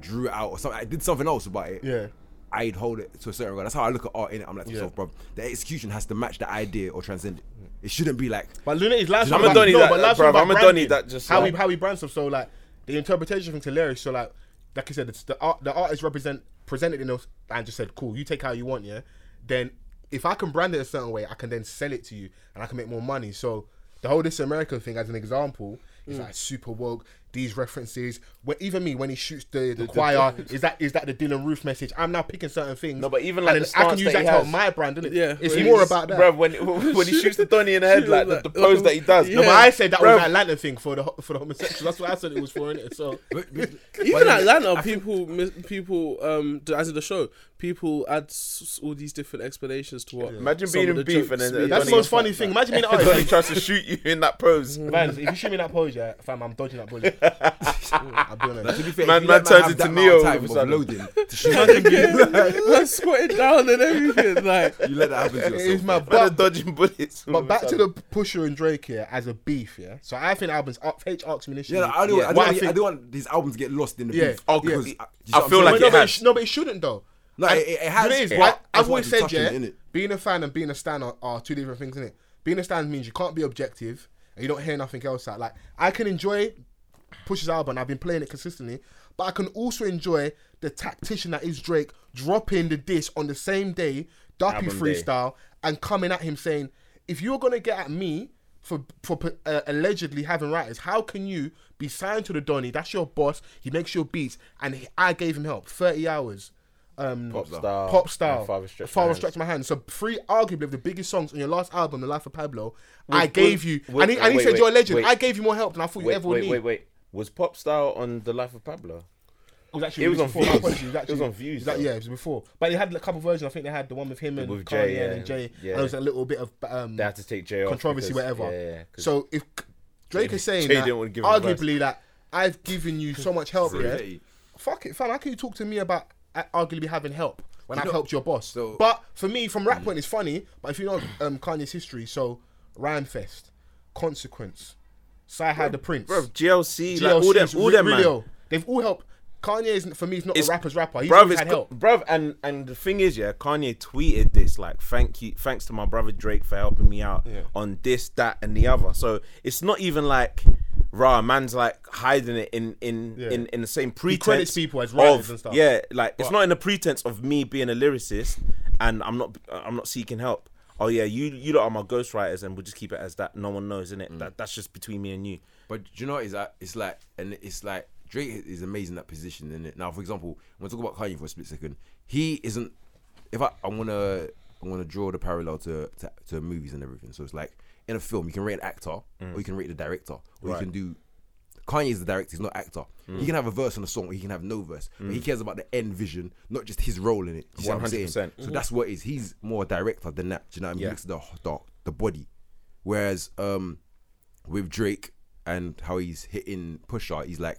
S2: drew it out or something, I did something else about it.
S1: Yeah.
S2: I'd hold it to a certain regard. That's how I look at art in it. I'm like, to myself, bro, the execution has to match the idea or transcend it. It shouldn't be like,
S1: But Lunatic's last
S3: I'm a Donny that- bruv, I'm a Donny that just
S1: how
S3: like-
S1: we how we brand stuff. So like the interpretation thing's hilarious. So like like you said, it's the art the artist represent presented in those and just said, cool, you take how you want, yeah. Then if I can brand it a certain way, I can then sell it to
S3: Mm.
S1: you and I can make more money. So the whole this America thing as an example is like super woke. these references. When, even me, when he shoots the, the choir, is that is that the Dylan Roof message? I'm now picking certain things.
S3: No, but even,
S1: and
S3: like,
S1: then
S3: the
S1: I can
S3: stance
S1: use
S3: that he
S1: that to help
S3: has.
S1: my brand, isn't it?
S4: Yeah,
S1: it's
S4: well,
S1: more
S4: he's-
S1: about that.
S3: Bruv,
S1: [laughs]
S3: when when he shoots the Donny in the head, like the, the pose that he does.
S1: No, but
S4: Yeah.
S1: I said that was
S3: Bruv.
S1: an Atlanta thing for the for the homosexuals. That's what I said it was for, innit? [laughs] So
S4: [laughs] Even Atlanta, people, mis- people, um, d- as in the show, people add s- all these different explanations to what.
S3: Imagine
S4: some
S3: being in
S4: of the
S3: beef
S4: jokes
S3: and then
S4: be.
S1: that's
S4: [laughs]
S3: Donny
S1: the most
S3: was
S1: funny
S3: like-
S1: thing.
S3: [laughs]
S1: Imagine me in the
S3: Donny
S1: artist. Mm.
S3: tries to shoot you in that pose.
S1: Man, if you shoot me in that pose, yeah, fam, I'm dodging that [laughs] bullet. I'll be honest.
S2: To be fair,
S3: Man-
S2: if you
S3: man
S2: let
S3: turns
S2: have
S3: into
S2: that amount
S3: Neo all of a
S2: of time of
S3: sudden.
S2: loading to shoot.
S4: I'm squatting down and
S3: [laughs]
S4: everything. Like,
S2: you let
S1: [laughs]
S2: that happen to yourself.
S1: It's my
S3: Man, are [laughs]
S1: butt.
S3: dodging bullets. all
S1: But
S3: of a
S1: back to
S3: sudden.
S1: the Pusher and Drake here as a beef, yeah. So I think Albans up H asked me initially.
S2: Yeah, like, I don't.
S3: Yeah.
S2: I,
S1: What
S2: don't
S1: I
S2: want,
S1: think-
S2: I don't want these albums to get lost in the
S1: Yeah.
S2: beef.
S1: Oh,
S2: because
S1: yeah.
S2: I, you
S3: I
S2: see what
S3: feel
S2: I'm
S3: like
S2: saying?
S1: no,
S3: it
S1: but
S3: has.
S1: sh- no, but it shouldn't though.
S2: No,
S1: And
S2: it- it- it
S1: do you
S2: has,
S1: know what is?
S2: but
S1: I,
S2: that's
S1: I've
S2: what
S1: always
S2: we're
S1: said,
S2: touching,
S1: yeah,
S2: innit?
S1: being a fan and being a stan are, are two different things, innit? Being a stan means you can't be objective and you don't hear nothing else out. Like I can enjoy Push's album, I've been playing it consistently, but I can also enjoy the tactician that is Drake dropping the diss on the same day, Duppy
S3: Album day.
S1: freestyle, and coming at him saying, if you're gonna get at me for for uh, allegedly having writers, how can you be signed to the Donny? That's your boss. He makes your beats, and he- I gave him help. Thirty hours. Um,
S3: Pop Star.
S1: pop star,
S3: And Father Stretch
S1: Father
S3: My Hands.
S1: Stretch my hand. So three, arguably of the biggest songs on your last album, The Life of Pablo. I
S3: Wait,
S1: gave
S3: wait,
S1: you,
S3: wait,
S1: and he, and he
S3: wait,
S1: said
S3: wait,
S1: you're a legend.
S3: wait.
S1: I gave you more help than I thought you
S3: wait,
S1: ever would
S3: wait,
S1: need.
S3: wait, wait. Was pop star on the Life of Pablo?
S1: It was actually
S3: It was on
S1: before. My
S3: Views.
S1: apologies,
S3: It was
S1: actually-
S3: on Views,
S1: it was like-
S3: though.
S1: yeah, it was before. But they had a couple versions. I think they had the one with him and
S3: With
S1: with
S3: Jay,
S1: Kanye
S3: yeah,
S1: and Jay.
S3: yeah.
S1: And there was a little bit of um,
S3: They had to take Jay off
S1: controversy,
S3: because-
S1: whatever.
S3: yeah, yeah, 'cause-
S1: so if Drake is saying
S3: Jay
S1: that,
S3: didn't want to give him
S1: arguably that I've given you so much help, yeah.
S2: Really?
S1: Fuck it, fam. How can you talk to me about uh, arguably having help when I've helped your boss?
S2: so-
S1: but for me, from
S3: Mm.
S1: rap point, it's funny. But if you know um, Kanye's history, so Rhyme Fest, Consequence, Sci Hi the Prince,
S3: Bro, GLC,
S1: GLC's,
S3: like all them, all them, man.
S1: Rilio, They've all helped. Kanye isn't for me. He's not
S3: It's-
S1: a rapper's rapper. He's
S3: Bruv,
S1: always
S3: it's
S1: had
S3: co-
S1: help.
S3: bruv, and and the thing is, yeah, Kanye tweeted this like, "Thank you, thanks to my brother Drake for helping me out on this, that, and the other." So it's not even like raw man's like hiding it in in
S1: Yeah.
S3: in, in the same pretense.
S1: credits people as writers
S3: of-
S1: and stuff.
S3: Yeah, like it's not in the pretense of me being a lyricist and I'm not I'm not seeking help. Oh yeah, you you lot are my ghostwriters, and we'll just keep it as that. No one knows,
S1: Mm.
S3: innit? That that's just between me and you.
S2: But do you know what is that? It's like, and it's like Drake is amazing in that position, is it? Now, for example, when I talk about Kanye for a split second, he isn't. If I, I wanna, I wanna draw the parallel to, to to movies and everything. So it's like in a film, you can rate an actor, or you can rate the director, or you can do. Kanye is the director, he's not actor. He can have a verse on a song, or he can have no verse. But he cares about the end vision, not just his role in it. Do You see what I'm saying?
S3: 100%.
S2: So that's what it is. He's more a director than that. Do you know what I mean?
S3: Yeah.
S2: He looks at the, the the body. Whereas um with Drake and how he's hitting Pusha, he's like,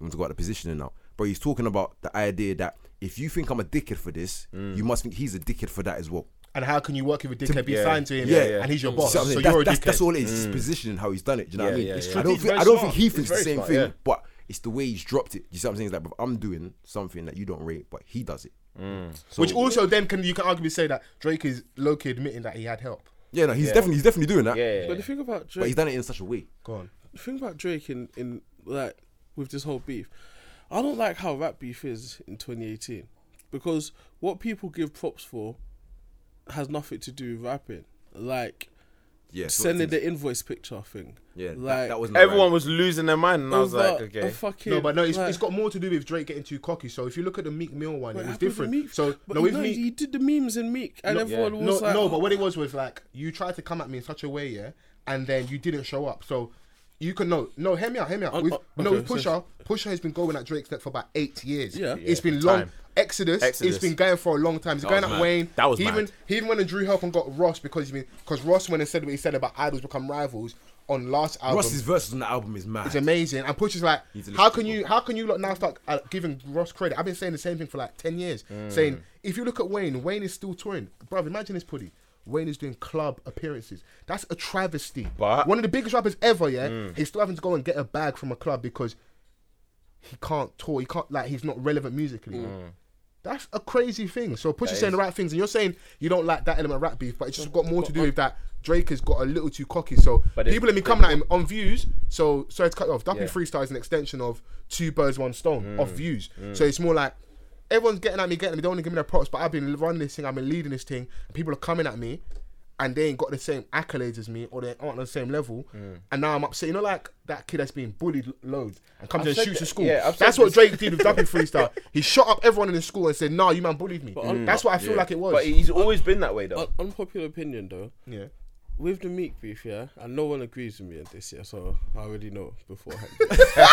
S2: I'm gonna talk about the positioning now. But he's talking about the idea that if you think I'm a dickhead for this, you must think he's a dickhead for that as well.
S1: And how can you work with a dickhead? Be
S3: yeah. Mm.
S1: signed to him,
S2: Yeah,
S1: yeah,
S2: yeah.
S1: and he's your
S2: You
S1: boss.
S2: see what
S1: So
S2: I'm saying?
S1: you're a
S2: that's, that's,
S1: dickhead.
S2: that's all it is. It's his positioning how he's done it. Do you know what I
S3: Yeah,
S2: mean?
S3: yeah, It's yeah.
S2: I
S1: tricky,
S2: don't
S1: it's
S2: think I
S1: very
S2: don't
S1: smart.
S2: think he
S1: It's
S2: thinks
S1: very
S2: the same
S1: smart,
S2: thing,
S1: yeah.
S2: but it's the way he's dropped it. You see what I'm saying? It's like, bro, I'm doing something that you don't rate, but he does it. So-
S1: Which also then can you can arguably say that Drake is low key admitting that he had help.
S2: yeah, no, he's definitely he's definitely doing that.
S3: Yeah,
S4: but the thing about Drake,
S2: But he's done it in such a way.
S1: Go on.
S4: the thing about Drake in in like with this whole beef, I don't like how rap beef is in 2018 because what people give props for has nothing to do with rapping. Like
S2: Yeah, so
S4: sending
S2: it's-
S4: the invoice picture thing.
S2: yeah, that,
S4: like
S2: that wasn't
S3: everyone was losing their mind, and I was
S4: over
S3: like,
S4: a
S3: okay,
S4: fucking,
S1: No, but no, it's,
S4: like-
S1: it's got more to do with Drake getting too cocky. So if you look at the Meek Mill one, it
S4: What
S1: was
S4: happened with
S1: different.
S4: Meek?
S1: So
S4: But
S1: no, with Meek,
S4: you did the memes in Meek, and everyone
S1: no,
S4: was like, "Oh."
S1: no, but what it was was like you tried to come at me in such a way, yeah, and then you didn't show up. So you can no, no, hear me out, hear me out.
S4: Oh,
S1: with,
S4: oh,
S1: no, with
S4: okay,
S1: Pusha,
S4: so-
S1: Pusha has been going at Drake's neck for about eight years.
S4: Yeah.
S1: it's
S3: Yeah,
S1: been
S3: time.
S1: long. Exodus,
S3: Exodus.
S1: it's been going for a long time. He's going
S2: was
S1: at
S2: mad.
S1: Wayne.
S3: That was
S1: he even
S3: mad.
S1: he even went and drew help and got Ross because he been because Ross went and said what he said about idols become rivals on last album.
S2: Ross's verses on the album is mad.
S1: It's
S2: [laughs]
S1: amazing. And Push is like,
S2: He's a
S1: how
S2: little
S1: can you how can you lot now start uh, giving Ross credit? I've been saying the same thing for like ten years,
S2: Mm.
S1: saying if you look at Wayne, Wayne is still touring, bro. Imagine this, Puddy. Wayne is doing club appearances. That's a travesty.
S3: But-
S1: One of the biggest rappers ever, yeah.
S2: Mm.
S1: He's still having to go and get a bag from a club because he can't tour. He can't like he's not relevant musically.
S2: Mm.
S1: That's a crazy thing. So Push is saying the right things, and you're saying you don't like that element of rap beef, but it's just got more to do with that. Drake has got a little too cocky, so
S3: But it's-
S1: people have been coming at him on views. So sorry to cut you off. Duppy
S3: Yeah. Mm.
S1: Freestyle is an extension of two birds, one stone of views. So it's more like everyone's getting at me, getting at me. They don't want to give me their props, but I've been running this thing. I've been leading this thing. People are coming at me, and they ain't got the same accolades as me or they aren't on the same level,
S3: Mm.
S1: and now I'm upset. You know, like that kid that's being bullied l- loads and comes
S3: I've
S1: and
S3: said
S1: shoots
S3: that-
S1: at school.
S3: yeah, I've
S1: that's
S3: said
S1: what Drake did with Dumpy Freestyle. He shot up everyone in the school and said, "Nah, you man bullied me." That's what I feel like it was.
S3: But he's always been that way, though.
S4: "Oh, Un- unpopular opinion though.
S1: yeah.
S4: With the meat beef, yeah, and no one agrees with me on this, yeah, so I already know beforehand.
S1: [laughs]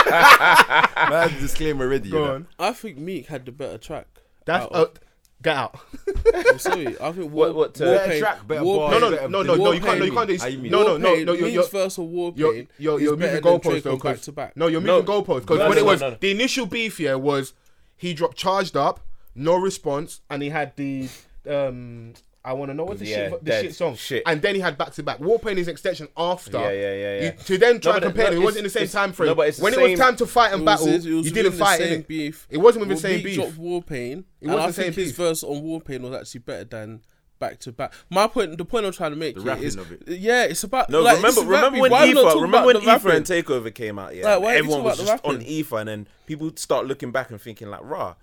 S2: Man, disclaimer ready.
S1: Go on.
S4: I think Meek had the better track.
S1: That's
S4: out
S1: uh,
S4: of-
S1: get out. [laughs]
S4: I'm sorry. I think War,
S3: what to-
S4: War
S3: Better
S4: Pain-
S2: track, better
S4: War
S2: bars,
S1: No,
S4: Pain-
S1: no,
S2: better-
S1: no, no, no. You can't. No, you
S2: How
S1: can't. do this.
S2: you mean?
S1: No, no, no,
S4: Warpain,
S1: no. You're,
S4: Meek's
S1: you're,
S4: verse of War
S1: you're,
S4: Pain
S1: you're,
S4: is
S1: you're
S4: better
S1: moving
S4: than
S1: goalposts
S4: Drake
S1: though.
S4: on back
S1: 'cause-
S4: to back.
S1: No, you're
S3: No.
S1: moving goalposts because
S3: No,
S1: when
S3: no,
S1: it was
S3: no, no.
S1: the initial beef here was he dropped charged up, no response, and he had the um. I want to know what's the
S3: Yeah,
S1: shit, the
S3: dead.
S1: shit song,
S3: Shit.
S1: and then he had back to back. Warpain is extension after.
S3: Yeah, yeah, yeah, yeah.
S1: You- to then try
S3: No,
S1: to
S3: but
S1: compare
S3: no,
S1: them, it
S3: it's-
S1: wasn't in the same
S3: it's-
S1: time frame.
S3: no, but it's the
S1: when it
S3: same-
S1: was time to fight and
S4: It was-
S1: battle,
S4: it was
S1: you
S4: within
S1: didn't
S4: the
S1: fight
S4: same
S1: it.
S4: beef.
S1: It wasn't within the
S4: Well,
S1: same
S4: Meek
S1: beef.
S4: Dropped War Pain. It
S1: wasn't
S4: I
S1: the same
S4: think his
S1: beef.
S4: verse on War Pain was actually better than back to back. My point, the point I'm trying to make
S2: The
S4: here
S2: rapping
S4: is-
S2: of it.
S4: yeah, it's about
S3: No,
S4: like,
S3: remember,
S4: it's
S3: remember
S4: rapping.
S3: when
S4: Why are we not
S3: Aoife,
S4: talking
S3: remember
S4: about
S3: when
S4: the
S3: Aoife and
S4: rapping?
S3: Takeover came out? Yeah,
S4: Like, why are we
S3: everyone was
S4: talking
S3: just
S4: about the
S3: on
S4: rapping?
S3: Aoife, and then people start looking back and thinking like, "Rah,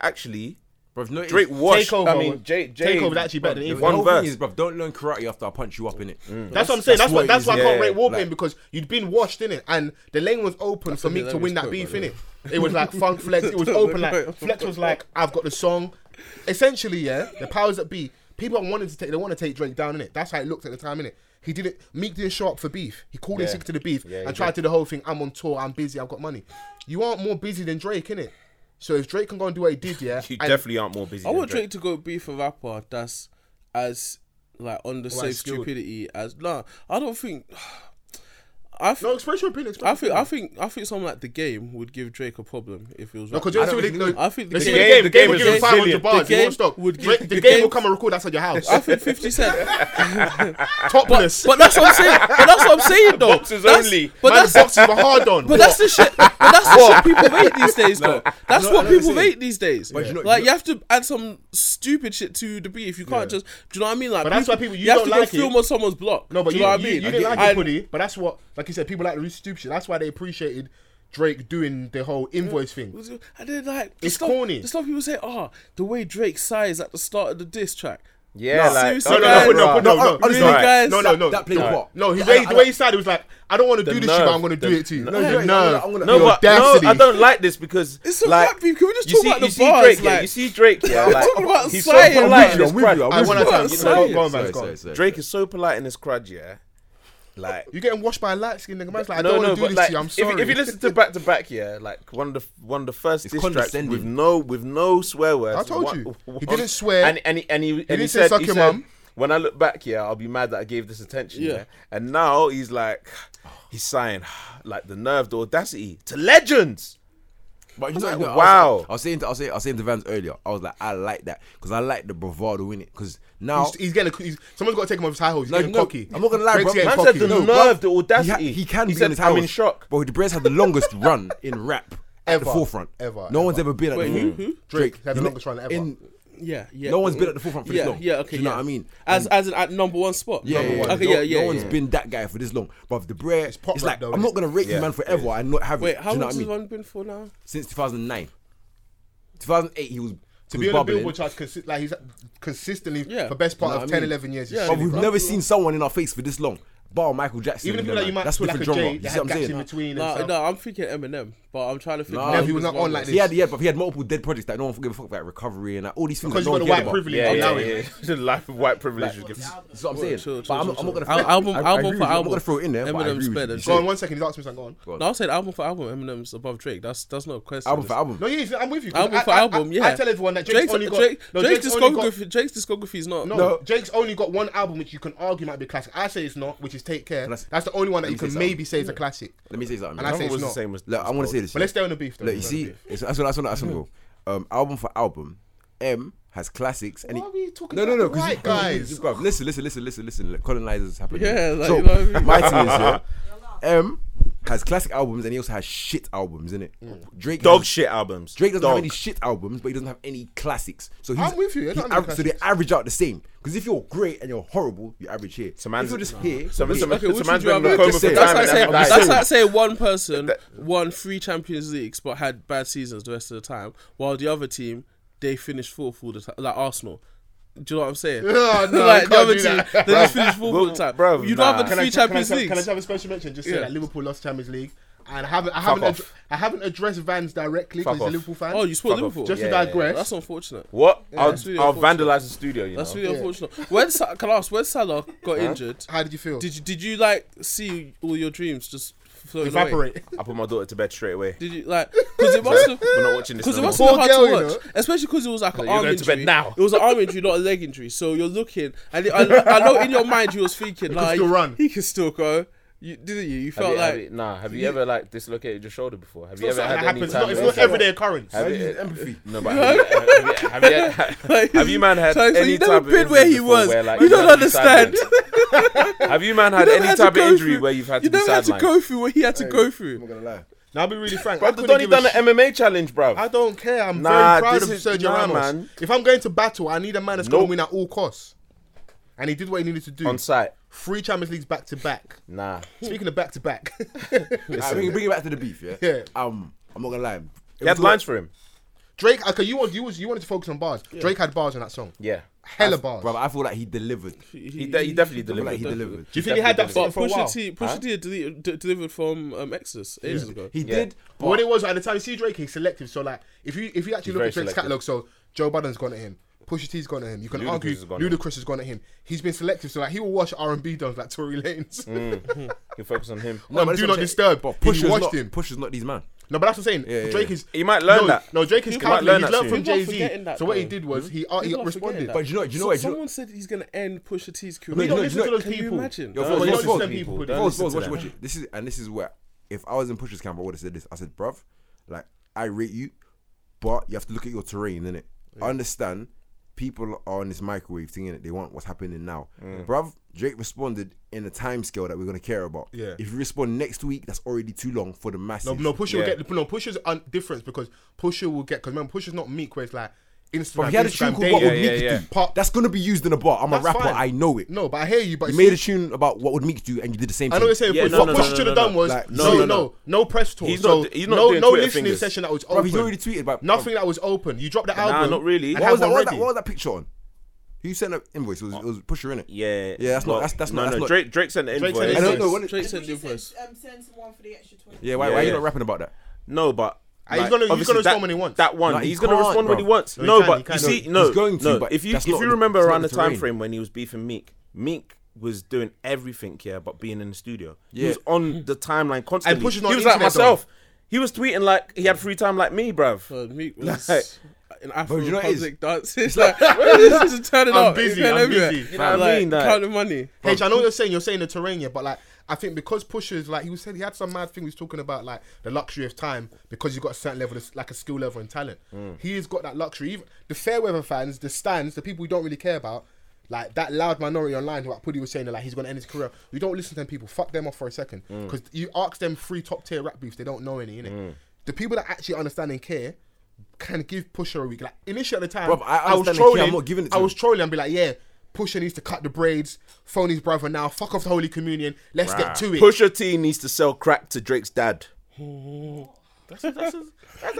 S3: actually,
S2: Bruv, no, it's-
S3: Drake uh, was."
S1: Takeover
S3: I
S1: was-
S3: mean, Jay, Jay
S1: Takeover was actually better than
S3: the
S1: Aoife.
S2: The
S3: One
S2: whole thing
S3: verse.
S2: is, bruv, don't learn karate after I punch you up in it.
S1: That's, what I'm saying. That's,
S2: what
S1: what.
S2: it
S1: That's
S2: is,
S1: why I can't
S3: yeah.
S1: rate Warpain
S2: Like-
S1: because you'd been washed in it, and the lane was open for Meek
S4: the
S1: to win that
S4: longest
S1: beef in
S4: quote,
S1: it. It was like Funk Flex. It was open. Like
S4: Right.
S1: Flex was like, "I've got the song." Essentially, yeah, the powers that be, people wanted to take. They want to take Drake down in it. That's how it looked at the time in it. He didn't. Meek didn't show up for beef. He called in
S3: Yeah.
S1: sick to the beef
S3: Yeah, he
S1: and tried
S3: did.
S1: to do the whole thing. I'm on tour. I'm busy. I've got money. You aren't more busy than Drake, innit? So if Drake can go and do what he did, yeah,
S3: You
S1: and-
S3: definitely aren't more busy.
S4: I
S3: than
S4: want Drake to go beef a rapper that's as like on the same
S1: Stewart.
S4: stupidity as nah. I don't think. [sighs] I
S1: No,
S4: think,
S1: express your opinion. Express
S4: I think I think I think someone like the game would give Drake a problem if he was.
S1: No,
S4: rapping.
S1: because you
S2: I
S1: see what
S2: don't
S1: they, no,
S2: think-
S4: I think
S1: they
S4: the
S1: see the
S4: game-
S1: game. The game
S3: the
S1: will give you
S3: game-
S1: 500 bars.
S4: the
S1: you
S4: game
S1: won't stop.
S4: would
S1: Drake-
S4: give-
S1: the
S4: the
S1: game will
S4: game-
S1: come and record outside your house.
S4: [laughs] I think Fifty Cent.
S1: [laughs] Topless.
S4: But that's what I'm saying. But that's what I'm saying though.
S3: Boxers
S4: that's,
S3: only.
S4: But
S1: Man's
S4: that's
S1: boxes were hard on.
S4: but that's the shit. But that's the shit people hate these days though. That's
S2: no,
S4: what
S2: no,
S4: people
S2: listen.
S4: hate these days.
S2: But you know-
S4: like
S2: you
S4: you have to add some stupid shit to the beef. You can't just. Do you know what I mean? Like,
S1: But that's why people- you
S4: have
S1: don't
S4: to go
S1: like it.
S4: film on someone's block.
S1: no, but
S4: do
S1: you,
S4: you know what
S1: you,
S4: I mean?
S1: you didn't like
S4: And-
S1: it, Puddy. But that's what, like you said, people like the really stupid shit. That's why they appreciated Drake doing the whole invoice thing.
S4: Was it- And then like the
S1: It's
S4: stuff,
S1: corny.
S4: The stuff people say, oh, the way Drake sighs at the start of the diss track.
S3: Yeah, like-
S4: seriously,
S3: No, no,
S4: guys,
S3: no, no, no,
S1: no,
S4: Like,
S1: no,
S4: really,
S1: no,
S4: guys.
S1: No, no, no.
S2: That played
S1: no,
S2: what?
S1: No, he,
S2: I-
S1: the way-
S2: I-
S1: the way he said it was like, I don't want to
S3: The
S1: do this shit, but
S3: nerve.
S1: I'm going to
S3: The-
S1: do it to you.
S3: No,
S1: No,
S2: no,
S1: no,
S2: I'm gonna- I'm gonna-
S3: No,
S1: Your
S3: but no,
S1: density.
S3: I don't like this because
S4: It's a
S3: like,
S4: rap beef. Can we just
S3: you
S4: talk
S3: see,
S4: about the
S3: you see
S4: bars,
S3: Drake, yeah,
S4: like-
S3: you see Drake, yeah, like,
S4: talking about
S3: he's
S4: science.
S3: so
S4: I'm
S3: polite
S2: with
S3: in
S2: you,
S3: his
S2: I'm with you,
S3: crud.
S2: I'm
S1: I
S2: with
S1: want
S2: you.
S1: to tell
S4: Sorry,
S1: you. Go go on,
S2: Sorry,
S1: man. go
S2: sorry,
S1: on.
S2: sorry.
S3: Drake is so polite in his crud, yeah, like.
S1: You're getting washed by a light skinned nigga. Man's like, I
S3: no,
S1: don't
S3: no,
S1: want to do
S3: but
S1: this
S3: like,
S1: to you. I'm
S3: if, you-
S1: sorry.
S3: if you listen to back to back, yeah, like one of the one of the first
S2: It's
S3: diss tracks
S2: condescending.
S3: with no with no swear words.
S1: I told
S3: One-
S1: you. He
S3: [laughs] one-
S1: didn't swear.
S3: and and he, and he, and he
S1: didn't say
S3: said,
S1: suck
S3: he
S1: your
S3: said,
S1: mum.
S3: When I look back, yeah, I'll be mad that I gave this attention. Yeah,
S4: Yeah.
S3: and now he's like, he's saying, [sighs] like the nerve, the audacity to legends.
S2: But you know,
S3: like,
S2: you know, I was-
S3: wow.
S2: I was saying, to, I was saying, I was saying to Vans earlier. I was like, I like that because I like the bravado in it. Because now,
S1: He's, he's getting. He's, someone's got to take him off his high horse. He's
S2: No,
S1: getting
S2: no,
S1: cocky.
S2: I'm not gonna lie,
S1: Drake's
S2: bro.
S1: getting
S3: Man said
S1: cocky.
S3: the
S1: No,
S3: nerve, the
S2: he, ha-
S3: audacity.
S2: he can
S3: He
S2: be
S3: said,
S2: in his
S3: "I'm
S2: house,
S3: in shock."
S2: But the Brez had the longest run in rap at the
S1: Ever,
S2: forefront.
S1: ever,
S2: no one's ever been at
S4: Wait,
S2: the
S4: who-
S2: forefront.
S4: who?
S1: Drake had the
S2: in-
S1: longest run ever.
S2: in-
S4: Yeah, yeah.
S2: No one's been at the forefront for
S4: yeah,
S2: this long.
S4: Yeah, okay.
S2: Do you know
S4: yeah.
S2: what I mean?
S4: As as an, at number one spot.
S2: Yeah,
S4: Number
S2: yeah,
S4: one.
S2: yeah.
S4: Okay,
S2: no,
S4: yeah, yeah.
S2: no one's
S4: yeah.
S2: been that guy for this long. But the Brez, it's,
S1: pop rap
S2: like
S1: though,
S2: I'm
S1: innit?
S2: not gonna rate
S3: Yeah,
S2: you, man, forever and not have
S4: Wait,
S2: it.
S4: how
S2: do
S4: long
S2: you know what
S4: has
S2: I
S4: this
S2: mean?
S4: one been for now?
S2: Since 2009, 2008, he was
S1: To
S2: he was
S1: be on the
S2: bubbling.
S1: Billboard chart, consi- like he's consistently
S4: Yeah.
S1: for best part
S2: You know
S1: of
S2: what I
S1: 10,
S2: mean?
S1: 11 years.
S4: Yeah.
S1: Yeah,
S2: But
S4: Really,
S2: we've
S4: bro.
S2: never seen someone in our face for this long. Bar Michael Jackson.
S1: even the
S2: and
S1: people
S2: them,
S1: that you
S2: man.
S1: might
S2: That's
S1: feel like a
S2: different
S1: Jay,
S2: genre.
S1: they
S2: You see
S1: had
S2: what I'm
S1: gaps in
S2: saying?
S1: between. and
S4: No,
S1: stuff.
S4: no, I'm thinking Eminem, but I'm trying to think. who
S2: No, he was
S4: was
S1: not on
S4: one
S1: like
S4: of.
S1: this.
S2: He had, yeah, but he had multiple dead projects that no one gave a fuck about recovery and that, all these things.
S1: Because
S2: that
S1: you've
S2: no
S1: got
S2: one
S1: the white
S2: cared about.
S1: privilege.
S3: Yeah, yeah,
S1: Allow
S3: yeah. [laughs]
S1: it.
S3: the life of white privilege would give.
S2: That's what I'm saying.
S4: Chill, chill,
S2: but I'm,
S4: chill,
S2: I'm not gonna.
S4: chill. Al- album-
S2: I- I
S4: album for
S2: agree with you. I'm not
S4: album.
S2: gonna throw it in there. but I
S4: Eminem's
S2: agree with
S4: better.
S2: you.
S1: Go on, one second. He's asking me something. Go on.
S4: No, I said album for album. Eminem's above Drake. That's that's not a question.
S2: Album for album.
S1: No, yeah, he's- I'm with you. 'cause
S4: Album
S1: I-
S4: for
S1: I- I-
S4: album. Yeah.
S1: I tell everyone that Drake's only got.
S4: Drake-
S1: no,
S4: Drake's
S1: only got-
S4: discography. Drake's discography is not.
S1: No, Jake's only got one album which you can argue might be a classic. I say it's not, which is Take Care.
S2: Can I s-
S1: That's the only one that
S2: Let
S1: you
S2: me say
S1: can
S2: something.
S1: maybe say is a classic.
S2: Let me say something.
S1: And
S2: man.
S1: I say
S3: Nothing
S1: it's
S3: was the
S1: not.
S3: same as.
S2: Look, I want to say this.
S1: But
S2: yeah.
S1: let's stay on the beef though.
S2: Look, you
S1: Let's
S2: see,
S1: stay on the beef.
S2: it's, that's what that's what that's what go. Um, album for album, M has classics. And
S1: Why
S2: he-
S1: are we talking
S2: no, no,
S1: about
S2: no,
S1: the
S2: 'cause
S1: white
S2: you-
S1: guys?
S2: you- bruv, listen, listen, listen, listen, listen. Look, colonizers happening.
S4: Yeah, like,
S2: so
S4: you know what I mean?
S2: my thing is, yeah,
S3: [laughs]
S2: [laughs] M has classic albums and he also has shit albums, innit?
S1: Mm.
S2: Drake
S3: Dog
S2: has-
S3: shit albums.
S2: Drake doesn't
S3: Dog.
S2: have any shit albums, but he doesn't have any classics. So he's,
S1: I'm with you, I don't
S2: he's
S1: have any
S2: aver- so they average out the same. Because if you're great and you're horrible, you average here.
S3: So man's-
S2: if you're just here,
S3: So,
S2: wait,
S3: so,
S4: Okay,
S3: so
S4: which would
S3: man's
S4: you
S3: been
S4: rather-
S3: Lacoma
S2: Just
S3: for
S2: say-
S3: time.
S4: That's
S2: Simon,
S4: like
S3: and
S4: saying,
S2: that's
S3: that's
S2: what I'm
S4: that's
S2: saying.
S4: like saying one person won three Champions Leagues but had bad seasons the rest of the time, while the other team they finished fourth all the time, like Arsenal. Do you know what I'm
S1: [laughs]
S4: saying?
S1: No, Oh, no,
S4: [laughs] like
S1: you
S4: the
S1: can't
S4: other
S1: do
S4: team,
S1: that.
S4: they just finished football
S3: Well,
S4: time.
S3: bruv,
S4: You'd
S3: nah.
S4: rather
S1: Can I-
S4: three
S1: can I-
S4: Champions
S1: can I, can I
S4: Leagues.
S1: just have a special mention? Just say
S4: Yeah.
S1: that Liverpool lost Champions League, and I haven't I haven't,
S3: off.
S1: addr- I haven't addressed Vans directly
S3: Fuck
S1: because he's a
S3: off.
S1: Liverpool fan.
S4: oh, you
S3: Fuck
S4: support
S3: off.
S4: Liverpool.
S1: just
S3: Yeah,
S1: to
S3: yeah, yeah.
S1: digress.
S4: That's unfortunate.
S3: What? I'll,
S4: that's really
S3: I'll
S4: unfortunate.
S3: vandalize the studio. You
S4: That's
S3: know.
S4: really
S1: Yeah.
S4: unfortunate. When Sa- can I ask when Salah got injured,
S1: How did you feel?
S4: did you did you like see all your dreams just floating away?
S1: Evaporate. [laughs]
S3: I put my daughter to bed straight away.
S4: Did you like? Because
S3: [laughs]
S4: it must have.
S3: We're not watching this.
S4: Because it
S3: no
S4: must
S3: more.
S1: Poor
S4: have been hard to
S1: girl, you
S4: watch,
S1: know?
S4: especially because it was like an
S3: you're
S4: arm
S3: going to bed
S4: injury.
S3: now.
S4: It was an arm injury, not a leg injury. So you're looking, and it, I, I know in your mind you was thinking, like,
S1: still run.
S4: he can still go. You didn't you? You
S3: Have
S4: felt
S3: you-
S4: like
S3: have you- nah, have you ever like dislocated your shoulder before? Have you
S1: It's
S3: ever
S1: not
S3: had
S1: something that
S3: any
S1: happens. It's
S3: time?
S1: not, it's not everyday occurrence.
S3: Have
S2: I
S3: you-
S2: use empathy.
S3: [laughs] No, but have you, have you, have you, have you,
S4: Like,
S3: have you man had
S4: Charlie, so
S3: any
S4: you
S3: type
S4: never
S3: of
S4: been
S3: injury
S4: where he
S3: before
S4: was.
S3: where, like,
S4: you
S3: you've had
S4: don't
S3: to be
S4: understand.
S3: have you man had
S4: You never
S3: any
S4: had to
S3: type of
S4: go
S3: injury
S4: through-
S3: where you've had
S4: you
S3: to be
S4: never had to
S3: sidelined?
S4: go through what he had to go
S2: I'm
S4: through.
S2: not gonna lie.
S1: Now, I'll be really frank. I
S3: Bruv, the
S1: couldn't
S3: Donny
S1: give a
S3: done an
S1: sh-
S3: MMA challenge, bruv.
S1: I don't care. I'm
S3: Nah,
S1: very proud of
S3: this is-
S1: Sergio
S3: nah,
S1: Ramos.
S3: man.
S1: If I'm going to battle, I need a man that's going
S3: Nope.
S1: to win at all costs. And he did what he needed to do.
S3: On site.
S1: Three Champions Leagues back to back.
S3: Nah.
S1: Speaking of back to back, [laughs]
S2: Alright, bring, bring it back to the beef, yeah.
S1: Yeah.
S2: Um, I'm not gonna lie. It
S3: He had
S2: was
S3: lines for him.
S1: Drake. Okay, you want you was you wanted to focus on bars. Drake had bars on that song.
S3: Yeah.
S1: Hella
S2: like-
S1: bars.
S2: Brother, I feel like he delivered.
S3: He, de- he definitely
S2: I feel
S3: delivered.
S2: like he delivered.
S1: do you think he had that
S3: definitely
S1: song
S4: But
S1: for a while?
S4: Pusha T, Pusha T had deleted, d- delivered from um, Exodus ages ago.
S2: He
S3: Yeah.
S2: did.
S1: But what it was at the time, you see Drake, he's selective. So like, if you if you actually
S3: He's
S1: look
S3: very
S1: at Drake's
S3: selective.
S1: catalog, so Joe Budden's gone at him, Pusha T's gone at him. You can
S3: Ludacris
S1: argue
S3: has gone at him.
S1: Ludacris has gone at him. He's been selective. So like, he will watch R and B dons like Tory Lanez. [laughs]
S3: He focused on him.
S1: No, Um,
S2: but
S1: do not
S2: that's what I'm saying.
S1: disturb.
S2: But
S1: He
S2: Pusha's
S1: watched
S2: not,
S1: him.
S2: Pusha's not these man.
S1: No, but that's what I'm saying.
S2: yeah,
S1: Drake
S2: yeah.
S1: is.
S3: He might learn
S1: no,
S3: that.
S1: No, Drake is
S4: People might
S3: learn
S1: calculated. He
S3: that
S1: learned from
S3: soon.
S4: People are
S1: Jay Z.
S4: forgetting that,
S1: So what he
S4: though.
S1: did was he uh, he
S4: People are forgetting
S1: responded.
S4: that.
S2: But you know, you know
S4: So-
S2: what? You know,
S4: someone said he's gonna end Pusha T's career.
S2: No,
S1: We
S2: you
S1: don't
S2: know-
S1: listen to
S2: you know-
S1: those
S4: Can you
S1: people.
S4: imagine?
S1: No,
S3: Yo,
S1: we
S3: Foz,
S1: don't
S3: Foz,
S1: listen to
S3: Foz,
S1: them
S3: people,
S1: people.
S3: don't
S1: Foz,
S2: Pause,
S3: listen
S2: pause,
S3: to
S2: watch,
S3: that.
S2: watch it. This is, and this is where, if I was in Pusher's camp, I would have said this. I said, bruv, like, I rate you, but you have to look at your terrain, innit? I understand people are on this microwave thing, innit? They want what's happening now. Bruv, Drake responded in a time scale that we're going to care about.
S1: Yeah.
S2: If you respond next week, that's already too long for the
S1: No,
S2: masses.
S1: no, Pusha
S3: Yeah.
S1: will get. No, Pusha's un- different because Pusha will get. Because remember, Pusha's not meek where it's like Instagram.
S2: But he had a
S1: Instagram
S2: tune called
S1: dating.
S2: What Would
S3: Yeah,
S2: Meek
S3: yeah,
S2: Do.
S3: yeah.
S1: Pop.
S2: That's going to be used in a bar. I'm a
S1: That's
S2: rapper.
S1: fine.
S2: I know it.
S1: No, but I hear you. But
S2: You
S1: it's-
S2: made a tune about what would Meek do, and you did the same
S1: I know
S2: thing.
S1: what you're saying,
S3: Yeah,
S1: but
S3: no,
S1: what
S3: no,
S1: Pusha
S3: no,
S1: should
S3: no,
S1: have done was
S2: Like,
S1: no, no,
S3: no,
S1: no,
S3: no.
S1: press tour.
S3: He's
S1: so
S3: not- he's not
S1: no,
S3: doing
S1: no
S3: Twitter
S1: listening
S3: fingers.
S1: session that was
S2: Bruv,
S1: open.
S2: Oh, he's already tweeted about
S1: Nothing that was open. You dropped the
S3: Nah,
S1: album.
S3: not really.
S1: and
S3: What
S2: What
S1: had
S2: was, that, what, was
S1: one
S2: that,
S1: ready.
S2: what was that picture on? Who sent an invoice? It was, it was Pusher, innit?
S3: Yeah.
S2: Yeah, that's not- that's- that's
S3: no,
S2: not-
S3: No,
S2: that's not-
S3: Drake, Drake sent the
S1: Drake
S3: invoice.
S1: sent the
S2: I don't
S1: Yes.
S2: know. What
S4: Straight send
S5: Send
S4: the
S5: you
S4: first.
S5: said, um, send someone for the extra 20.
S2: Yeah, why,
S3: Yeah,
S2: why are you
S3: yeah.
S2: not rapping about that?
S3: No, but
S1: Ah, he's gonna- he's
S3: obviously
S1: gonna
S3: that-
S1: respond when he wants.
S3: That one,
S2: No, he
S3: he's gonna
S2: can't,
S3: respond when he
S2: bruv.
S3: wants.
S1: No, he
S3: No,
S1: can, he
S3: but
S1: can.
S3: you
S1: No,
S3: see,
S1: he's
S3: no,
S2: going to,
S3: no.
S2: but
S3: if you
S2: that's
S3: if
S2: not
S3: you
S2: the-
S3: remember
S2: that's not
S3: around
S2: the
S3: the time
S2: terrain.
S3: frame when he was beefing Meek, Meek was doing everything here, but being in the studio. He
S2: Yeah.
S3: was on the timeline constantly.
S1: Pusha's not
S3: he was like
S1: internet, though.
S3: myself. He was tweeting like he had free time like me, bruv. [laughs]
S2: [laughs]
S4: But Meek was
S3: Like-
S4: in Afro
S2: you know what it is?
S4: public dance. It's [laughs] like this is turning
S1: I'm
S4: up.
S1: busy,
S4: It's going
S1: I'm
S4: everywhere.
S1: busy. You
S3: know what I
S4: Like,
S3: mean? Like-
S4: Counting money. [laughs]
S1: H, I know what you're saying you're saying the terrain, yeah, but like I think because pushers like he was said he had some mad thing he was talking about like the luxury of time because you've got a certain level of like a skill level and talent.
S2: Mm.
S1: He has got that luxury. Even the fair weather fans, the stands, the people we don't really care about, like that loud minority online who like Puddy was saying that like he's gonna end his career. You don't listen to them people, fuck them off for a second.
S2: Mm.
S1: Because you ask them three top tier rap beefs, they don't know any, innit? The people that actually understand and care can give Pusher a week. Like initially at the time,
S2: Bruv, I
S1: I, was
S2: understand and care, I'm
S1: trolling.
S2: not giving it to
S1: I
S2: him.
S1: was trolling and be like, yeah, Pusher needs to cut the braids, phone his brother now, fuck off the Holy Communion, let's get to it.
S3: Pusha T needs to sell crack to Drake's dad.
S1: Stretch.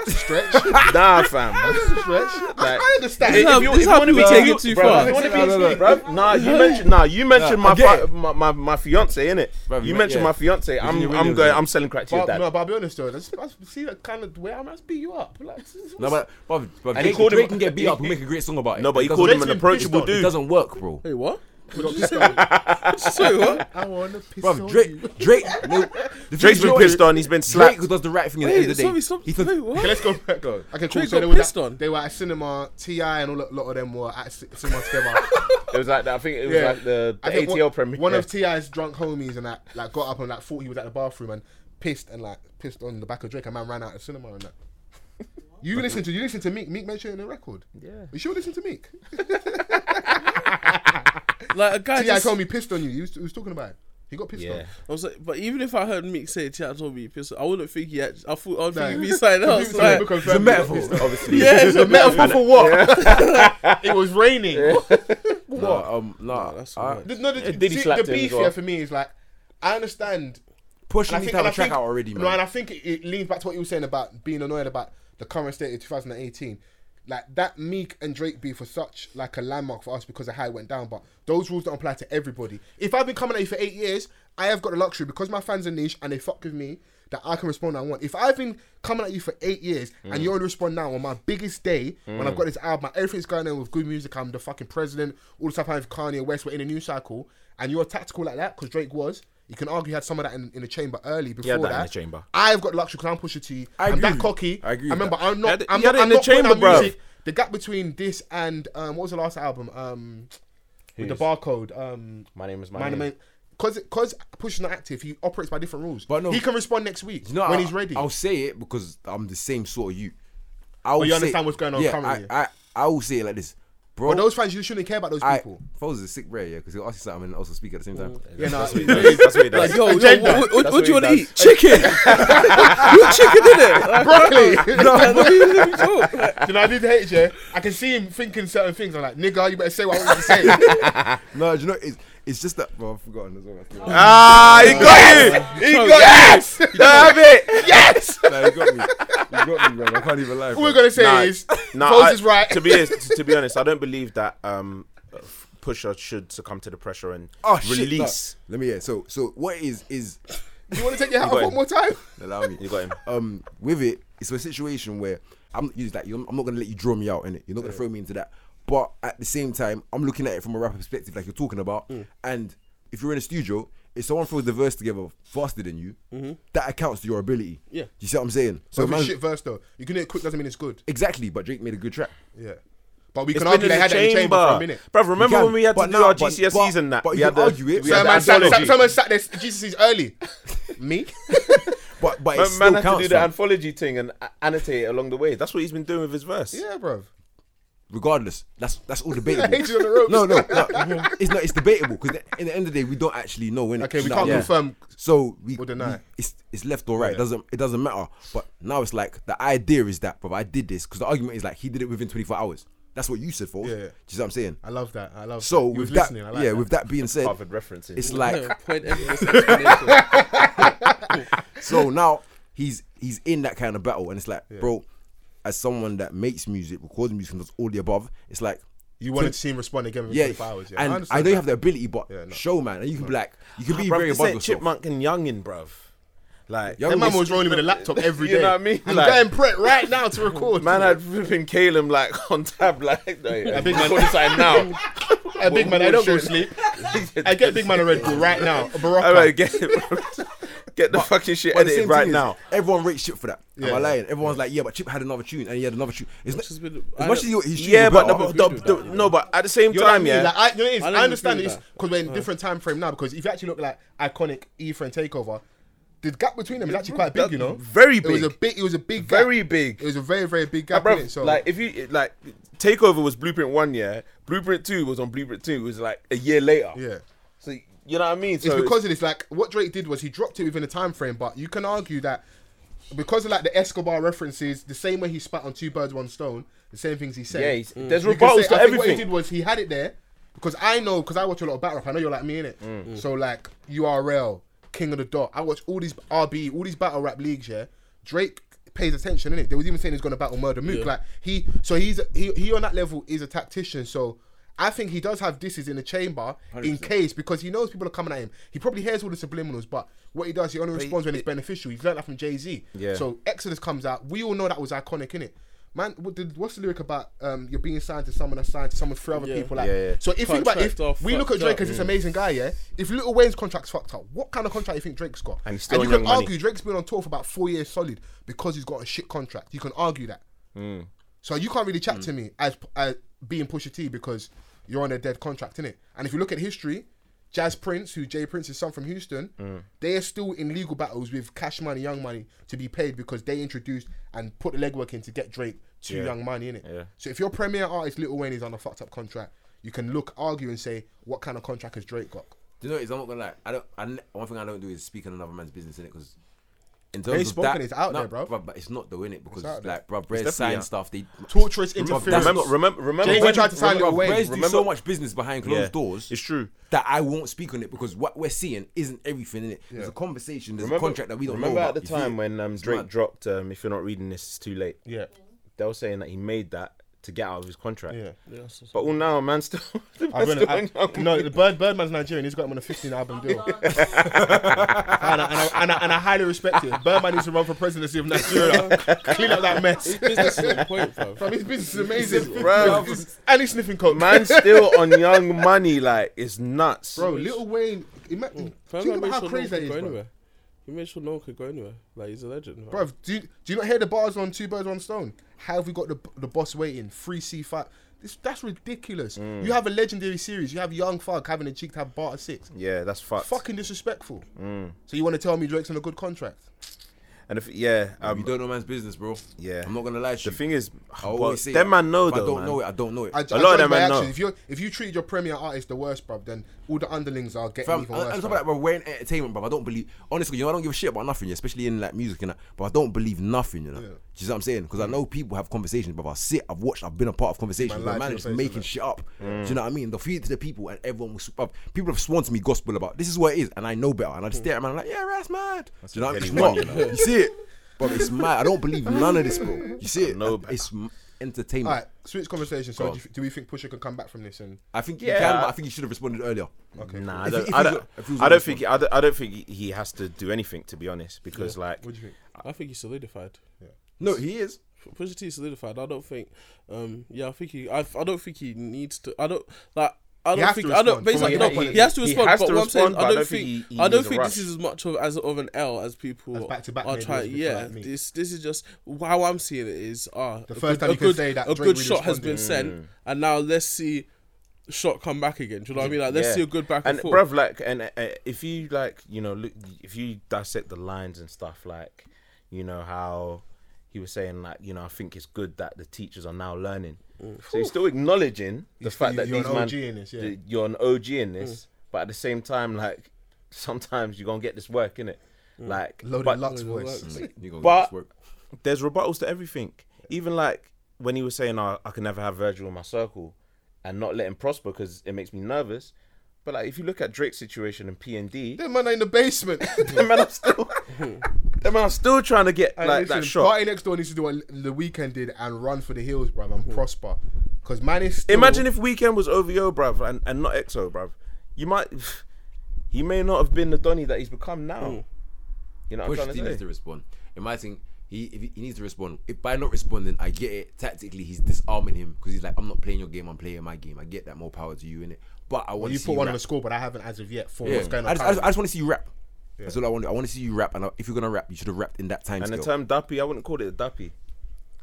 S1: Stretch.
S3: nah, fam.
S1: I,
S3: [laughs] Like-
S1: I understand.
S4: This is how-
S3: you-
S4: this is
S3: you
S4: how
S3: wanna
S4: people
S3: be-
S4: take
S3: you-
S4: it too
S3: bruv,
S4: far.
S3: You want to be
S2: No, no, no.
S3: bruv? Nah, you mentioned nah, you mentioned
S2: I
S3: my,
S2: get
S3: fi-
S2: it.
S3: my my my fiance innit?
S2: Bruv,
S3: You
S2: yeah.
S3: mentioned my fiance. I'm
S2: Virginia
S3: I'm
S2: Williams,
S3: going.
S2: yeah.
S3: I'm selling crack to your
S1: but, no,
S3: dad.
S1: but I'll be honest though, that's, that's, see that kind of way I must beat you up. Like, this is-
S2: No, but, but, but
S3: And
S2: Drake,
S3: he called him-
S2: Drake can get beat up and make a great song about it.
S3: No, but
S2: It
S3: he
S2: doesn't-
S3: called him
S1: Drake's
S3: an
S1: been
S3: approachable
S1: pissed on.
S2: It
S3: dude.
S2: doesn't work, bro.
S4: Wait, what?
S1: You got pissed on.
S4: Sorry, what?
S1: I wanna piss
S2: Bro,
S1: on you.
S4: [laughs]
S2: Drake, Drake,
S3: [laughs]
S2: no, the thing
S3: Drake's been
S2: is, Drake-
S3: pissed on. He's been slapped.
S2: Drake does the right thing at the
S4: Wait,
S2: end of the day.
S4: sorry, stop.
S2: He does-
S4: Wait,
S1: Okay,
S4: what?
S1: let's go back on. Okay, cool.
S4: Drake
S1: so
S4: got
S1: they were,
S4: pissed
S1: at,
S4: on.
S1: they were at cinema. Ti and all a lot of them were at ci-
S3: [laughs]
S1: cinema together.
S3: It was like that. I think it was
S1: Yeah.
S3: like the, the
S1: I think
S3: ATL
S1: one,
S3: premiere.
S1: One of Ti's drunk homies and that like got up and like thought he was at the bathroom and pissed and like pissed on the back of Drake. and man ran out of the cinema and that. You listen to you listen to Meek. Meek mentioned it in the record.
S3: Yeah.
S1: You sure listen to Meek?
S3: [laughs]
S4: Like a guy
S1: Ti
S4: just.
S1: told me pissed on you. He was, he was talking about it. He got pissed
S3: Yeah.
S4: I was like, but even if I heard Meek say it, I told me he pissed. I wouldn't think he. Actually, I thought I would
S1: on.
S4: think he'd be something
S1: People
S4: else.
S1: said they
S4: Like,
S1: were confirmed
S2: It's
S1: he
S2: a
S1: got
S2: metaphor.
S1: pissed on.
S3: obviously.
S4: [laughs] yeah, it's
S1: It's a metaphor for what? it
S3: [laughs]
S1: was raining.
S2: Nah, um, nah,
S4: that's
S2: I-
S4: alright.
S1: The, no, the,
S3: Diddy
S1: see,
S3: slapped
S1: the
S3: him as
S1: beef
S3: well.
S1: here for me is like, I understand
S2: Push
S1: And I
S2: needs
S1: think-
S2: to have
S1: and
S2: a
S1: I
S2: track
S1: think-
S2: out already,
S1: No, and
S2: man.
S1: I think it, it leans back to what you were saying about being annoyed about the current state of 2018. Like that Meek and Drake beef was such like a landmark for us because of how it went down. But those rules don't apply to everybody. If I've been coming at you for eight years, I have got the luxury because my fans are niche and they fuck with me that I can respond how I want. If I've been coming at you for eight years
S3: Mm.
S1: and you only respond now on my biggest day when I've got this album, everything's going on with good music. I'm the fucking president. All the stuff I have with Kanye West. We're in a new cycle, and you're tactical like that because Drake was. You can argue he had some of that in, in the chamber early before
S3: that in the chamber.
S1: I've got the luxury because I'm Pusha T.
S2: I
S1: am
S2: agree
S1: that
S2: with you.
S1: cocky.
S2: I agree with
S1: remember
S2: that.
S1: I'm not.
S3: Yeah,
S1: I'm
S3: yeah,
S1: not.
S3: in
S1: I'm
S3: the
S1: not putting
S3: chamber,
S1: out
S3: bruv.
S1: music- The gap between this and um, what was the last album? Um, with the barcode. Um,
S3: My name is my,
S1: my
S3: name.
S1: name. Cause, cause Push not active, he operates by different rules.
S2: But no-
S1: he can respond next week
S2: You know,
S1: when
S2: I,
S1: he's ready.
S2: I'll say it because I'm the same sort of you. I will
S1: you
S2: say-
S1: understand what's going on
S2: yeah,
S1: currently.
S2: I, I, I will say it like this, bro.
S1: but those fans, you shouldn't care about those
S2: I,
S1: people.
S2: Foles is a sick rare, yeah, because he'll ask you something and also speak at the same time.
S1: Yeah, no,
S3: [laughs]
S2: [laughs]
S3: That's what he does. That's what he does.
S4: Like, yo, yo,
S1: Agenda.
S4: what, what,
S3: That's
S4: what do you
S3: what
S4: want to
S3: he
S4: eat? Chicken. you chicken in it.
S1: [laughs]
S4: Like, [laughs]
S2: [laughs]
S1: broccoli.
S4: no, let me, let me talk. Like,
S1: Do you know, I did hate you. I can see him thinking certain things. I'm like, nigga, you better say what I want you to
S2: [laughs]
S1: say.
S2: No, do you know it's it's just that. Bro, I've forgotten as well.
S3: Ah, he got you. He
S4: Sorry.
S3: got yes. Damn it.
S1: yes.
S2: [laughs] Nah, you got me. You got me, bro. I can't even lie.
S1: All we're gonna say
S3: Nah,
S1: is,
S3: nah,
S1: Foles
S3: I-
S1: is right.
S3: To be honest, to be honest, I don't believe that um, Pusher should succumb to the pressure and
S2: oh, shit,
S3: release.
S2: nah. Let me hear. So, so what is is
S1: [laughs] you want to take your hat
S3: You
S1: off
S3: got
S1: one more time?
S2: allow me?
S3: [laughs] You got him.
S2: um, with it, it's a situation where I'm you like you're- I'm not gonna let you draw me out in it. You're not gonna throw me into that. But at the same time, I'm looking at it from a rapper perspective, like you're talking about.
S3: Mm.
S2: And if you're in a studio, if someone throws the verse together faster than you,
S3: Mm-hmm.
S2: that accounts to your ability.
S4: Yeah.
S2: you see what I'm saying?
S1: So
S2: So
S1: if it's
S2: man,
S1: shit verse though, you can do it quick doesn't mean it's good.
S2: exactly. But Drake made a good track.
S1: Yeah. But we
S3: It's
S1: can argue
S3: been
S1: they
S3: in the
S1: had it in the chamber for a minute.
S3: chamber. Bruv, remember
S2: You
S3: when we had
S2: can,
S3: to
S2: but
S3: do
S2: nah,
S3: our
S2: but-
S3: GCSEs
S2: but-
S3: and that?
S2: but
S3: we
S2: you
S3: had
S2: can
S3: the-
S2: argue it.
S3: we
S2: So
S3: had
S2: man
S1: Someone
S3: the
S1: sat,
S3: anthology.
S1: someone sat their GCSEs early. Me?
S2: But but it
S3: Man,
S2: still
S3: man had to
S2: counts.
S3: do the
S2: fam.
S3: anthology thing and a- annotate it along the way. That's what he's been doing with his verse.
S1: yeah, bruv.
S2: regardless. That's that's
S1: [laughs]
S2: all debatable.
S1: hate you on the ropes. [laughs]
S2: No, no, no. it's not. It's debatable because in the end of the day, we don't actually know when.
S1: Okay, we can't confirm
S2: So we,
S1: or deny.
S2: we- it's it's left or right.
S1: Yeah.
S2: Doesn't it doesn't matter. But now it's like the idea is that, bro. I did this because the argument is like he did it within 24 hours. That's what you said, for.
S1: Yeah, yeah.
S2: Do you see what I'm saying?
S1: I love that. I love
S2: So
S1: that. You
S2: with
S1: was
S2: that,
S1: listening, I like
S2: yeah,
S1: that.
S2: with that being said,
S3: Harvard references.
S2: it's like
S1: [laughs]
S4: Point evidence explanation.
S2: so now he's he's in that kind of battle, and it's like, bro, as someone that makes music, records music, and does all the above, it's like.
S1: You wanted to see him respond again within 24 hours. Yeah,
S2: and I,
S1: understand
S2: know you
S1: that.
S2: have the ability, but
S1: Yeah, no.
S2: show man, and you can be like, you can be
S3: Bruv,
S2: very
S3: this
S2: above
S3: ain't
S2: yourself.
S3: Chipmunk and Youngin, bruv. Like
S2: Youngin-
S1: That man
S2: It's-
S1: was rolling with a laptop every day.
S3: [laughs] You know what I mean?
S1: I'm
S3: Like-
S1: getting prepped right
S3: [laughs]
S1: now to record.
S3: Man had flipping Calum like [laughs] on tab like no, yeah. [laughs]
S1: big man-
S3: Call this out now.
S1: a big man. I don't go to sleep. I get big man a Red Bull right now. A Barocca.
S3: All right, get it, bro. [laughs] get the fucking shit
S2: But the same
S3: edited
S2: thing
S3: right
S2: is,
S3: now.
S2: everyone rates Chip for that. Am
S1: Yeah.
S2: I lying? Everyone's like, yeah, but Chip had another tune and he had another tune. It's not,
S4: has been-
S2: as
S4: I
S2: much
S4: don't-
S2: as he, his tune
S3: Yeah,
S2: was
S3: but the,
S2: better,
S3: the, the, no, but at the same
S1: You know what I
S3: time,
S1: mean?
S3: yeah.
S1: Like, I, you know, what it is?
S4: I
S1: I,
S4: don't agree
S1: understand
S4: with
S1: this
S4: that.
S1: because we're in different time frame now. Because if you actually look at like iconic Ephraim takeover, the gap between them is actually quite big. You know,
S3: very
S1: It was a
S3: big.
S1: big. It was a big. Gap.
S3: Very big.
S1: It was a very very big
S3: Nah,
S1: gap.
S3: bruv,
S1: innit? so
S3: like if you like takeover was Blueprint One, yeah. Blueprint Two was on Blueprint Two. It was like a year later.
S1: yeah.
S3: So you know what I mean? So
S1: It's because of this. Like what Drake did was he dropped it within a time frame, but you can argue that because of like the Escobar references, the same way he spat on two birds one stone, the same things he said.
S3: Yeah, he's- there's
S1: You can
S3: rebuttals
S1: say-
S3: to
S1: I think What he
S3: everything.
S1: did was he had it there because I know because I watch a lot of battle rap. I know you're like me in it.
S3: Mm.
S1: So like URL, King of the Dot. I watch all these RB, all these battle rap leagues. Yeah, Drake pays attention in it. They was even saying he's going to battle Murder Mook. Like he, so he's he he on that level is a tactician. So. I think he does have disses in the chamber in case because he knows people are coming at him. He probably hears all the subliminals, but what he does, he only responds when it's beneficial. You've learned that from Jay Z.
S3: Yeah.
S1: So Exodus comes out. We all know that was iconic, innit? Man, what did, what's the lyric about um, you're being signed to someone that's signed to someone for other
S4: Yeah.
S1: people? Like,
S3: Yeah, yeah.
S1: so if you think about if
S4: Contracts are
S1: we look at
S4: fucked
S1: Drake
S4: up,
S1: as this
S3: Mm.
S1: amazing guy, yeah. If Little Wayne's contract's fucked up, what kind of contract do you think Drake's got?
S3: And he's still
S1: you
S3: on
S1: can
S3: Young Money.
S1: argue Drake's been on tour for about four years solid because he's got a shit contract. You can argue that.
S3: Hmm.
S1: So you can't really chat to me as, as being Pusha T because you're on a dead contract, innit? And if you look at history, Jazz Prince, who Jay Prince is son from Houston,
S3: Hmm.
S1: they are still in legal battles with Cash Money, Young Money to be paid because they introduced and put the legwork in to get Drake to Young Money, innit?
S3: Yeah.
S1: So if your premier artist Little Wayne is on a fucked up contract, you can look, argue, and say what kind of contract has Drake got?
S2: Do you know what it is? I'm not gonna lie. I don't. I ne- one thing I don't do is speak on another man's business in it because. In terms
S1: Hey,
S2: of
S1: spoken
S2: that,
S1: is out
S2: no,
S1: there, bruv.
S2: But it's not though, in it because
S1: out there.
S2: like, bruv, Brez
S3: definitely
S2: signed
S3: out.
S2: stuff. They
S1: Torturous
S2: Bruv,
S1: interference.
S2: that's
S3: remember, remember, remember
S1: Jay-Z
S3: when-
S1: tried to sign
S2: Bruv,
S1: Lil Wayne.
S2: Brez do
S3: Remember-
S2: so much business behind closed
S3: Yeah,
S2: doors.
S3: it's true.
S2: that I won't speak on it because what we're seeing isn't everything in it. There's a conversation. There's a contract that we don't
S3: remember
S2: know
S3: at the
S2: about, you see
S3: time
S2: it?
S3: when um, Drake
S2: mad.
S3: dropped um, if you're not reading this it's too late
S1: yeah.
S3: they were saying that he made that to get out of his contract.
S1: Yeah.
S4: Yeah, so-
S3: But all now, man, still. [laughs] the
S1: I
S3: man's
S1: run,
S3: still
S1: I,
S3: young.
S1: no, the Bird Birdman's Nigerian. He's got him on a 15 album
S5: [laughs]
S1: deal, and,
S5: Well,
S1: I, and, I, and, I, and I highly respect him. Birdman needs to run for presidency of Nigeria. [laughs] Clean up that mess.
S4: Business is on point, fam.
S1: Bro, his business is amazing.
S3: Bro.
S1: and he's sniffing
S3: [laughs]
S1: coke.
S3: man's still on young money. Like it's nuts.
S1: Bro, Little Wayne. Ima-
S4: Fam,
S1: think
S4: man made
S1: about how
S4: sure no one
S1: crazy
S4: could
S1: that is,
S4: go
S1: bro.
S4: anywhere. He made sure no one could go anywhere. Like he's a legend, fam.
S1: Bro, do you, do you not hear the bars on Two Birds One Stone? How have we got the the boss waiting? Free C five. This that's ridiculous. You have a legendary series. You have Young Thug having a cheek to have Barter Six.
S3: yeah, that's fucked.
S1: Fucking disrespectful. So you want to tell me Drake's on a good contract?
S3: And if yeah,
S2: you
S3: um,
S2: don't know man's business, bro.
S3: Yeah.
S2: I'm not gonna lie to
S3: the
S2: you.
S3: thing is,
S2: I
S3: well,
S2: always say
S3: them
S2: it.
S3: man know
S2: If
S3: though.
S2: I don't
S3: man.
S2: know it. I don't know it.
S1: I, I
S2: I,
S3: lot of
S1: judge
S3: them
S1: by
S3: man know.
S1: actions. If you if you treat your premier artist the worst, bruv, then all the underlings are getting
S2: Fam,
S1: even
S2: and, and
S1: worse.
S2: on top
S1: bruv.
S2: of that, bro, we're in entertainment, bro. I don't believe, honestly, you know, I don't give a shit about nothing, yeah, especially in like music and that. But I don't believe nothing, you know. Do you see what I'm saying? Because I know people have conversations, but I sit, I've watched, I've been a part of conversations.
S1: Mm. Man, lie
S2: Man, man
S1: to
S2: is
S1: your face,
S2: making
S1: innit? Mm.
S2: shit up. Do you know what I mean? They'll feed it to the people, and everyone will. sw- bruv, People have sworn to me gospel about this is what it is, and I know better. And I just stare at man, I'm like, yeah, that's mad. Do you know what I mean? It's not. You see it? But it's mad. I don't believe none of this, bro. You see it?
S3: know
S2: No, it's m- entertainment.
S1: All right, switch conversation.
S2: Go
S1: So
S2: on.
S1: do, you, do we think Pusha can come back from this? And
S2: I think you
S3: Yeah.
S2: can, but I think you should have responded earlier.
S3: Nah, I
S2: If he-
S3: don't.
S2: if
S3: I
S2: he's
S3: don't,
S2: a- if he was
S3: I
S2: on
S3: don't
S2: this
S3: think. I don't, I don't think he- he has to do anything to be honest, because like
S1: what do you think?
S4: I think he's solidified.
S2: No, he is.
S4: Pusha T solidified. I don't think. Um, yeah, I think he. I, I don't think he needs to. I don't like. I
S1: has
S4: don't think.
S1: to
S4: I
S1: respond.
S4: don't. Basically,
S3: Well,
S4: no,
S3: he-
S4: but
S3: he-
S4: he has to
S3: he
S4: respond.
S3: has
S4: but
S3: to
S4: what I'm saying,
S3: respond,
S4: I don't think.
S3: he- he
S4: I don't
S3: needs a
S4: think this
S3: rush.
S4: is as much of as of an L as people
S1: As back-to-back
S4: are
S1: maybe as
S4: trying.
S1: people
S4: Yeah,
S1: like me.
S4: this this is just how I'm seeing it is. Ah, the
S1: first time you can say that
S4: a
S1: Drake
S4: good
S1: really
S4: shot has
S1: responded.
S4: been
S3: Mm.
S4: sent, and now let's see shot come back again. Do you know what I mean? Like let's
S3: yeah.
S4: see a good back and,
S3: and
S4: forth.
S3: bruv, like, and uh, uh, if you like, you know, look, if you dissect the lines and stuff, like, you know how he was saying, like, you know, I think it's good that the teachers are now learning. So he's still acknowledging the
S1: Mm. He's-
S3: fact
S1: you-
S3: that
S1: you're
S3: these
S1: an
S3: man,
S1: OG in this, yeah. Mm.
S3: the- you're an OG in this, but at the same time, like, [laughs] sometimes you're gonna get this work in it, like,
S1: Mm. Loaded
S3: but-
S1: Lux voice. [laughs]
S2: You go,
S3: But-
S2: just work.
S3: there's rebuttals to everything. Even like when he was saying, oh, I can never have Virgil in my circle and not let him prosper because it makes me nervous. But like if you look at Drake's situation and P and
S2: [laughs]
S3: [laughs] D,
S1: Them man are in the basement. [laughs]
S3: them man are still, them man are still trying to get like
S1: Listen,
S3: that shot.
S1: Party next door needs to do what the weekend did and run for the hills, bruv, and prosper. Because man is still,
S3: Mm-hmm. Imagine if Weekend was OVO, bruv, and, and not EXO, bruv. You might, [sighs] he may not have been the Donny that he's become now.
S2: Mm.
S3: You know what I'm
S2: Pusha T
S3: trying to
S2: needs
S3: say?
S2: to respond. In my thing, he if he he needs to respond. If by not responding, I get it. Tactically, he's disarming him because he's like, I'm not playing your game. I'm playing my game. I get that. More power to you in it. But I want
S1: you
S2: to see
S1: put
S2: you
S1: one on
S2: rap.
S1: the score, but I haven't as of yet. For
S2: Yeah.
S1: what's going on?
S2: I just, I just, want to see you rap. That's all I want. I want to see you rap. And I- if you're gonna rap, you should have rapped in that time
S3: And the
S2: scale.
S3: term Dappy, I wouldn't call it a Dappy.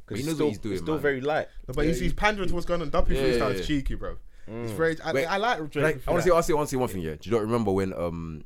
S2: But he
S3: Because
S2: knows what
S3: still,
S2: he's doing,
S3: it's still
S2: man.
S3: very light.
S1: but he's, he's pandering to what's going on. Dumpy
S2: Yeah,
S1: freestyle
S2: yeah.
S1: is cheeky, bro.
S3: Mm.
S1: It's very. I,
S2: Wait,
S1: I like Drake.
S2: Like,
S1: for
S2: I
S1: that.
S2: want to say, I'll say, I'll say one thing. Yeah, do you not remember when um,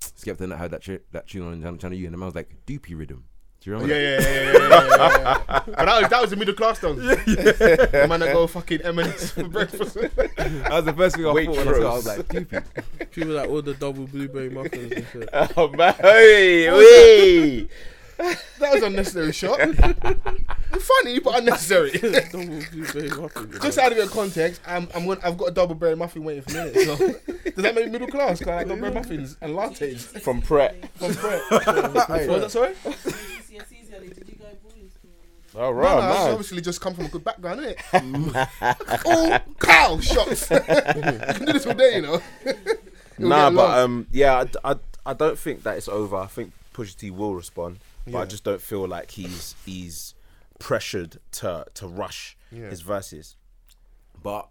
S2: Skepta and that had that tr- that tune on Channel, Channel U, and the man was like, Doopy rhythm. Do you remember?
S1: Oh, Yeah,
S2: that?
S1: yeah, yeah, yeah, yeah, yeah, yeah, yeah. [laughs] But that was that was the middle class though. The man that go fucking M&S for breakfast.
S2: [laughs] That was the first thing I thought. when I saw it. I was like, Doopy.
S4: People that order double blueberry muffins and
S3: [laughs]
S4: shit.
S1: [laughs]
S3: Oh man, [laughs] Oi, oi.
S1: [laughs] that was unnecessary shot. Funny but unnecessary.
S4: double blueberry muffins. you know.
S1: Just out of your context, I'm, I'm gonna, I've got a double berry muffin waiting for me. innit? So does that make me middle class? Cause I like double berry muffins and lattes.
S3: from Pret.
S1: From Brett. what was that? Sorry.
S5: [laughs] it's easier, it's easier. Did you go boys?
S3: All
S1: No,
S3: right,
S1: no, it's
S3: man.
S1: obviously just come from a good background, innit? [laughs] oh, cow shots. [laughs] you can do this all day, you know. It'll
S3: Nah,
S1: get
S3: but
S1: long.
S3: um, yeah, I d- I, d- I don't think that it's over. I think Pusha T will respond, but I
S1: Yeah.
S3: just don't feel like he's he's pressured to to rush
S1: Yeah.
S3: his verses.
S2: But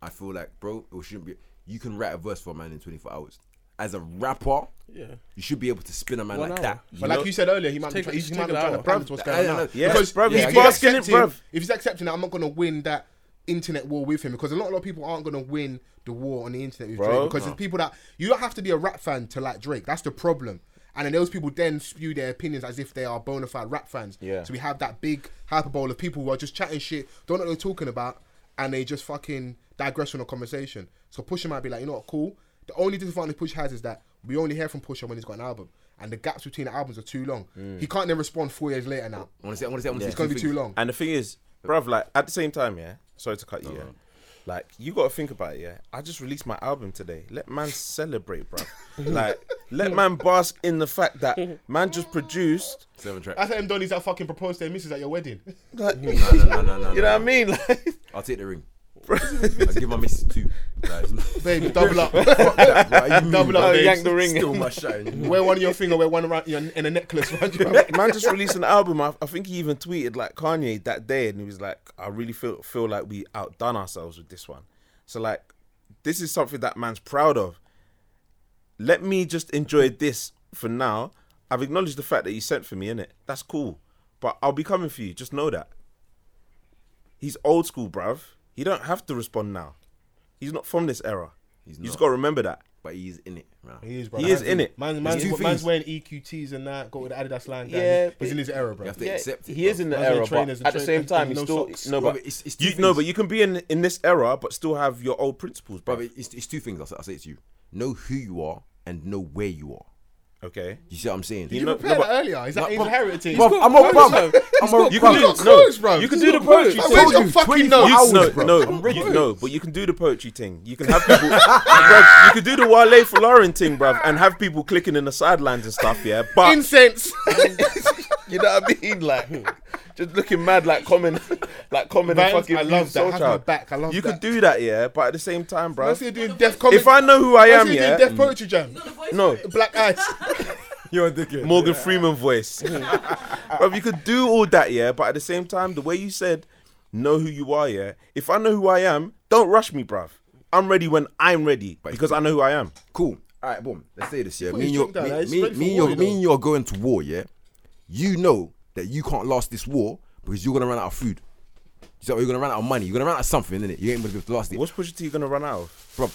S2: I feel like, bro, it shouldn't be. You can write a verse for a man in 24 hours. As a rapper,
S4: Yeah.
S2: you should be able to spin a man
S4: One
S2: like
S4: hour.
S2: that.
S1: But
S3: know-
S1: like you said earlier, he might be,
S4: Take-
S1: try- he,
S4: take
S1: might be
S4: it
S1: trying to
S4: out.
S1: balance what's
S2: I
S1: going
S2: know.
S1: on.
S3: Yeah,
S1: because
S3: bruv,
S1: if,
S3: he's
S1: he's
S3: basking it,
S1: accepting,
S3: bruv.
S1: if he's accepting that, I'm not going to win that internet war with him because a lot, lot of people aren't going to win the war on the internet with
S3: Bro.
S1: Drake because there's people that you don't have to be a rap fan to like Drake. That's the problem. And then those people then spew their opinions as if they are bona fide rap fans.
S3: Yeah.
S1: So we have that big hyperbole of people who are just chatting shit, don't know what they're talking about, and they just fucking digress from the conversation. So Pusha might be like, you know what, cool. The only disadvantage Push has is that we only hear from Pusha when he's got an album, and the gaps between the albums are too long. He can't then respond four years later now.
S2: I want to say, I want to say, I want to say.
S1: It's gonna be
S2: two
S1: too
S2: things.
S1: long.
S3: And the thing is, bruv, like at the same time, yeah. Sorry to cut you. yeah. Like you got to think about it. Yeah, I just released my album today. Let man celebrate,
S1: [laughs]
S3: bro. like let man bask in the fact that man just produced.
S2: Seven
S1: I
S2: tracks.
S1: said them Donnies that fucking proposed to their missus at your wedding.
S3: Like, you
S2: No, no, no, no,
S3: know
S2: no.
S3: what I mean? [laughs] Like,
S2: I'll take the ring. [laughs] I'll give my missus two. Like, it's-
S1: Baby, [laughs] double up.
S2: Fuck that, bro. Are
S1: Double
S2: you moving,
S1: up,
S2: bro?
S1: babes.
S3: Oh, yank the ring.
S2: Still my shine.
S1: wear one on your finger, wear one around your, in a necklace [laughs] around your
S3: man, man just released an album. I, I think he even tweeted like Kanye that day, and he was like, "I really feel feel like we outdone ourselves with this one." So like, this is something that man's proud of. Let me just enjoy this for now. I've acknowledged the fact that you sent for me, innit? That's cool, but I'll be coming for you. Just know that. He's old school, bruv. He don't have to respond now. He's not from this era.
S2: He's
S3: you just
S2: not.
S3: gotta remember that.
S2: But he's in it, man.
S1: He is, bro.
S3: He is in it.
S1: Man's,
S2: There's
S1: man's,
S2: two
S1: man's
S2: things.
S1: wearing EQTs and that, got with the Adidas line.
S3: Yeah,
S1: Yeah,
S3: but-
S1: he's in his era, bro.
S2: You have to
S3: Yeah,
S2: accept it.
S3: he
S2: bro.
S3: is in the
S1: Man's wearing
S3: era,
S1: trainers
S3: but
S1: and
S3: at the
S1: tra-
S3: same
S1: and
S3: time, he's
S1: no
S3: still
S1: socks.
S3: no.
S2: Bro,
S3: But
S2: but it's- it's two
S3: you, no,
S2: things.
S3: but you can be in in this era, but still have your old principles, bro.
S2: Bro, but it's, it's two things. I'll say, I'll say it to you. Know who you are and know where you are.
S3: Okay,
S2: You see what I'm saying?
S1: Did you
S3: know-
S1: prepare
S3: no, but-
S1: that earlier? Is that his heritage?
S2: Bruv, I'm a
S4: clothes,
S2: bum.
S4: though.
S2: I'm a
S1: You
S2: bum.
S1: can do
S2: Bruv,
S1: clothes, bro.
S3: you can do the poetry.
S1: I
S3: thing.
S1: told
S3: You-
S1: you, fucking
S2: 24
S1: no.
S2: hours,
S3: no,
S2: bro.
S3: no, you, no, but you can do the poetry thing. You can have people. bruv, you can do the Wale for Lauren thing, bruv, and have people clicking in the sidelines and stuff. Yeah, but [laughs]
S1: Incense.
S3: you know what I mean, [laughs] like just looking mad, like common, [laughs] like common.
S1: Vans,
S3: fucking
S1: I love that.
S3: Soul
S1: Have
S3: Child.
S1: my back. I love
S3: You
S1: that.
S3: could do that, yeah, but at the same time,
S1: I
S3: bruv.
S1: see you doing deaf comedy.
S3: If I know who I am,
S1: see you
S3: yeah,
S1: doing deaf poetry jam.
S3: no,
S1: Black eyes.
S2: You're a dickhead.
S3: Morgan Freeman voice. Bruv, you could do all that, yeah, but at the same time, the way you said, know who you are, yeah. If I know who I am, don't rush me, bruv. I'm ready when I'm ready because I know who I am.
S2: Cool. All right, boom. Let's say this, yeah.
S1: Put
S2: Me and
S1: his
S2: you're,
S1: drink down,
S2: me,
S1: like, it's
S2: me,
S1: ready for
S2: me, and
S1: war,
S2: you're,
S1: you
S2: me
S1: know.
S2: and you're going to war, yeah. You know that you can't last this war because you're gonna run out of food. So you're gonna run out of money. You're gonna run out of something, innit? You ain't gonna be able to last it,
S3: What's Pusha T gonna run out of?
S2: bro.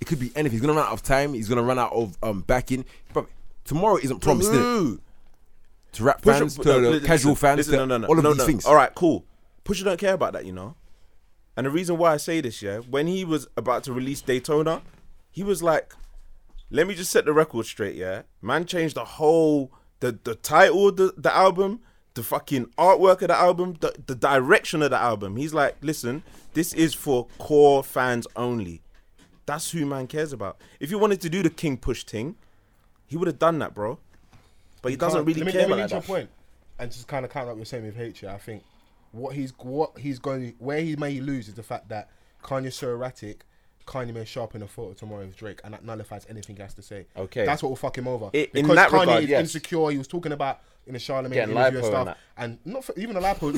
S2: It could be anything. He's gonna run out of time. He's gonna run out of um backing, bro. Tomorrow isn't promised
S1: Mm.
S2: innit?
S3: Who?
S2: to rap
S3: Pusha-
S2: fans, to
S3: no,
S2: the
S3: listen,
S2: casual
S3: listen,
S2: fans,
S3: listen,
S2: to
S3: no, no, no,
S2: all of
S3: no,
S2: these
S3: no.
S2: things.
S3: All right, cool. Pusha don't care about that, you know. And the reason why I say this, yeah, when he was about to release Daytona, he was like, "Let me just set the record straight, yeah." Man changed the whole the the title, of the the album, the fucking artwork of the album, the, the direction of the album. He's like, "Listen, this is for core fans only. That's who man cares about. If you wanted to do the King Push thing, he would have done that, bro." But he doesn't really
S1: let me,
S3: care
S1: let me
S3: about
S1: reach your
S3: that.
S1: point and just kind of counter what you're saying with H. Yeah, I think what he's what he's going where he may lose is the fact that Kanye's so erratic. Kanye may sharpen a photo tomorrow with Drake, and that nullifies anything he has to say.
S3: Okay.
S1: that's what will fuck him over.
S3: I- in
S1: because
S3: that
S1: Kanye
S3: regard,
S1: is
S3: yes.
S1: insecure. He was talking about in the Charlemagne
S3: Getting
S1: interview
S3: lipo and
S1: and stuff,
S3: that.
S1: and not for, even a
S3: [laughs]
S1: lipo.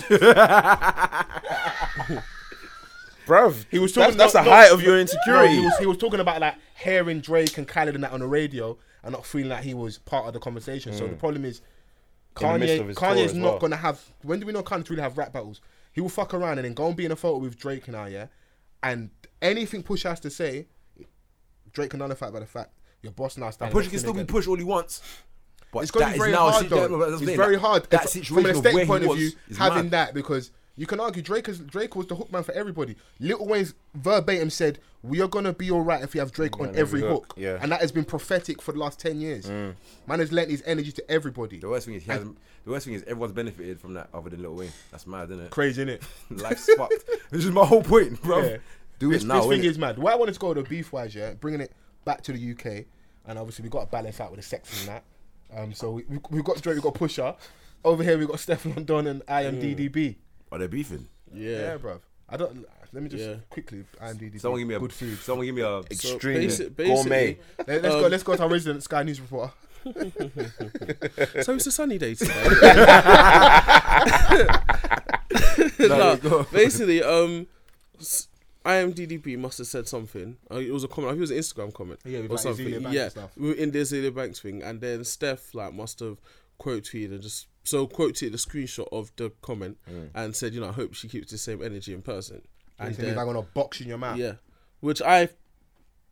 S3: Bruv, he
S1: was
S3: that's,
S1: talking-
S3: that's
S1: no,
S3: the
S1: no,
S3: height of your
S1: No,
S3: insecurity.
S1: he was he was talking about like hearing Drake and Khaled and that on the radio and not feeling like he was part of the conversation. So the problem is
S3: Mm. In the midst
S1: Kanye
S3: of his tour
S1: Kanye's
S3: as
S1: not
S3: well.
S1: gonna have when do we know Kanye really have rap battles? He will fuck around and then go and be in a photo with Drake now, yeah? And anything Push has to say, Drake can nullify by the fact your boss now standing.
S2: Push
S1: next to
S2: can still
S1: him
S2: be
S1: again.
S2: pushed all he wants. But
S1: It's going to be
S2: that is
S1: very
S2: now a
S1: hard,
S2: situ-
S1: though.
S2: no, but that's
S1: It's
S2: the thing,
S1: very
S2: like,
S1: hard.
S2: That
S1: If-
S2: situation
S1: from an
S2: of
S1: aesthetic
S2: where he
S1: point of
S2: was
S1: view,
S2: is
S1: having
S2: mad.
S1: that because you can argue Drake is Drake was the hookman for everybody. Lil Wayne's verbatim said, "We are gonna be all right if we have Drake on every
S3: every hook,
S1: hook," Mm.
S3: yeah.
S1: and that has been prophetic for the last ten years. Man has lent his energy to everybody.
S2: The worst thing is he hasn't, the worst thing is everyone's benefited from that other than Lil Wayne. That's mad, isn't it? [laughs]
S1: Crazy, innit?
S2: Life's fucked. This is my whole point, bro.
S1: [laughs] Yeah.
S2: Do
S1: this,
S2: it now.
S1: this thing
S2: innit?
S1: is mad. Where I wanted to go to beef wise, yeah, bringing it back to the UK, and obviously we got to balance out with the sex and that. Um, so we we we've got Drake, we have got Pusher. Over here we got [laughs] Stefan Don and I am DDB.
S2: Are they Oh, beefing?
S1: Yeah,
S4: Yeah.
S1: bruv. I don't. Let me just
S4: Yeah.
S1: quickly. IMDb.
S2: Someone give me a
S1: good
S2: [laughs]
S1: food.
S2: Someone give me a.
S3: Extremely
S4: Basic-
S3: gourmet.
S4: basically-
S1: Let, us go. Let's go to our resident Sky News reporter.
S4: So it's a sunny
S1: [laughs]
S4: day today. [laughs]
S2: No,
S4: no,
S2: you go.
S4: basically, um, s- IMDb must have said something. Uh, it was a comment. I think it was an Instagram comment
S1: Yeah, with,
S4: or
S1: like,
S4: something.
S1: Azealia Banks
S4: yeah,
S1: and stuff.
S4: we were in the Azealia Banks thing, and then Steph like must have quote tweeted and just so quote tweeted a screenshot of the comment
S1: Mm.
S4: and said, you know, I hope she keeps the same energy in person. And
S1: He's gonna be
S4: then-
S1: like on a box in your mouth.
S4: yeah, which I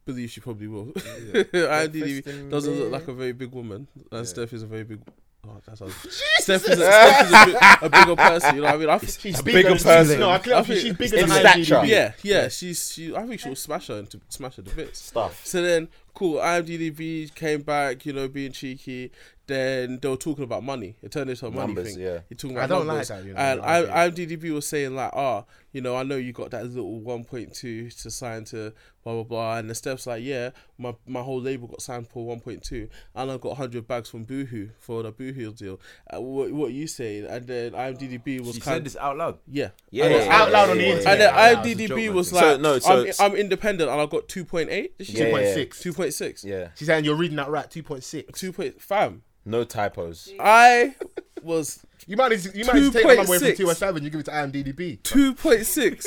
S4: believe she probably will. IMDb [laughs]
S3: Breakfast
S4: doesn't
S3: in
S4: look
S3: bed.
S4: like a very big woman, and Steph is a very big. Oh, that sounds. Steph is, a, Steph is a, big- a bigger person. You know, what I mean, I think
S1: She's
S3: A
S1: bigger
S3: bigger
S1: than-
S3: person.
S1: No, I clear up.
S4: I think-
S1: She's bigger
S3: in
S1: than
S3: stature.
S1: IMDb.
S4: yeah, yeah, she's she. I think she'll smash her into smash her to bits.
S3: Stuff.
S4: So then, cool. IMDb came back, you know, being cheeky. Then they were talking about money. It turned into a money
S3: Numbers,
S4: thing.
S3: yeah.
S4: He talking
S1: I
S4: about
S1: don't like
S4: numbers.
S1: that, you know,
S4: and
S1: I don't
S4: I, IMDb was saying like, ah, you know, I know you got that little 1.2 to sign to blah blah blah. And the steps like, yeah, my my whole label got signed for 1.2, and I got 100 bags from Boohoo for the Boohoo deal. Uh, what what you saying? And then IMDb was
S6: She
S4: kind
S6: said this out loud.
S4: yeah.
S3: Yeah,
S4: And
S3: yeah,
S4: then-
S3: yeah,
S1: out loud on the
S3: yeah, yeah,
S1: internet.
S4: and then
S1: Yeah, that was a
S4: IMDb
S1: joke,
S4: was
S1: man.
S4: like,
S3: So, no, so
S4: I'm,
S3: it's-
S4: I'm independent and I got 2.8. Did she
S3: Yeah,
S4: say?
S3: yeah, yeah.
S1: 2.6.
S4: 2.6.
S3: Yeah.
S1: She's saying you're reading that right. Two point six.
S4: 2.5. Fam,
S3: No typos.
S4: I was
S1: You might as you might as take the number away from
S4: 2.6.
S1: two and seven. You give it to IMDb.
S3: [laughs]
S4: 2.6.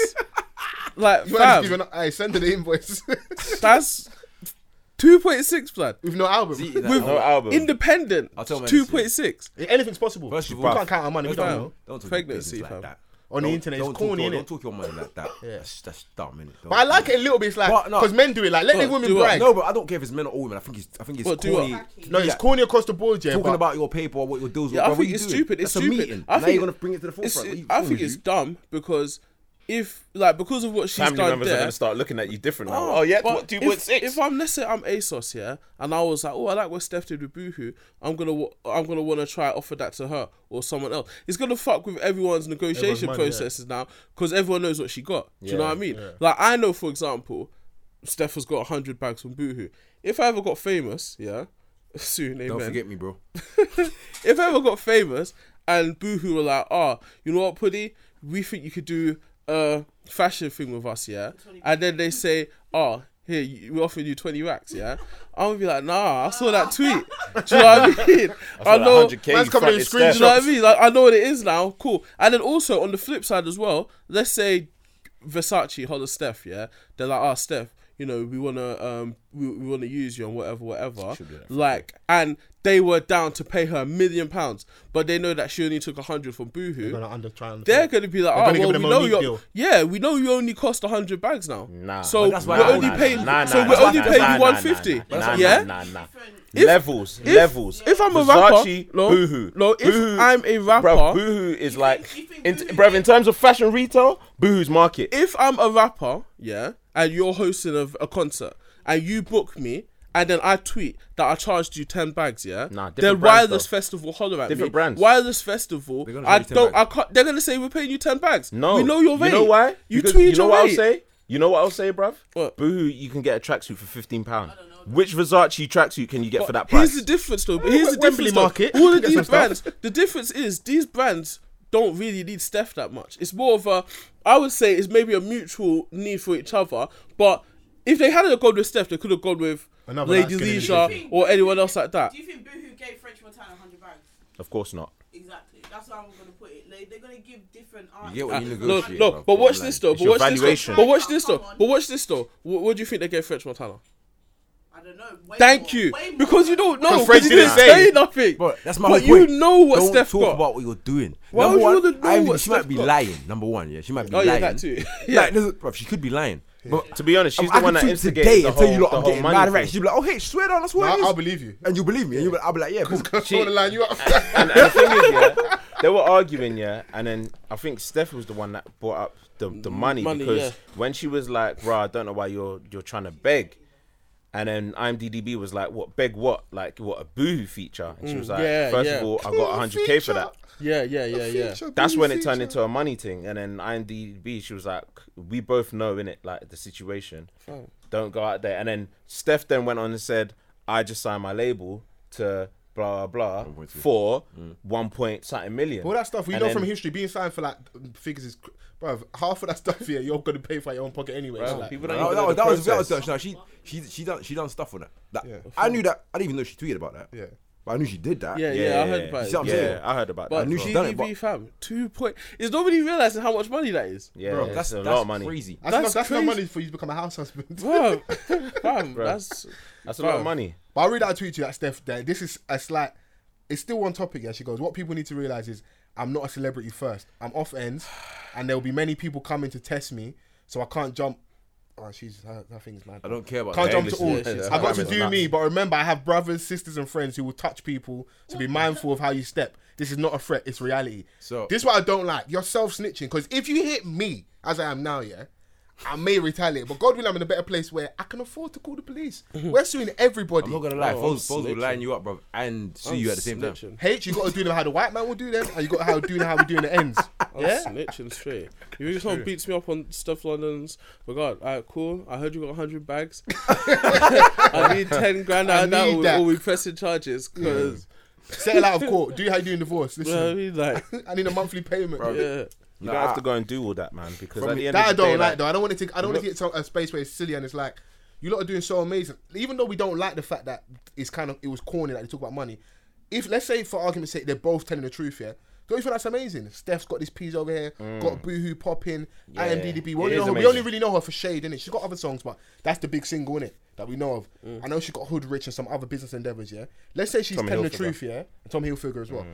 S4: like,
S1: You might as give
S4: fam,
S1: an I send her the invoice [laughs]
S4: that's 2.6, blood.
S1: with no album.
S6: See, that-
S4: With
S3: No album.
S4: independent,
S6: I'll tell my
S4: 2.6.
S1: Anything's possible.
S6: First of
S1: we
S6: all-
S1: can't count our money. We
S6: Fam,
S1: don't know.
S6: Don't talk
S4: Pregnancy,
S6: pregnancy like
S4: fam.
S6: that.
S1: On the internet,
S6: don't
S1: it's corny,
S2: your-
S1: innit?
S2: Don't talk your money like that. yeah. that's, that's dumb, innit?
S1: But I like it a little bit. It's like
S2: But, no.
S1: because men do it. Like let the
S4: But
S1: women
S4: do what?
S1: brag.
S2: No, but I don't care if it's men or women. I think it's I think it's
S4: But do
S2: corny.
S4: what?
S1: No, it's
S2: Yeah.
S1: corny across the board, yeah.
S2: talking
S1: but
S2: about your paper or what your deals.
S4: Yeah,
S2: were,
S4: I
S2: bro, what
S4: think
S2: you
S4: it's
S2: doing?
S4: stupid. It's
S2: That's
S4: stupid.
S2: a meeting.
S4: I
S2: now
S4: think
S2: you're gonna bring it to the
S4: it's-
S2: forefront. What you-
S4: I
S2: who
S4: think
S2: you?
S4: it's dumb because if like because of what she's
S3: Family
S4: done
S3: members are
S4: there,
S3: going to start looking at you different. now. Oh, yeah,
S4: but
S3: what,
S4: if-
S3: 2.6?
S4: If I'm let's say I'm ASOS, yeah, and I was like, oh, I like what Steph did with Boohoo, I'm gonna wa- I'm gonna want to try offer that to her or someone else. It's gonna fuck with everyone's negotiation
S1: money, yeah.
S4: processes now because everyone knows what she got. Do you know
S3: Yeah,
S4: what I mean? Like I know, for example, Steph has got hundred bags from Boohoo. If I ever got famous, yeah, [laughs] soon, amen
S2: Don't forget me, bro.
S4: if I ever got famous and Boohoo were like, oh, you know what, Puddy, we think you could do a fashion thing with us, yeah? And then they say, oh, here, you- we offer you 20 racks, yeah? I'm gonna be like, nah, I saw that tweet. Do you know what I mean? I,
S3: Like
S4: know.
S3: 100K,
S1: Man's
S3: you
S1: coming in
S3: fronted
S1: screens,
S3: Steph.
S4: Do you know what I mean? Like, I know what it is now. Cool. And then also on the flip side as well, let's say Versace holler Steph, yeah. They're like, ah, Steph, you know, we wanna um, we, we wanna use you and whatever, whatever. Like, and they were down to pay her a million pounds, but they know that she only took a hundred from Boohoo.
S1: Gonna under try and-
S4: They're gonna be like,
S1: They're gonna
S4: oh,
S1: give
S4: well,
S1: them
S4: we
S1: a
S4: know
S1: meat
S4: you.
S1: deal."
S4: Yeah, we know you only cost hundred bags now.
S3: Nah.
S4: So
S3: But that's
S4: we're
S2: why I
S4: only
S2: wouldn't-
S4: paying.
S3: Nah, nah,
S4: so
S3: nah,
S4: we're
S3: nah,
S4: only
S3: nah,
S4: paying
S3: nah,
S4: you
S3: nah,
S4: one fifty.
S3: Nah, nah,
S4: yeah.
S3: nah, nah, nah.
S4: If-
S3: levels,
S4: if-
S3: levels.
S4: If I'm a
S3: Versace,
S4: rapper, no,
S3: boohoo.
S4: no. If
S3: Boohoo.
S4: I'm a rapper,
S3: Bruv, boohoo is like,
S5: you think
S3: in,
S5: Boohoo
S3: bruv, in terms of fashion retail, boohoo's market.
S4: if I'm a rapper, yeah, and you're hosting a, a concert and you book me and then I tweet that I charged you ten bags, yeah.
S3: Nah, different
S4: then
S3: brands,
S4: Wireless
S3: though.
S4: Festival holler at me.
S3: Different brands.
S4: Wireless Festival,
S2: gonna pay
S4: I
S2: you 10
S4: don't, I
S2: bags.
S4: can't. They're gonna say we're paying you ten bags.
S3: No,
S4: we know your rate.
S3: You know why?
S4: You
S3: Because
S4: tweet
S3: You know
S4: your
S3: what
S4: rate.
S3: I'll say? You know what I'll say, bruv?
S4: What?
S3: Boohoo, you can get a tracksuit for fifteen pound. Which Versace tracksuit can you get for that price?
S4: Here's the difference, though. But here's the
S1: Wembley
S4: difference. though.
S1: Market,
S4: All
S1: [laughs]
S4: of
S1: get some
S4: these
S1: stuff.
S4: brands. The difference is these brands don't really need Steph that much. It's more of a, I would say, it's maybe a mutual need for each other. But if they hadn't gone with Steph, they could have gone with
S1: Another
S4: Lady
S1: light-skinned
S4: Leisure
S5: individual.
S4: or anyone else like that.
S5: Do you think Boohoo gave French Montana 100 bags?
S3: of course not.
S5: Exactly. That's how I'm going to put it. Like, they're going to give different
S2: You get
S5: artists.
S2: what you
S4: No,
S2: negotiate.
S4: no,
S2: bruv.
S4: but watch
S2: Like,
S4: this though.
S3: it's
S4: But
S3: your
S4: watch this though.
S3: valuation.
S4: But watch this though.
S5: Come on.
S4: But watch this though. What, what do you think they gave French Montana?
S5: I don't know. way
S4: Thank
S5: more,
S4: you,
S5: way more.
S4: because you don't know.
S1: Because
S4: Because
S1: French
S4: you
S1: didn't
S4: didn't
S1: say.
S4: say nothing.
S2: Bro, that's my
S4: But
S2: whole point.
S4: you know what
S2: Don't
S4: Steph
S2: talk
S4: got.
S2: about what you're doing.
S4: Why
S2: Number
S4: would you
S2: one,
S4: wanna know
S2: I mean,
S4: what
S2: she
S4: Steph
S2: might be
S4: got?
S2: lying. Number one, yeah, she might be
S4: Oh,
S2: lying.
S4: yeah, that too. Yeah.
S2: Like, this is- bruv, she could be lying. But
S3: To be honest, she's
S2: I
S3: the one
S2: could
S3: that
S2: tweet
S3: instigated
S2: today
S3: the
S2: and
S3: whole,
S2: tell you, look,
S3: the
S2: I'm
S3: whole
S2: getting
S3: money
S2: mad
S3: thing.
S2: right. She'd be like, oh, hey, swear down, that's
S1: Nah,
S2: what it is.
S1: I'll believe [laughs] you.
S2: and you believe me, and you be, I'll be like, yeah, cool.
S1: I wanna line you up.
S3: and, and the thing is, yeah, they were arguing, yeah, and then I think Steph was the one that brought up the, the money,
S4: Money,
S3: because
S4: yeah.
S3: when she was like, "Bro, I don't know why you're you're trying to beg," and then IMDb was like, "What beg? What like what a boohoo feature?" And she was like,
S4: Mm. yeah,
S3: first
S4: yeah.
S3: of all, I
S1: [laughs]
S3: got 100k for that."
S4: Yeah, yeah, yeah, yeah.
S3: That's when it turned into a money thing, and then IMDb, she was like, "We both know in it, like the situation. Don't go out there." And then Steph then went on and said, "I just signed my label to blah blah blah for one point something million.
S1: All that stuff we
S3: And
S1: know
S3: then-
S1: from history, being signed for like figures is, cr- bruv, half of that stuff here you're gonna pay for your own pocket anyway. It's like-
S3: People don't
S2: No,
S3: even
S2: that,
S3: know
S2: was,
S3: the
S2: that was that was
S3: process.
S2: no, she she she done she done stuff on that. that
S1: Yeah.
S2: I knew that. I didn't even know she tweeted about that.
S1: Yeah.
S2: but I knew she did that.
S4: Yeah, yeah, I heard about
S2: You
S4: it.
S2: see what I'm
S3: yeah,
S2: saying?
S3: I heard about
S4: But
S3: that.
S2: knew
S3: as
S2: she-
S3: well.
S2: done it,
S4: GDB fam, two point. Is nobody realizing how much money that is? [laughs]
S3: Yeah,
S1: Bro,
S3: it's
S2: that's
S3: a
S2: that's
S3: lot of money.
S2: crazy.
S1: That's,
S4: That's
S1: not, that's not
S4: crazy.
S1: money for you to become a house husband.
S2: [laughs]
S4: Bro, fam, that's
S3: That's a lot
S4: Bruv.
S3: of money.
S1: But I'll read out a tweet to you that Steph that this is a slight it's still on topic, yeah. She goes, What people need to realise is I'm not a celebrity first. I'm off ends and there'll be many people coming to test me, so I can't jump Oh she's her, her thing's mad.
S2: I don't care about
S1: Can't
S2: that.
S1: jump to
S2: English
S1: all.
S2: is-
S4: she's-
S1: I got to
S3: It's
S1: do
S3: nuts.
S1: me, but remember, I have brothers, sisters, and friends who will touch people. So be mindful of how you step. This is not a threat; it's reality.
S2: So-
S1: this is what I don't like. You're self snitching because if you hit me as I am now, yeah, I may retaliate, but God willing, I'm in a better place where I can afford to call the police. We're suing everybody.
S2: Mm-hmm. I'm not gonna lie,
S4: Oh,
S2: Foles Foles will
S4: snitching.
S2: line you up, bro, and sue you at the same time. [laughs]
S4: Snitching.
S1: H, you got to do them how the white man will do them, and you got to how do them how we do in the ends.
S4: I'm
S1: Yeah,
S4: snitching
S2: [laughs]
S4: straight. You just one beats me up on Steph London's regard. All right, cool. I heard you got 100
S2: [laughs]
S4: bags. [laughs] I need 10 grand
S1: I
S4: out of that
S1: need
S4: or,
S1: that.
S4: or we pressing charges. Because,
S1: settle out of court. Do how you do in divorce.
S4: you know what I
S1: Listen,
S4: mean?
S2: [laughs]
S4: Like,
S1: I need a monthly payment.
S4: yeah.
S3: You don't have to go and do all that, man. Because
S1: From
S3: at the
S1: me-
S3: end
S1: that I
S3: of the
S1: don't
S3: day,
S1: like,
S3: like,
S1: though. I don't want to take. I don't want to get to a space where it's silly and it's like you lot are doing so amazing. Even though we don't like the fact that it's kind of it was corny, like they talk about money. If let's say for argument's sake they're both telling the truth, yeah. Don't you think that's amazing? Steph's got this peas over here, got Boohoo popping, IMDb. We
S3: Mm. It
S1: only,
S3: is
S1: know her- we
S3: amazing.
S1: only really know her for Shade, innit? She's got other songs, but that's the big single, innit? That we know of. I know she got Hood Rich and some other business endeavors, yeah? Let's say she's
S3: Mm. Tommy
S1: telling the
S3: Hilfiger. Mm.
S1: truth, yeah? And Tom Hilfiger as well.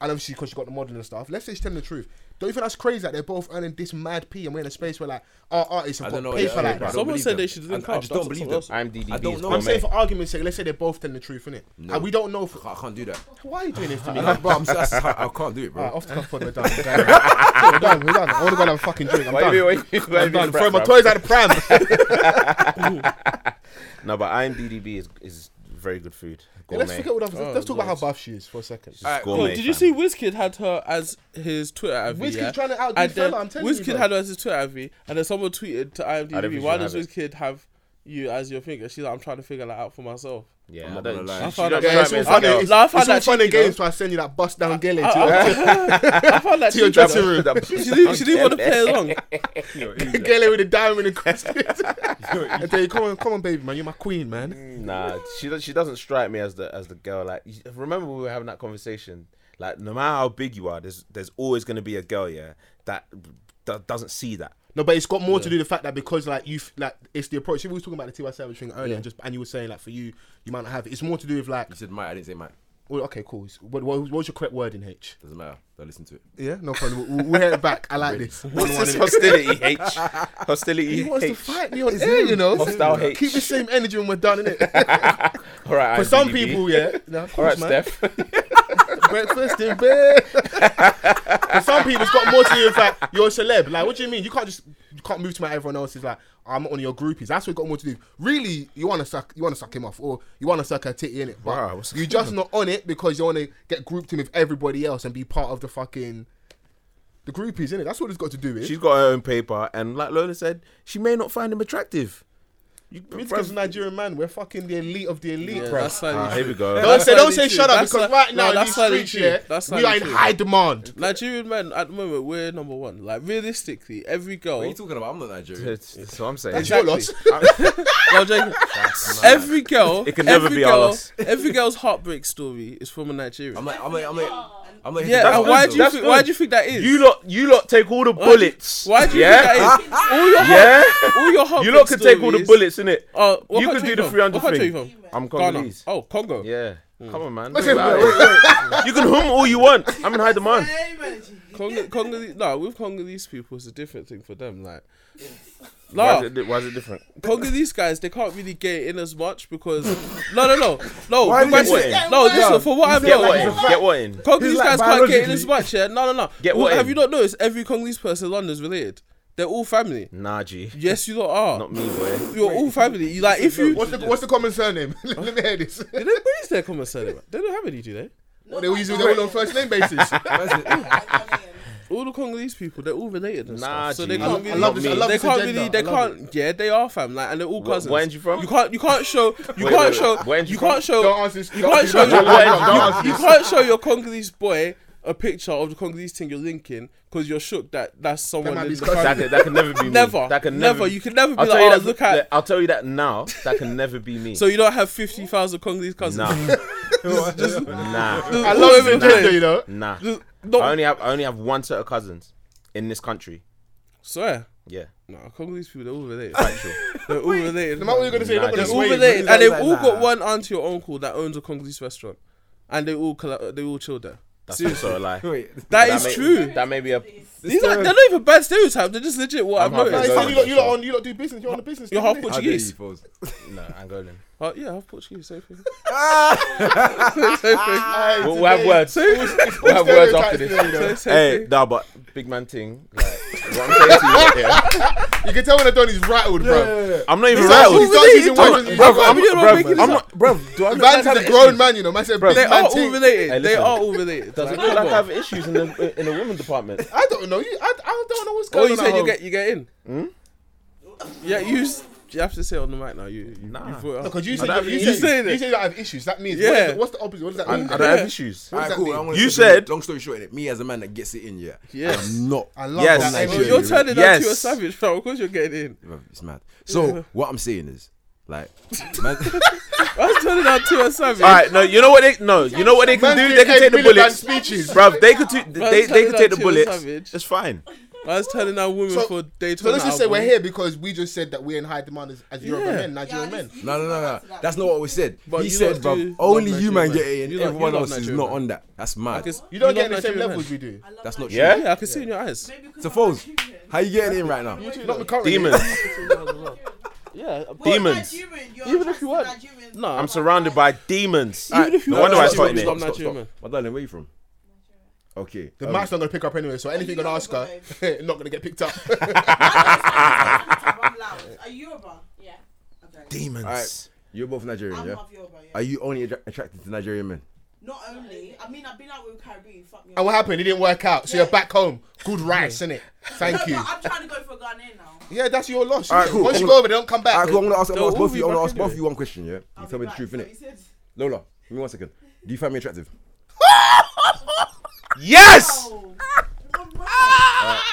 S1: And obviously, because she got the modeling and stuff. Let's say she's telling the truth. Don't you think that's crazy that they're both earning this mad P and we're in a space where, like, our artists
S2: I
S1: have
S2: don't know.
S1: got
S2: yeah,
S1: paper like
S2: I don't
S1: that?
S4: Someone
S2: believe
S4: said
S2: them.
S4: they should
S2: I,
S4: link
S2: I
S4: up.
S2: just
S4: That's
S2: don't believe them.
S4: something
S3: I'm DDB.
S2: I don't know.
S1: I'm saying
S3: mate.
S1: for argument's sake, let's say they're both telling the truth, innit? And we don't know. For,
S2: I can't do that.
S1: why are you doing
S3: [laughs]
S1: this to me?
S2: Nah, bro, I'm, that's, I, I can't do it, bro.
S1: Alright, off the cuff pod, we're done. We're done. We're done. We're done. I want to go and have a fucking drink. I'm
S3: Why you
S1: done.
S3: mean- why you- why you
S1: I'm
S3: mean
S1: done.
S3: brat,
S1: Throw my
S3: bruv?
S1: toys out the
S3: [laughs]
S1: pram.
S3: No, but IMDb is is very good food.
S1: Yeah, let's
S3: Gourmet.
S1: forget what I've,
S4: Oh,
S1: Let's talk about how
S4: nice.
S1: buff she is for a second.
S2: Alright,
S3: It's
S2: cool.
S4: Yo,
S3: gourmet,
S4: did you
S3: fam.
S4: see WizKid had her as his Twitter AV?
S1: WizKid's
S4: yeah?
S1: trying to outdo
S4: and then
S1: fella, I'm telling you,
S4: WizKid
S1: bro.
S4: had her as his Twitter AV, and then someone tweeted to IMDb,
S3: think
S4: "Why
S3: she
S4: does
S3: had it.
S4: WizKid have you as your finger?" She's like, "I'm trying to figure that out for myself."
S3: Yeah,
S2: I'm
S3: I
S2: not
S3: don't-
S2: gonna lie.
S3: she-
S2: I
S3: she
S4: found
S3: don't
S4: out-
S3: try
S4: Yeah,
S3: me
S1: it's all
S3: and
S1: fun,
S3: something
S1: and,
S3: else.
S1: it's,
S4: Nah, I found
S1: it's all
S4: that
S1: fun
S4: cheeky,
S1: and games,
S4: though.
S1: so I send you that bust down gilly
S4: I-
S1: to,
S4: I
S3: [laughs]
S4: found that
S1: to your
S4: cheeky, though.
S1: dressing room.
S4: [laughs] She didn't, she didn't want to play along.
S1: [laughs] Gilly with a diamond and [laughs] crusted. and then, come on, come on, baby man, you're my queen,
S3: [laughs]
S1: man.
S3: Nah, she does- she doesn't strike me as the as the girl. Like, you- remember we were having that conversation. Like, no matter how big you are, there's there's always gonna be a girl, yeah, that, that doesn't see that.
S1: No, but it's got more to do with the fact that because like you have like it's the approach. If we was talking about the T Y Savage thing earlier, and just and you were saying like for you, you might not have it. It's more to do with like,
S2: said Mike. I didn't say Mike.
S1: well, okay, cool. So What, what, what was your correct word in H?
S2: Doesn't matter. Don't listen to it.
S1: Yeah, no problem. We'll, we'll hear it back. I like this. One,
S3: What's
S1: one,
S3: this [laughs]
S1: innit?
S3: hostility? H hostility.
S1: He wants to
S3: H.
S1: fight me on air, you know.
S3: Hostile H.
S1: Keep the same energy when we're done, innit?
S3: All right,
S1: For some
S3: IMDb.
S1: people, yeah. No, of
S3: All right,
S1: course, man.
S3: Steph.
S1: breakfast in bed. [laughs] For some people, it's got more to do with like you're a celeb. Like, what do you mean? You can't just you can't move to my everyone else is like I'm not one of your groupies. That's what it got more to do. Really, you want to suck, you want to suck him off, or you want to suck her titty in it. But
S3: Wow, what's-
S1: you're just not on it because you want to get grouped in with everybody else and be part of the fucking the groupies in it. That's what it's got to do with.
S3: She's got her own paper, and like Lola said, she may not find him attractive. You,
S1: it's
S3: bruv,
S1: because Nigerian man, we're fucking the elite of the elite,
S4: Yeah,
S1: bro.
S4: that's slightly
S3: Ah, here
S4: true.
S3: we go.
S1: Don't
S4: That's
S1: say, don't say
S4: slightly
S1: shut
S4: true.
S1: up
S4: That's
S1: because
S4: sli-
S1: right now
S4: no,
S1: in
S4: that's
S1: these
S4: slightly
S1: streets,
S4: true.
S1: yeah,
S4: That's
S1: we are
S4: slightly
S1: in
S4: true.
S1: high demand.
S4: [laughs] Nigerian men at the moment we're number one. Like realistically, every girl.
S2: What are you talking about? I'm not Nigerian.
S3: That's that's what I'm saying.
S1: That's your loss.
S4: Exactly. [laughs] No, I'm joking. every girl.
S3: It can never
S4: every
S3: be our
S4: girl,
S3: loss.
S4: Every girl's heartbreak story is from a Nigerian.
S2: I'm like, I'm like, I'm like, I'm like.
S4: yeah, and
S3: good,
S4: why
S3: though.
S4: do you
S3: That's
S4: think,
S3: good.
S4: why do you think that is?
S3: You lot, you lot take all the bullets.
S4: Why do you
S3: yeah?
S4: think that
S3: [laughs]
S4: is?
S1: [laughs]
S4: All your
S3: Yeah?
S4: heart, all your heartbreak
S3: You lot could take all the
S4: stories-
S3: bullets, innit?
S4: Uh, what
S3: you
S4: country
S3: could do
S4: you
S3: the
S4: from?
S3: 300
S4: What country
S3: thing.
S4: you from?
S3: I'm
S4: Ghana.
S3: Congolese.
S4: Oh, Congo.
S3: Yeah. Come on, man.
S1: Okay,
S3: Wow.
S1: wait, wait, wait.
S3: you can hum all you want. I'm in high
S4: [laughs]
S3: demand.
S4: Congo, Congolese. No, with Congolese people, it's a different thing for them. Like,
S3: [laughs] Why,
S4: no,
S3: is it, di- why is it different?
S4: Congolese guys, they can't really get it in as much because no, no, no, no. for
S2: Why did
S4: what-
S2: you say
S5: that?
S4: no, listen.
S2: Yeah.
S4: For what I've
S3: Get what in?
S4: known,
S3: Get what in?
S4: Congolese
S2: He's like,
S4: guys can't get it in as
S2: biologically-
S4: much. Yeah, no, no, no.
S3: Get
S4: Well,
S3: what
S4: have
S3: in?
S4: you not noticed every Congolese person in London is related? They're all family.
S3: Nah,
S1: [laughs]
S3: G.
S4: Yes, you lot are.
S3: Not me, boy.
S4: You're all family. You like if you
S1: What's the what's the common surname? [laughs] Let me hear this.
S4: did they raise their common surname? They don't have any, do they?
S1: What they use all on first
S3: [laughs]
S1: name basis. I
S2: [laughs]
S4: All the Congolese people, they're all related and
S3: Nah,
S4: stuff. So they
S3: G.
S4: can't
S3: I
S4: really,
S3: love this- I
S1: love
S4: they
S1: this
S4: can't
S1: agenda.
S4: really, they
S1: I love
S4: can't. Yeah, they are fam, like, and they're all cousins.
S3: where ain't you from?
S4: You can't, you can't show, you
S3: Wait,
S4: can't
S3: wait,
S4: show,
S3: where ain't
S4: you
S3: you
S4: can't
S3: from?
S4: show,
S1: Don't answer this-
S4: you
S1: don't-
S4: can't show,
S1: don't-
S4: your,
S1: don't answer
S4: you,
S1: this.
S4: can't show your Congolese boy a picture of the Congolese thing you're linking because you're shook that that's someone
S1: might
S4: in
S1: be
S4: the
S1: Scots-
S3: That
S4: family.
S3: can, that can never be me.
S4: Never,
S3: That can
S4: never,
S3: never.
S4: You can never be
S3: I'll
S4: like,
S3: tell you
S4: oh,
S3: that.
S4: look at.
S3: I'll tell you that now. That can never be me.
S4: So you don't have fifty thousand Congolese cousins. [laughs]
S3: nah,
S4: Just
S3: nah,
S4: all
S1: love
S4: over
S1: this
S4: the
S1: agenda,
S4: place.
S1: you know.
S3: nah.
S4: Just-
S3: I
S4: Don't
S3: only have I only have one set of cousins in this country.
S4: swear.
S3: Yeah,
S4: No, Congolese people, they're all related.
S3: factual.
S4: They're all related.
S1: No matter what you're gonna say, you're not
S3: Nah,
S1: gonna
S4: They're all
S1: sway.
S4: related,
S1: me.
S4: and
S2: Like,
S4: they've all
S2: nah.
S4: got one auntie or uncle that owns a Congolese restaurant, and they all colla- they all chill there.
S3: That's
S4: Seriously,
S3: also a lie.
S2: Wait,
S4: that
S3: That
S4: is
S3: may-
S4: true.
S3: That may be a.
S4: These are they're not even bad stereotypes. They're just legit. What i
S3: I'm
S4: have
S3: half
S1: Like, you
S4: noticed.
S1: said you lot, you lot on, you lot do business. You're on the business.
S4: You're
S1: thing,
S4: half
S1: innit?
S2: How dare you,
S4: Portuguese.
S2: Foles?
S3: No, [laughs] Angolan.
S4: Oh yeah, half Portuguese. Same thing.
S1: Aye,
S3: We'll,
S1: today,
S3: we'll have words.
S1: it's all
S3: We'll have words
S1: stereotypes
S3: after this.
S1: there, you know.
S4: Same
S3: Hey,
S4: thing.
S3: nah, but big man thing. Like, What I'm saying to you, like,
S1: You can tell when Adonis rattled, bro.
S3: [laughs] I'm not even
S1: He's like,
S3: rattled.
S1: he's not using words. He's
S3: Bruv,
S1: not-
S3: I'm,
S4: We don't
S3: bruv,
S4: make this
S3: I'm
S4: up.
S3: not, bruv, do I look like
S1: Man's
S3: I have
S1: a grown man, you know. Man said, big
S4: They
S1: man
S4: are all
S1: thing.
S4: related.
S3: Hey,
S4: they
S3: listen.
S4: are all related.
S3: Does it
S4: Like,
S3: look like I
S4: come
S3: have
S4: on.
S3: issues in the in the women department?
S1: I don't know. You, I, I don't know what's
S4: Oh,
S1: going
S4: you
S1: on. at
S4: said you
S1: home.
S4: get you get in. Yeah, you s- you have to say it on the mic now. You you,
S3: [laughs] Nah.
S4: you thought-
S1: Because you
S3: I don't
S1: said
S3: have
S1: you,
S3: issues.
S1: you, said,
S4: Saying
S1: you
S4: it.
S1: said you have issues. That means what
S4: Yeah.
S1: is the, what's the opposite? What does that
S3: I, I
S1: mean?
S3: don't
S4: Yeah.
S3: have issues.
S1: What does
S2: Alright,
S1: that
S2: cool.
S1: mean?
S2: I wanna
S3: You
S2: say something.
S3: said-
S2: long story short, innit? Me as a man that gets it in, yeah,
S4: Yes.
S2: I'm not.
S1: I love
S3: Yes.
S1: that.
S4: Oh,
S1: energy.
S4: you're turning
S3: Yes.
S4: that to a savage, fam. Of course you're getting in.
S2: It's mad. So what I'm saying is, like, man,
S4: I was turning that to a savage.
S3: All right, no, you know what they no, you know what they can
S1: Man
S3: do.
S1: did
S3: They can
S1: eight
S3: take the
S1: million
S3: bullets,
S1: man speeches.
S3: bruv. They could t- they they
S4: turning
S3: could take the
S4: out Chill
S3: bullets.
S4: Savage.
S3: It's fine.
S4: I was turning that woman
S1: So-
S4: for
S1: So
S4: Daytona.
S1: let's just say we're
S4: album.
S1: here because we just said that we're in high demand as, as European
S4: Yeah.
S1: men, Nigerian men.
S2: no, no, no, no. That's not what we said.
S4: But
S2: he
S4: you
S2: said,
S4: lot
S2: bro,
S4: do
S2: only
S4: love
S2: you man
S4: Nigerian
S2: get it,
S4: men.
S2: and
S4: You lot-
S2: everyone
S4: you love
S2: else is
S4: Nigerian
S2: not
S4: men.
S2: on that. That's mad.
S4: It's-
S1: You don't
S4: love
S1: get in the same
S4: Nigerian
S1: levels we
S4: men.
S1: do.
S2: That's not
S3: Yeah?
S2: true.
S4: Yeah, I can see in your eyes.
S2: So Foles, how you getting in right now?
S1: Not me currently.
S3: Demons,
S4: [laughs] Yeah, [laughs] but
S3: demons.
S4: Even if you weren't- No,
S3: I'm surrounded by demons.
S4: Even if you
S3: no wonder
S4: were
S3: why I
S4: Nigerian,
S3: started
S4: you
S3: it.
S4: love Nigerian men.
S2: My darling, where you from? Okay.
S1: The
S2: um,
S1: mat's not gonna pick up anyway, so anything you're gonna ask her, [laughs] not gonna get picked up.
S5: Are you Yoruba? Yeah. Okay.
S3: Demons.
S2: Alright. You're both Nigerian,
S5: I'm
S2: yeah?
S5: half Yoruba, yeah.
S2: Are you only attra- attracted to Nigerian men?
S5: Not only, I mean, I've been out with Caribbean. Fuck me.
S1: and
S5: up.
S1: what happened? It didn't work out. So
S5: Yeah.
S1: you're back home. Good rice, innit? Thank
S5: No,
S1: you.
S5: but I'm trying to go for Ghanaian now.
S1: Yeah, that's your loss.
S2: Alright,
S1: innit?
S2: cool.
S1: Once you go over, they don't come back.
S2: Alright, cool. I'm gonna ask, I'm
S4: No,
S2: gonna ask
S4: we'll
S2: both of you.
S4: be
S2: I'm gonna
S4: back
S2: ask both of
S4: anyway.
S2: you one question, yeah? You
S5: I'll
S2: tell
S5: be
S2: me the
S5: back,
S2: truth,
S5: so he
S2: innit?
S5: said-
S2: Lola, give me one second. Do you find me attractive?
S3: Yes.
S5: Oh.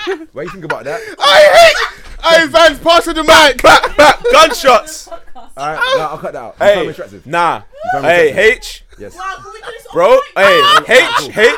S5: [laughs]
S2: Why you think about that?
S1: I hate. Hey, Vans, pass her the mic.
S3: Back, back, gunshots.
S5: Ah!
S2: Alright, nah, I'll cut that out. You find me
S3: Hey,
S2: attractive?
S3: nah.
S2: found me
S3: Hey,
S2: attractive.
S3: H,
S2: Yes.
S5: Wow, can we do this?
S3: bro.
S5: on mic?
S3: Hey, H, H.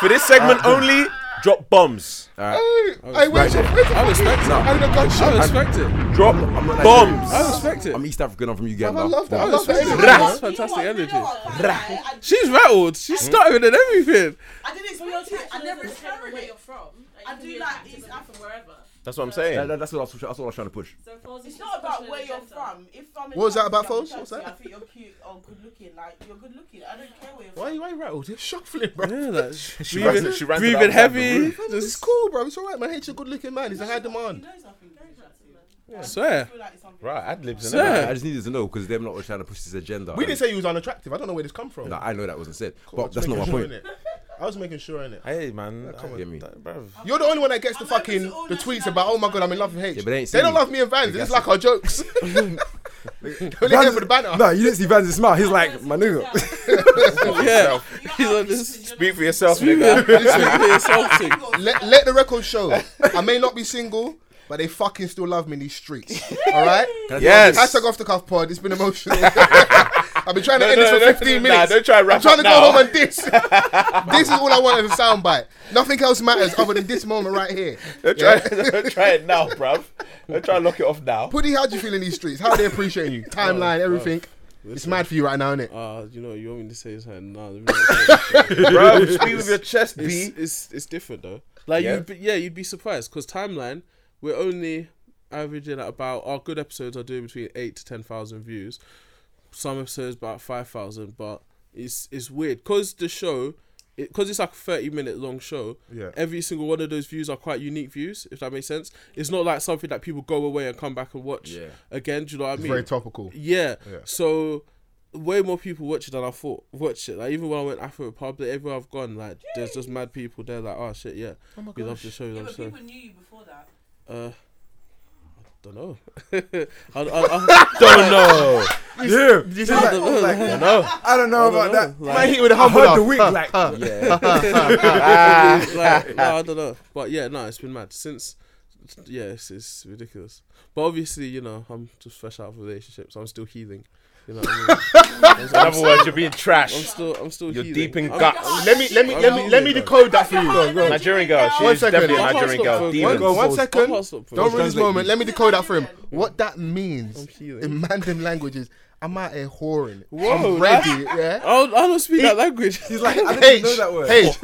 S3: For this segment only, drop bombs.
S1: Hey, hey, where's your, where's your
S4: I respect it.
S1: I done got shot.
S4: I respect it.
S3: Drop
S2: I'm not
S3: bombs.
S4: I respect it.
S2: I'm East African. I'm from Uganda.
S1: I love that. I
S2: Wow.
S1: love that. energy,
S4: Rah.
S1: man.
S4: fantastic
S5: You know
S4: energy. Mm-hmm.
S5: what, you know what, I- I-
S4: She's rattled. She's stuttering and everything.
S5: I didn't experience it. I never experienced
S6: where you're
S5: it.
S6: from.
S5: I do like East Africa wherever.
S3: That's what I'm
S2: That-
S3: saying.
S2: that- that's what I was. That's what I was trying to push.
S6: So Foles is
S5: It's not about where you're from. If I'm in
S1: What was that about,
S5: Chelsea,
S1: Foles? What
S5: I'm in
S1: was
S5: Chelsea,
S1: that?
S5: I think you're cute or good looking. Like you're good looking. I don't care where you're
S1: Why
S5: from.
S1: you, why you rattled? You're shuffling, bro.
S4: Yeah, [laughs] like breathing,
S3: ranted- she ranted
S4: breathing
S3: outside the
S4: heavy.
S1: Fam, It's
S4: Just
S1: cool, bro. It's all right, man. Hate's a good-looking man. He's in high
S5: He
S1: demand.
S5: knows I think he's attractive. I
S4: swear.
S5: feel like it's something.
S3: Right, ad libs.
S4: Sir.
S2: I just needed to know because they're not always trying to push this agenda.
S1: We didn't say you was unattractive. I don't know where this come from.
S2: No, I know that wasn't said,
S1: I
S2: but
S1: was
S2: that's not my
S1: making
S2: point.
S1: sure, innit? I was making sure
S2: [laughs]
S1: in it.
S3: Hey man,
S2: come on.
S3: I- bruv.
S1: You're the only one that gets the
S5: I'm open
S1: fucking
S5: to all
S1: the tweets about oh my god I'm in love with H.
S2: Yeah, but they ain't seen
S1: don't
S2: you.
S1: love me and Vans.
S2: They
S1: It's
S2: got
S1: like our
S2: [laughs]
S1: jokes. They're there for the banner.
S2: No, you didn't see Vans' smile. He's like, my nigga.
S4: [laughs] Yeah. He's on this.
S3: Speak for yourself,
S4: Speak
S3: nigga.
S4: for [laughs] yourself thing.
S1: Let, let the record show. I may not be single, but they fucking still love me in these streets. All right.
S2: [laughs]
S3: Yes.
S1: Hashtag off the cuff pod. It's been emotional. [laughs] I've been trying to end this for 15
S3: nah,
S1: minutes.
S3: don't try and
S1: I'm
S3: wrap
S1: trying
S3: up
S1: to
S3: now.
S1: go home and this. [laughs] this is all I want as a soundbite. Nothing else matters other than this moment right here.
S3: Don't try, don't try it now, bruv. Don't try and lock it off now.
S1: Puddy, how do you feel in these streets? How are they appreciating [laughs] you? Timeline, everything. It's mad for you right now, innit?
S4: Uh, you know, you want me to say something? Nah,
S3: bruv, speak with your chest,
S4: it's,
S3: B.
S4: it's it's different though. Like
S3: Yeah.
S4: you'd be, yeah, you'd be surprised because timeline we're only averaging at about our good episodes are doing between eight to ten thousand views. Some episodes about five thousand, but it's it's weird because the show. Because it's like a thirty-minute long show,
S1: Yeah.
S4: every single one of those views are quite unique views, if that makes sense. It's not like something that people go away and come back and watch
S2: Yeah.
S4: again. Do you know what I
S1: It's
S4: mean?
S1: very topical.
S4: Yeah.
S1: Yeah.
S4: So way more people watch it than I thought watch it. Like even when I went Afro Republic, everywhere I've gone, like there's just mad people there. Like oh shit, yeah, we love the show, we
S5: Yeah,
S4: love the
S5: but
S4: show.
S5: people knew you before
S4: [laughs]
S5: that.
S4: Uh, don't know. [laughs] I, I, I, [laughs]
S3: Don't know.
S2: Yeah.
S1: Did you see that?
S3: Don't know.
S2: I don't
S1: Oh,
S2: know about that.
S1: Man, hit with a humble
S2: heard the
S1: laugh.
S2: wink,
S1: Huh,
S2: like-
S1: huh.
S2: Yeah.
S4: [laughs] like, no, I don't know. But yeah, no, it's been mad since. Yeah, it's, it's ridiculous. But obviously, you know, I'm just fresh out of a relationship, so I'm still healing. You know what I mean?
S3: In other words, you're being
S4: I'm
S3: trash.
S4: still, I'm still.
S3: You're
S4: healing.
S3: deep in
S4: I'm-
S3: guts.
S1: Let me let me let me let me decode that for you.
S3: Nigerian girl.
S1: One
S3: She's
S1: second.
S3: definitely a
S1: One
S3: Nigerian girl.
S4: second.
S3: Demons.
S2: One
S1: One second.
S4: One second.
S1: Don't ruin this
S2: Translate,
S1: moment.
S2: please.
S1: Let me decode that for [laughs] him.
S5: Nigerian.
S1: What that means
S4: healing.
S1: in random languages, I'm out here whoring. [laughs]
S4: Whoa,
S1: I'm ready. Yeah.
S4: I don't, I don't speak that language. [laughs]
S2: He's like, I didn't
S1: H,
S2: know that word.
S1: H.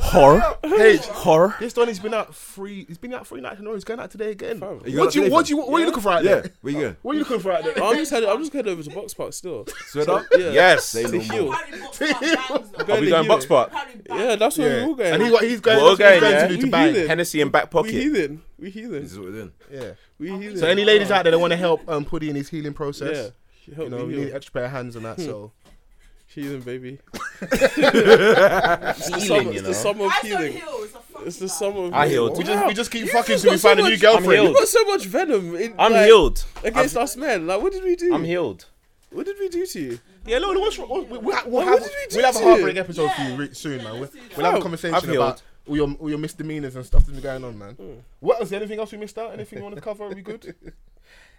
S3: Horror.
S1: H.
S3: Horror.
S1: [laughs] This Donny's been out three. He's been out three nights in a row. He's going out today again. What do
S2: You
S1: you?
S2: going out
S1: What do you?
S2: today,
S1: What, what are you looking for out
S2: Yeah,
S1: there?
S2: where you going?
S1: What are you looking for
S2: [laughs]
S1: out there?
S4: I'm just headed. I'm just headed over to Box Park still.
S2: Sweat up?
S4: Yeah.
S3: Yes.
S2: Say
S4: To
S2: no
S4: heal.
S2: more.
S5: Apparently box park
S4: [laughs]
S5: gangs are-
S3: Are we
S4: to
S3: going
S4: heal
S3: box
S4: it.
S3: park?
S5: apparently back.
S4: Yeah, that's where we're all going.
S1: And he, what he's going,
S3: We're all
S1: that's
S3: going,
S1: what he's going
S3: yeah?
S1: to do to
S4: We
S1: bang.
S4: healing.
S3: Hennessy in back
S4: we
S3: pocket.
S4: healing. We healing.
S2: This is what we're doing.
S1: Yeah.
S4: We healing.
S1: So any ladies out there that want to help um, Puddy in his healing
S4: Yeah.
S1: process,
S4: Help
S1: you know,
S4: me
S1: we need
S4: heal.
S1: an extra pair of hands on that. So [laughs]
S4: Healing, baby.
S3: It's
S4: The
S3: healing,
S4: summer,
S3: you
S4: it's
S3: know.
S4: the summer of
S5: I still
S4: healing.
S5: heal. It's a fucking
S4: It's the
S5: fact.
S4: summer of
S3: I
S4: healing.
S3: healed.
S1: we just we just keep fucking
S4: You've
S1: till we
S4: got so
S1: find a new
S4: much-
S1: girlfriend.
S4: You've got so much venom. In,
S3: I'm
S4: like,
S3: healed.
S4: against us men. Like, what did we do?
S3: I'm healed.
S4: What did we do to you?
S1: Yeah, no, no, what's wrong? We'll, we'll, we'll,
S4: What
S1: have,
S4: did we do
S1: we'll have a
S4: to
S1: heartbreak
S4: you?
S1: episode for you
S5: Yeah.
S1: re- soon, man. We'll,
S5: let's do that.
S1: we'll have a
S4: Fam,
S1: conversation
S3: I've
S1: about
S3: healed.
S1: all your all your misdemeanors and stuff that's been going on, man. What else? Anything else we missed out? Anything you want to cover? Are we good?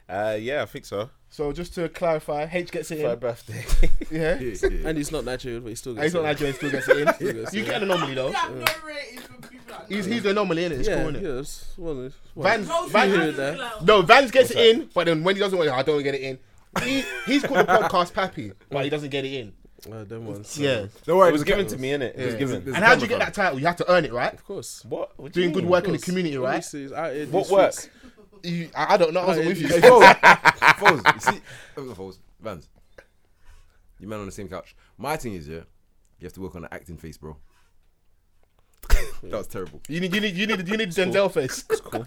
S3: Uh, yeah, I think so.
S1: [laughs] so just to clarify, H gets it
S3: My
S1: in.
S3: birthday.
S1: Yeah.
S2: Yeah, yeah.
S4: And he's not Nigerian, but he still
S1: And
S4: gets
S1: He's not
S4: it.
S1: Nigerian, still gets it in.
S4: gets
S1: you
S4: it.
S1: get an anomaly though.
S5: We have no ratings for people like
S1: He's
S5: that.
S1: he's the anomaly, innit? It's
S4: Yeah,
S1: cool, innit?
S4: yeah, it's one of- one
S1: Van,
S4: of-
S5: No
S1: Van,
S4: here
S5: ratings,
S4: there.
S5: like-
S1: No, Vans gets it in, but then when he doesn't want it, I don't get it in. He, he's called the podcast Pappy, but he doesn't get it in.
S4: Uh, them ones.
S1: Yeah.
S2: Don't worry.
S3: It was
S2: there's-
S3: given to me, innit? It was
S1: Yeah.
S3: given.
S1: And how do you get that title? You have to earn it, right?
S4: Of course.
S3: What? What do you
S1: Doing good
S3: mean?
S1: work in the
S4: course.
S1: community, right?
S4: Obviously, it's out here in
S3: What
S4: these
S3: work?
S4: streets.
S1: You, I, I don't know. I wasn't with you.
S2: Hey, [laughs] Foles. Foles, you see, oh, not Foles, Vans. You man on the same couch. My thing is, yeah, you have to work on the acting face, bro. [laughs] that was terrible.
S1: You need, you need, you need, you need Denzel face.
S3: It's cool.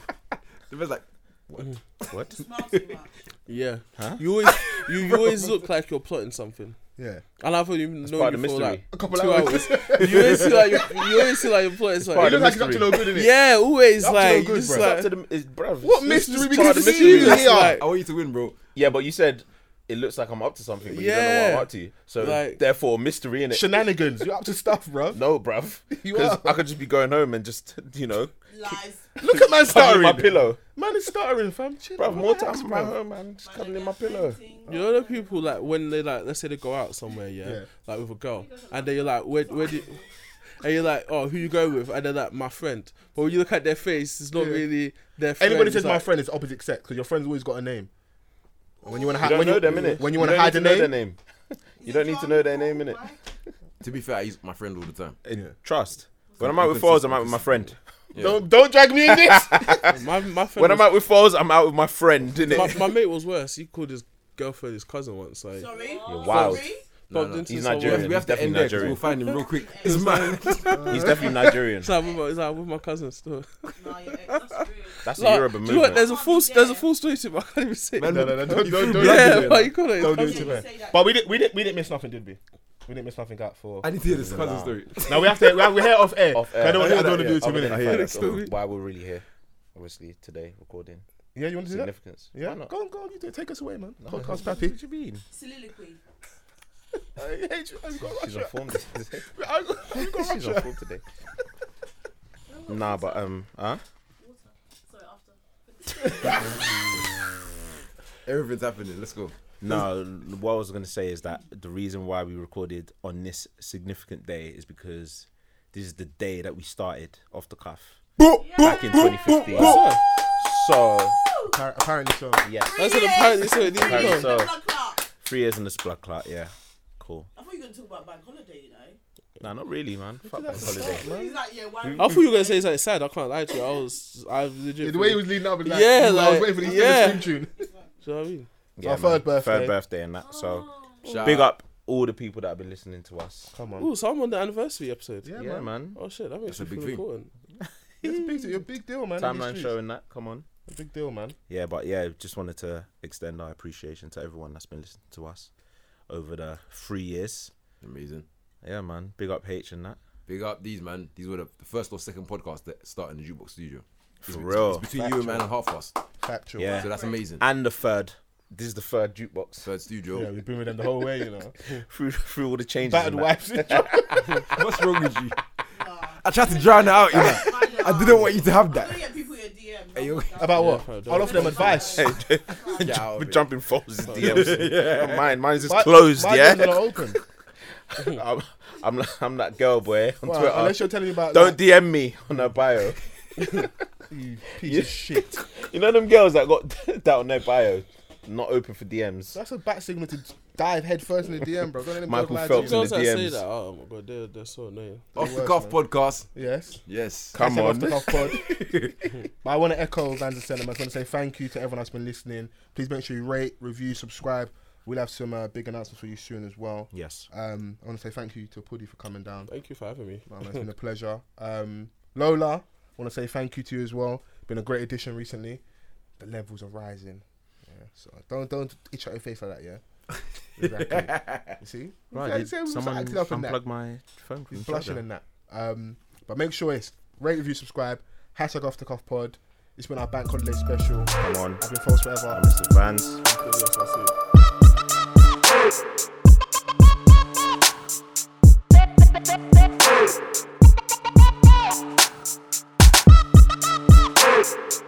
S2: The man's like,
S3: What?
S5: Smiles too much.
S4: Yeah. You always you, you always look like you're plotting something.
S1: [laughs] Yeah.
S4: And I've only known
S3: part
S4: you
S3: of
S4: for
S3: the
S4: like
S1: A couple
S4: two
S1: hours.
S4: hours. you always see like you're, you always see like you're plotting
S1: He
S3: part of
S4: something.
S1: looks like he's up to no good in it.
S4: Yeah, always
S1: Up to no
S4: like,
S1: good,
S4: just
S1: bruv.
S4: like-
S3: Up to the, it's, bruv,
S1: What
S3: it's-
S1: mystery?
S3: it's
S1: We
S3: part
S1: can
S3: of the
S1: see you
S3: mystery.
S1: here.
S4: like-
S2: I want you to win, bro.
S3: Yeah, but you said it looks like I'm up to something, but you don't know what
S4: Yeah.
S3: I'm up to. So
S4: Like-
S3: therefore, mystery in it.
S1: [laughs] Shenanigans. You're up to stuff, bro.
S3: no, bruv.
S1: You
S3: Because
S1: are.
S3: I could just be going home and just, [laughs] you know,
S5: Lies.
S1: Look at
S3: cuddling
S1: man stuttering.
S3: my pillow.
S1: Man is stuttering, fam. Chill,
S3: Bruv,
S1: man.
S3: more
S1: Relax,
S3: time at home, man. Just cuddling my pillow.
S4: You know the people like when they like let's say they go out somewhere, yeah,
S1: Yeah.
S4: like with a girl, and then you're like, where, where do, you, and you're like, oh, who you going with? And they're like, my friend. But when you look at their face, it's not
S1: Yeah.
S4: really their. Friend.
S1: Anybody
S4: It's
S1: says my
S4: like-
S1: friend is opposite sex because your friend's always got a name. And When you want to
S3: You don't
S1: when
S3: know
S1: you,
S3: them, innit?
S1: When you want to
S3: don't
S1: hide
S3: need
S1: a
S3: know their
S1: name,
S3: name. You don't need to know their name, innit?
S2: To be fair, he's my friend all the time.
S3: Trust. When I'm out with fours, I'm out with my friend.
S1: don't don't drag me in this.
S4: My, my friend.
S3: When
S4: was,
S3: I'm out with fours, I'm out with my friend,
S4: my,
S3: innit?
S4: my mate was worse. He called his girlfriend his cousin once. Like,
S5: Sorry.
S3: wild.
S5: Sorry.
S2: No,
S4: bumped
S2: no,
S4: into
S3: he's
S4: someone.
S2: We have,
S3: Nigerian.
S2: we have to
S3: Definitely
S2: end there because
S3: Nigerian.
S2: we'll find him real quick.
S1: [laughs]
S2: It's mad.
S3: He's definitely
S4: [laughs]
S3: Nigerian.
S4: It's like, with my- [laughs] it's like with my cousin still.
S5: Nah, your ex, that's rude.
S3: That's a
S4: Like,
S3: Yoruba
S4: do you know what? There's
S3: movement.
S4: a full there's a full story to it. But I can't even say.
S2: Man,
S4: it.
S1: No, no, no,
S2: [laughs]
S1: don't, don't, don't,
S4: yeah,
S1: do it.
S4: but you call it.
S1: Don't do it
S4: his
S1: to
S4: cousin.
S1: me.
S5: Say that.
S1: But we didn't, we didn't, we didn't miss nothing, did we? We didn't miss nothing out for.
S2: I need to hear this cousin story.
S1: Now we have to, we have, we're here off air.
S3: Off air.
S1: I don't want to
S3: hear
S1: do
S3: that,
S1: it
S3: yeah.
S1: to a
S3: I'll
S1: minute.
S3: identify that,
S4: Sorry.
S3: so Why we're really here, obviously today recording
S1: Yeah, you want to do that?
S3: significance.
S1: Yeah,
S3: Why not?
S1: go on, go on, you do it. Take us away, man. Podcast
S3: What
S1: [laughs] Pappy.
S3: do you mean?
S5: Soliloquy.
S1: Hey, hey, you- I've got
S3: She's on
S1: Russia.
S3: form today.
S1: [laughs] I've got- I've got
S3: She's on
S1: Russia.
S3: form
S1: [laughs]
S3: today. Nah, but um, huh?
S5: Sorry, after.
S2: Everything's happening. Let's go.
S3: No, what I was gonna say is that the reason why we recorded on this significant day is because this is the day that we started off the cuff back in 2015. So
S1: Appar- Apparently so.
S3: yeah,
S4: That's an apparently so. There
S3: Apparently
S4: you go.
S3: so.
S5: Blood clot.
S3: three years in the blood clot. Yeah, cool.
S5: I thought you were going to talk about bank holiday, you know.
S3: Nah, not really, man. Fuck bank holiday.
S5: He's like, yeah, why?
S4: I thought you were gonna say something sad. I can't lie to you. I was, I was legit.
S1: The way he was leading up, was like,
S4: Yeah,
S1: I was
S4: like-
S1: waiting for this
S4: yeah.
S3: [laughs]
S1: yeah. tune.
S4: Do you know what I mean?
S3: Yeah,
S1: Our third
S3: man.
S1: birthday.
S3: Third birthday and that. So
S2: Shout
S3: big
S2: out.
S3: up all the people that have been listening to us.
S1: Come on.
S4: Oh, so I'm on the anniversary episode.
S1: Yeah,
S3: Yeah,
S1: man.
S3: man.
S4: Oh shit, that makes
S2: That's a
S4: me
S2: big
S4: feel
S2: thing.
S4: important.
S1: It's a big, deal- a big deal, man. in these
S3: Timeline
S1: streets.
S3: showing that. Come on.
S1: A big deal, man.
S3: Yeah, but yeah, just wanted to extend our appreciation to everyone that's been listening to us over the three years.
S2: Amazing.
S3: Yeah, man. Big up H and that.
S2: Big up these man. These were the, the first or second podcast that started in the jukebox studio. It's
S3: For
S2: bet-
S3: real.
S2: It's between you and man and half us.
S1: Factual.
S3: Yeah.
S2: So that's amazing.
S3: And the third. This is the third jukebox
S2: Third studio.
S1: Yeah, we've been with them the whole way, you know.
S3: [laughs] through through all the changes.
S1: Battered
S3: and that. [laughs]
S1: wives. [laughs] That's
S2: What's wrong with you? I tried to drown it out, you know. I didn't want you to have
S5: I'm
S2: that.
S5: going to get people your DMs.
S2: Hey, yo.
S1: About
S4: Yeah,
S1: what?
S4: I don't
S1: I'll offer them advice.
S2: Get out of
S3: We're
S2: it.
S3: jumping foes in DMs. Not Mine, mine's just
S1: My-
S3: closed.
S1: my
S3: yeah,
S1: DMs are not open.
S3: [laughs] I'm, I'm, like- I'm that girl boy on
S1: Well,
S3: Twitter.
S1: unless you're telling me about
S3: Don't DM me on her bio.
S1: you
S3: [laughs]
S1: piece of shit.
S3: You know them girls that got that on their bio, not open for DMs.
S1: That's a bat signal to dive headfirst in the DM, bro. Don't let them
S3: Michael
S1: girls lie to
S3: Phelps
S1: you.
S3: in
S4: Girls that say
S3: DMs.
S4: that, oh my god, they're, they're so annoying.
S2: Off the cuff podcast.
S1: Yes.
S2: Yes.
S3: Come
S1: That's
S3: on.
S1: enough to cough
S3: [laughs]
S1: pod. but I want to echo Vans and sentiments. I want to say thank you to everyone that's been listening. Please make sure you rate, review, subscribe. We'll have some uh, big announcements for you soon as well.
S3: Yes.
S1: Um, I want to say thank you to Puddy for
S3: [laughs]
S1: coming down.
S4: Thank you for having me.
S1: Man, it's been a pleasure. Um, Lola, I want to say thank you to you as well. Been a great addition recently. The levels are rising. Yeah, so don't don't itch out your face like that, yeah.
S3: [laughs]
S1: Exactly. you see, Yeah,
S3: Right,
S1: see, we
S3: did
S1: was
S3: someone
S1: acting up in that.
S3: unplug my phone from
S1: He's
S3: the
S1: blushing
S3: charger?
S1: in that. Um, but make sure it's rate, review, subscribe, hashtag off the cuff pod. It's been our bank holiday special. I've
S3: Come on.
S1: been false forever.
S3: I'm Mr. Vans.
S6: Hey!